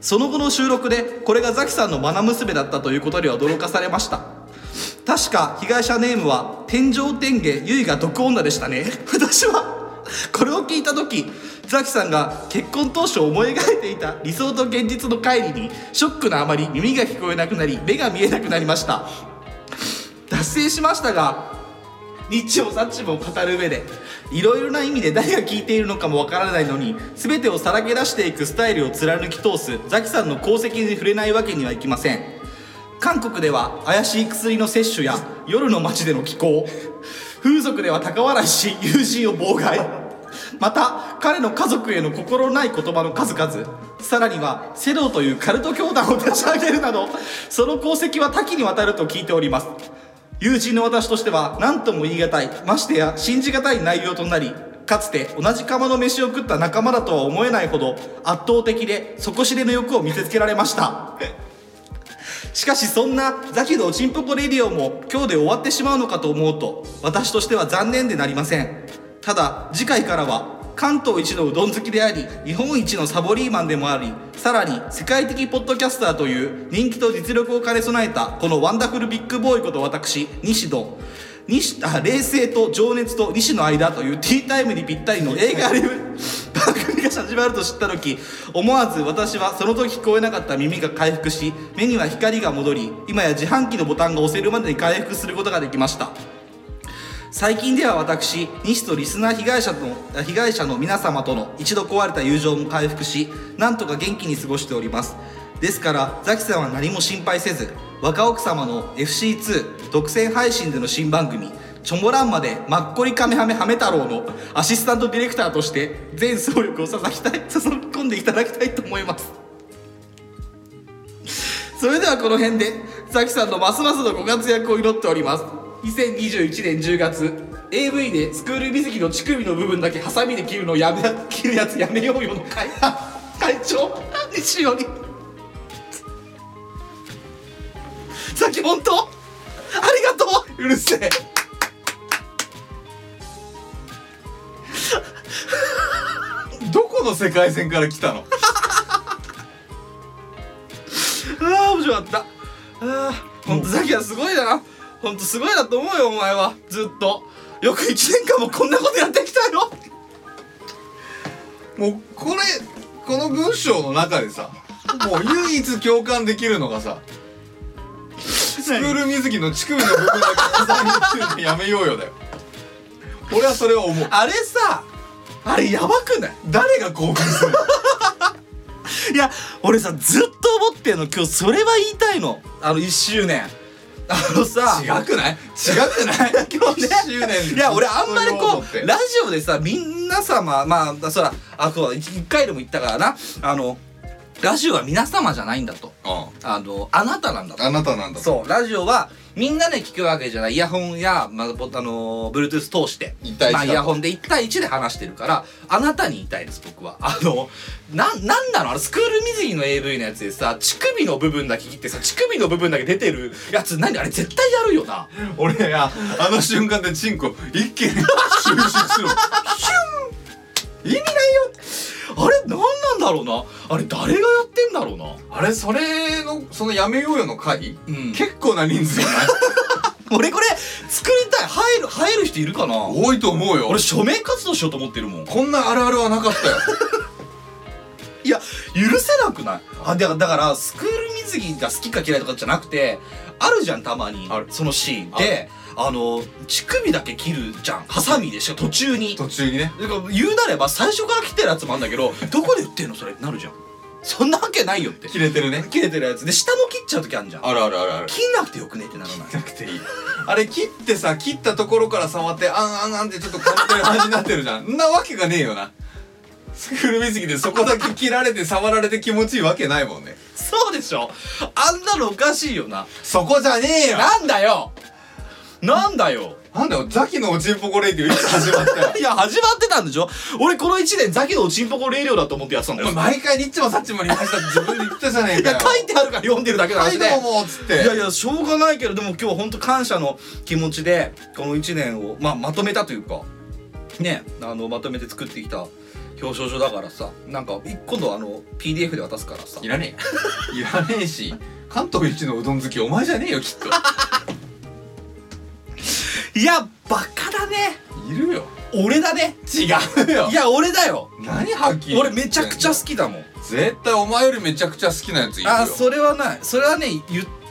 その後の収録でこれがザキさんの愛娘だったということには驚かされました確か被害者ネームは天井天下ゆいが毒女でしたね 私はこれを聞いた時ザキさんが結婚当初思い描いていた理想と現実の乖離にショックのあまり耳が聞こえなくなり目が見えなくなりました脱線しましたが日曜サッチも語る上でいろいろな意味で誰が聞いているのかもわからないのに全てをさらけ出していくスタイルを貫き通すザキさんの功績に触れないわけにはいきません韓国では怪しい薬の摂取や夜の街での気候風俗では高笑いし友人を妨害また彼の家族への心ない言葉の数々さらにはセドーというカルト教団を立ち上げるなどその功績は多岐にわたると聞いております友人の私としては何とも言い難いましてや信じ難い内容となりかつて同じ釜の飯を食った仲間だとは思えないほど圧倒的で底知れの欲を見せつけられましたしかしそんなザキのおちんぽこレディオも今日で終わってしまうのかと思うと私としては残念でなりませんただ次回からは関東一のうどん好きであり日本一のサボリーマンでもありさらに世界的ポッドキャスターという人気と実力を兼ね備えたこのワンダフルビッグボーイこと私西野西あ冷静と情熱と西の間というティータイムにぴったりの映画レビュー番組が始まると知った時思わず私はその時聞こえなかった耳が回復し目には光が戻り今や自販機のボタンが押せるまでに回復することができました最近では私西とリスナー被害者の被害者の皆様との一度壊れた友情も回復しなんとか元気に過ごしておりますですからザキさんは何も心配せず若奥様の FC2 独占配信での新番組「チョモランマ」でマッコリカメハメハメ太郎のアシスタントディレクターとして全総力を注ぎたい 注ぎ込んでいただきたいと思いますそれではこの辺でザキさんのますますのご活躍を祈っております2021年10月 AV でスクール水着の乳首の部分だけハサミで切るのやめ切るやつやめようよの会 会長西尾にさっき本当ありがとううるせえ
どこの世界線から来たの
ああ面白かったああ本当ザキはすごいな本当すごいなと思うよお前はずっとよく1年間もこんなことやってきたよ
もうこれこの文章の中でさもう唯一共感できるのがさスクール水着の乳首の部分だけハサミで切るのやめようよだよ俺はそれは思う
あれさあれやばくない
誰が興奮するの
いや俺さずっと思ってんの今日それは言いたいのあの1周年あのさ
違くない違くない
今日ね
1周年
いや俺あんまり
そういう
こ
のっ
う
て
ラジオでさみんな様まあそらあとは1回でも言ったからなあのラジオは皆様じゃないんだと
う
あのあなたなんだと
んあなたなんだ
そうラジオはみんなで聞くわけじゃないイヤホンや、まあ、ボあの Bluetooth 通して
一対一
ま
だ
あ、イヤホンで1対1で話してるからあなたに言いたいです僕はあのななんなのあのスクール水着の AV のやつでさ乳首の部分だけ切ってさ乳首の部分だけ出てるやつ何あれ絶対やるよな
俺やあの瞬間でチンコ一気に 収縮するの意味ないよ
あれ何なんだろうなあれ誰がやってんだろうな
あれそれのそのやめようよの回、
うん
結構な人数じゃない
俺これ作りたい入る入る人いるかな
多いと思うよ
俺署名活動しようと思ってるもん
こんなあるあるはなかったよ
いや許せなくないあだからだからスクール水着が好きか嫌いとかじゃなくてあるじゃんたまに
ある
そのシーンであの乳首だけ切るじゃんハサミでしか途中に
途中にね
だから言うなれば最初から切ってるやつもあるんだけ どどこで売ってんのそれってなるじゃんそんなわけないよって
切れてるね
切れてるやつで下も切っちゃう時あるじゃん
あるあるあるある
切んなくてよくねってならない
なくていいあれ切ってさ切ったところから触ってあんあんあんってちょっとかってる感じになってるじゃんんなわけがねえよなスクール水着でそこだけ切られて触られて気持ちいいわけないもんね
そうでしょあんなのおかしいよな
そこじゃねえよ
なんだよなんだよ
なんだよザキのおちんぽこレイディオいつ始まったよ
いや始まってたんでしょ俺この1年ザキのおちんぽこ霊量だと思ってやってたんだよ
毎回ニッチもサッチもにましたって自分で言ってたじゃねえ
い
か
や
よ
書いてあるから読んでるだけなん
は
です
いどう
ね
もっつっ
い
て
やいやしょうがないけれども今日は本当感謝の気持ちでこの1年を、まあ、まとめたというかねあのまとめて作ってきた表彰書だからさなんかい今度あの PDF で渡すからさ
いらねえいらねえし関東一のうどん好きお前じゃねえよきっと
いやバカだね
いるよ
俺だね
違うよ
いや俺だよ
何はっきり言って
俺
んの
めちゃくちゃ好きだもん
絶対お前よりめちゃくちゃ好きなやついるよ
あそれはないそれはね言っ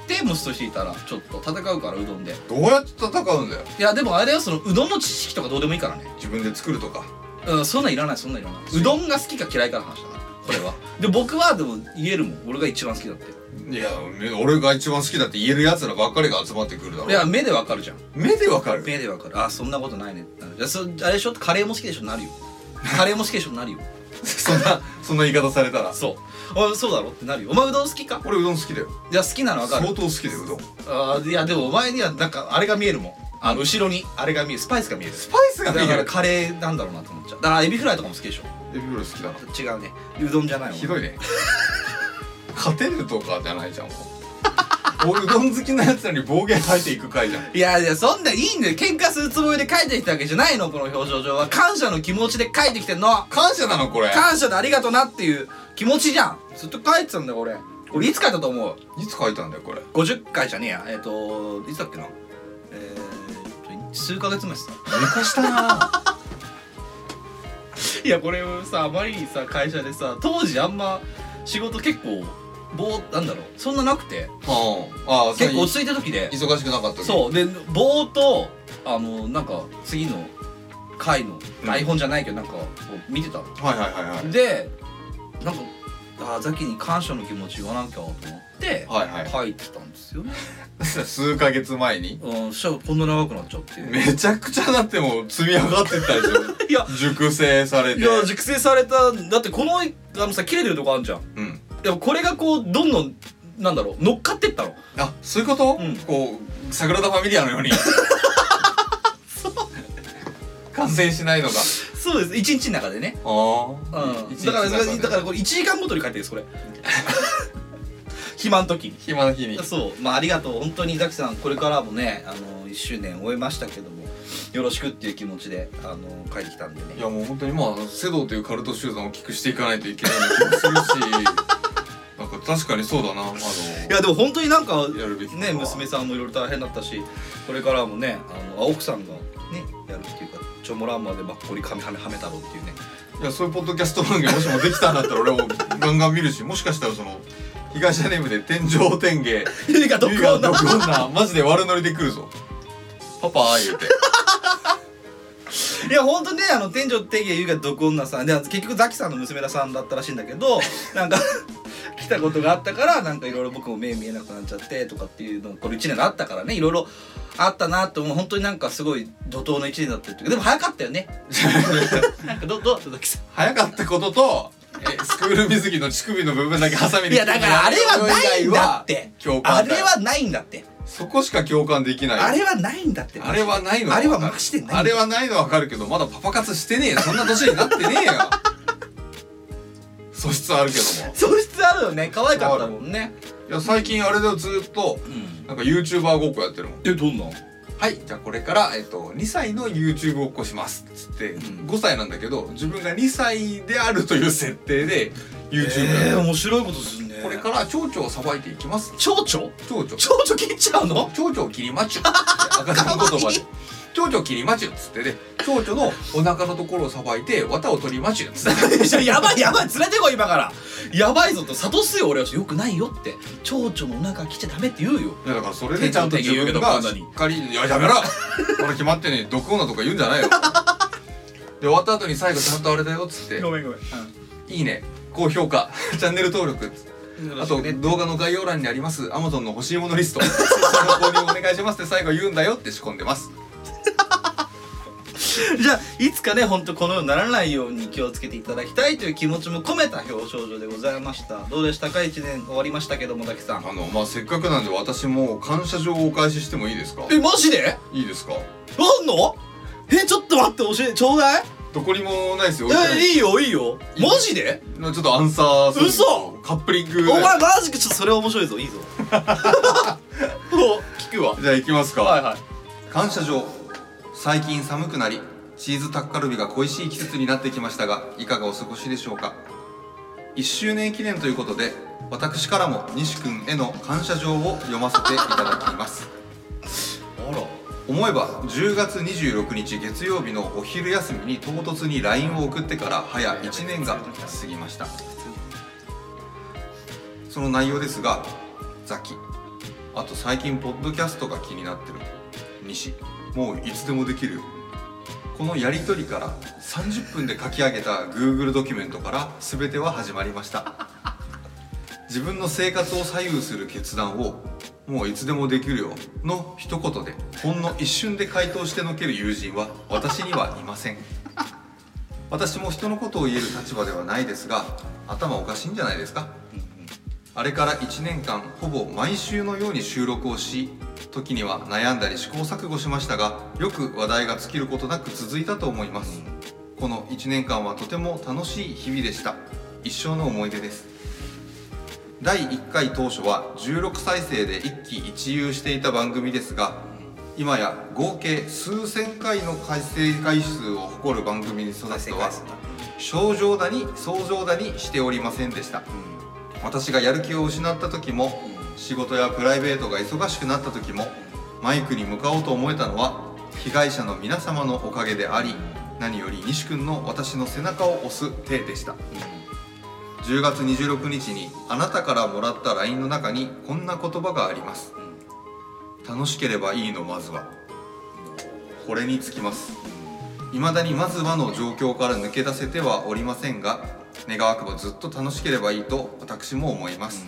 てもしとしていたらちょっと戦うからうどんで
どうやって戦うんだよ
いやでもあれだよそのうどんの知識とかどうでもいいからね
自分で作るとか
うんそんなんいらないそんなんいらないうどんが好きか嫌いかの話だからこれはで僕はでも言えるもん俺が一番好きだって
いやめ俺が一番好きだって言えるやつらばっかりが集まってくるだろ
いや目でわかるじゃん
目でわかる
目でわかるあそんなことないねってなるいやそあれでしょカレーも好きでしょなるよカレーも好きでしょなるよ
そんなそんな言い方されたら
そうあそうだろってなるよお前うどん好きか
俺うどん好きだよ
いや好きなのわか
相
る
当好きだようどん
あーいやでもお前にはなんかあれが見えるもんあの後ろにあれが見えるスパイスが見える
スパイスが
だ
見え
から
る
カレーなんだろうなと思っちゃうだからエビフライとかも好きでしょ
エビフライ好きだな
違うねうどんじゃないもん
ひどいね 勝てるとかじゃないじゃんもう俺うどん好きなやつらに暴言吐いていく回じゃん
いやいやそんないいんだよ喧嘩するつもりで書いてきたわけじゃないのこの表彰状は感謝の気持ちで書いてきてんの
感謝なのこれ
感謝でありがとなっていう気持ちじゃんずっと書いてたんだよ俺俺いつ書いたと思う
いつ書いたんだよこれ
50回じゃねえやえっ、といつだっけなえーと数ヶ月前っすね
寝かしたな
いやこれをさあまりにさ会社でさ当時あんま仕事結構ぼーなんだろうそんななくて
うんああ
結構落ち
そ
着いた時で
う忙しくなかった時
そうで棒とあのなんか次の回の台本じゃないけど、なんかこう見てたの
はいはいはいはい
でなんかあーザキに感謝の気持ち言わなきゃと思って
はいは
書いてたんですよね、
い 数ヶ月前に
うん、そしたらこんな長くなっちゃ って
めちゃくちゃだってもう積み上がってったでし ょ
いや
熟成されて
いや熟成されただってこのあのさ切れてるとこあるじゃん
うん
でもこれがこうどんどんなんだろう乗っかってったの
あそういうこと、
うん
こうサグラダ・ファミリアのように感染しないのが
そうです一日の中でね、
あ
う
一
ん、
日
だから
の中で
だからこれ1時間ごとに書いてるんですこ れ暇の時に
暇の日に
そうまあありがとう本当にザキさんこれからもねあの1周年終えましたけどもよろしくっていう気持ちであの帰ってきたんで
い
ね
やもう本当にまあセドというカルト集団を大きくしていかないといけない気もするしなんか確かにそうだなあの
いやでも本当になんか
やるべきことは
ね娘さんもいろいろ大変だったしこれからもねあの奥さんがねやるっていうか「チョモランマでばっこり髪はめはめ太郎」っていう ね
いやそういうポッドキャスト番組もしもできたんだったら俺もガンガン見るしもしかしたらその東 ネームで天上天下
映画どこ
龍がどこんなマジで悪ノリで来るぞパパ言うて
いや本当ねあの天井天下優が毒女さんで結局ザキさんの娘さんだったらしいんだけ どなんか来たことがあったからなんかいろいろ僕も目見えなくなっちゃってとかっていうのこの1年があったからねいろいろあったなと思う本当になんかすごい怒涛の1年だったけどでも早かったよ ねなんかどどうだったザキさん
早かったこととえスクール水着の乳首の部分だけハサミで
いやだからあれはないんだっ
以外
て
は共
あ
感だ
れ
よ
はないんだって
そこしか共感できない
あれはないんだって
あれはないのは
あれは
わかる
マジでないんだ
あれはないのはわかるけどまだパパ活してねえよそんな年になってねえよ素質あるけども
喪失あるよね可愛かったもんね
いや最近あれだよずーっと
うん
なんか YouTuber ごっこやってるもん
えどんな
はいじゃあこれから、えっと、2歳の YouTube ごっこしますっつって、
うん
5歳なんだけど自分が2歳であるという設定で YouTube やって
え
る
ー、面白いことするね
これから蝶々をさばいていきます
蝶々
蝶々
蝶々切っちゃうの
蝶々を切りまちゅ って赤ちゃん言葉で蝶々を切りまちゅっつってね蝶々のお腹のところをさばいて綿を取りまちゅっつ って
いややばいやばい連れてこい今からやばいぞと諭すよ俺はよくないよって蝶々のお腹来ちゃダメって言うよ
いやだからそれでちゃんと自分がしっかり「いややめろ! 」これ決まってねえ毒女とか言うんじゃないよで終わった後に最後ちゃんとあれだよっつ って
めんごめん、
「いいね高評価 チャンネル登録」あと動画の概要欄にあります Amazon の欲しいものリ ストその購入お願いしますって最後言うんだよって仕込んでます
じゃあいつかねほんとこのようにならないように気をつけていただきたいという気持ちも込めた表彰状でございましたどうでしたか1年終わりましたけどもだけさん
あのまあせっかくなんで私も感謝状をお返ししてもいいですか
えマジで
いいですか
あんのえちょっと待って教えちょうだい
どこにもないですよ
えいいよいいよマジで
ちょっとアンサーソング
嘘
カップリング
お前マジかちょっとそれ面白いぞいいぞ お聞くわ
じゃあ行きますか
はいはい
感謝状最近寒くなりチーズタッカルビが恋しい季節になってきましたがいかがお過ごしでしょうか1周年記念ということで私からも西君への感謝状を読ませていただきます
あら
思えば10月26日月曜日のお昼休みに唐突に LINE を送ってから早1年が過ぎましたその内容ですがザキあと最近ポッドキャストが気になってる西もういつでもできるよこのやり取りから30分で書き上げた Google ドキュメントから全ては始まりました自分の生活を左右する決断を「もういつでもできるよ」の一言でほんの一瞬で回答してのける友人は私にはいません私も人のことを言える立場ではないですが頭おかしいんじゃないですかあれから1年間ほぼ毎週のように収録をし時には悩んだり試行錯誤しましたがよく話題が尽きることなく続いたと思いますこの1年間はとても楽しい日々でした一生の思い出です第1回当初は16再生で一喜一憂していた番組ですが今や合計数千回の再生回数を誇る番組に育つとは症状だに想像だにしておりませんでした私がやる気を失った時も仕事やプライベートが忙しくなった時もマイクに向かおうと思えたのは被害者の皆様のおかげであり何より西君の私の背中を押す手でした10月26日にあなたからもらった LINE の中にこんな言葉があります楽しければいいのまずはこれにつきます未だにまずはの状況から抜け出せてはおりませんが願わくばずっと楽しければいいと私も思います、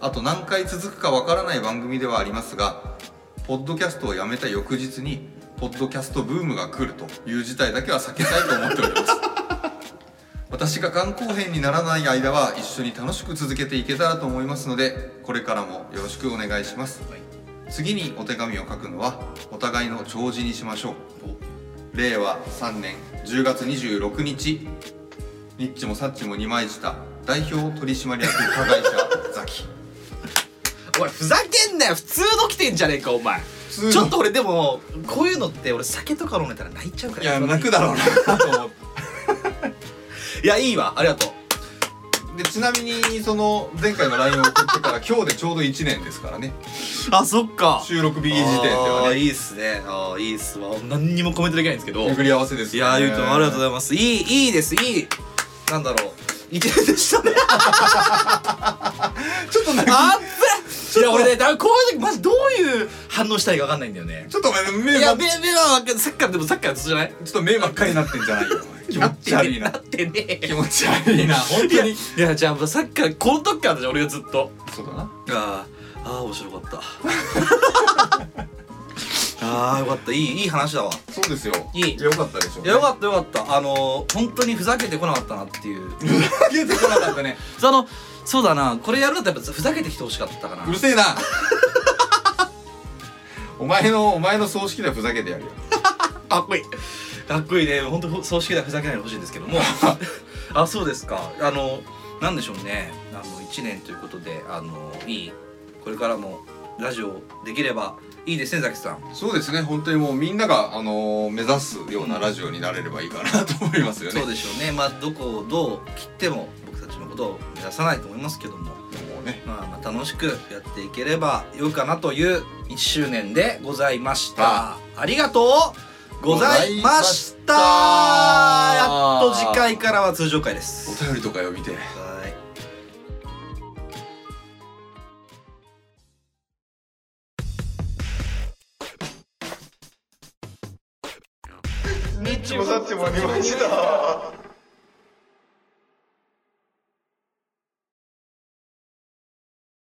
あと何回続くかわからない番組ではありますがポッドキャストをやめた翌日にポッドキャストブームが来るという事態だけは避けたいと思っております私が肝硬変にならない間は一緒に楽しく続けていけたらと思いますのでこれからもよろしくお願いします、次にお手紙を書くのはお互いの弔辞にしましょう令和3年10月26日ニッチもサッチも二枚舌代表取締役加害者ザキ
おいふざけんなよ普通の来てんじゃねえかお前
通の
ちょっと俺でもこういうのって俺酒とか飲めたら泣いちゃうか
い
ら
や泣くだろうなと思って
いやいいわありがとう
でちなみにその前回の LINE を送ってから今日でちょうど1年ですからね
あそっか
収録日時点で
あ
は
ー
ね
いいっすねあーいいっすわ何にもコメントできないんですけど
巡り合わせです
い
よ
やー、ゆうとんありがとうござ
い
います。いい、いいです、いい。なんだろう。イケメンでした ね。
ますちょっとなんか
あっぶいや、俺ね、だからこういう時、マジどういう反応したらいいかわかんないんだよね。
ちょっと目
い
目
や、
ば
目、目は、サッカーでもサッカーの人じゃない
ちょっと目ばっかりになってんじゃないよ お前気持ち悪いな
なってねえ
気持ち悪いな本当に
いや、じゃあ、サッカー、この時からだじゃん俺がずっと。
そうだな
あー、あー、面白かった。 あー、よかった。いい、いい話だわ。
そうですよ
いい
よかったでしょ
いや よかったよかった。あのー、本当にふざけてこなかったなっていう。
かけてこなかったね
その、そうだな、これやるんだったらやっぱふざけてきてほしかったかな
う。るせえなお前のお前の葬式ではふざけてやるよ
かっこいいかっこいいね本当葬式ではふざけないでほしいんですけ どもあそうですかあのなんでしょうねあの1年ということであのいいこれからもラジオできればいいですねザキさん
そうですね本当にもうみんなが、あのー目指すようなラジオになれればいいかなと思いますよね、
そうでしょうねまあどこをどう切っても僕たちのことを目指さないと思いますけども、
もうね
まあ、まあ楽しくやっていければよいかなという1周年でございましたありがとうございました
ございま
やっと
した
次回からは通常回です
お便りとか読みて
はい
ニッチもサッチも見ました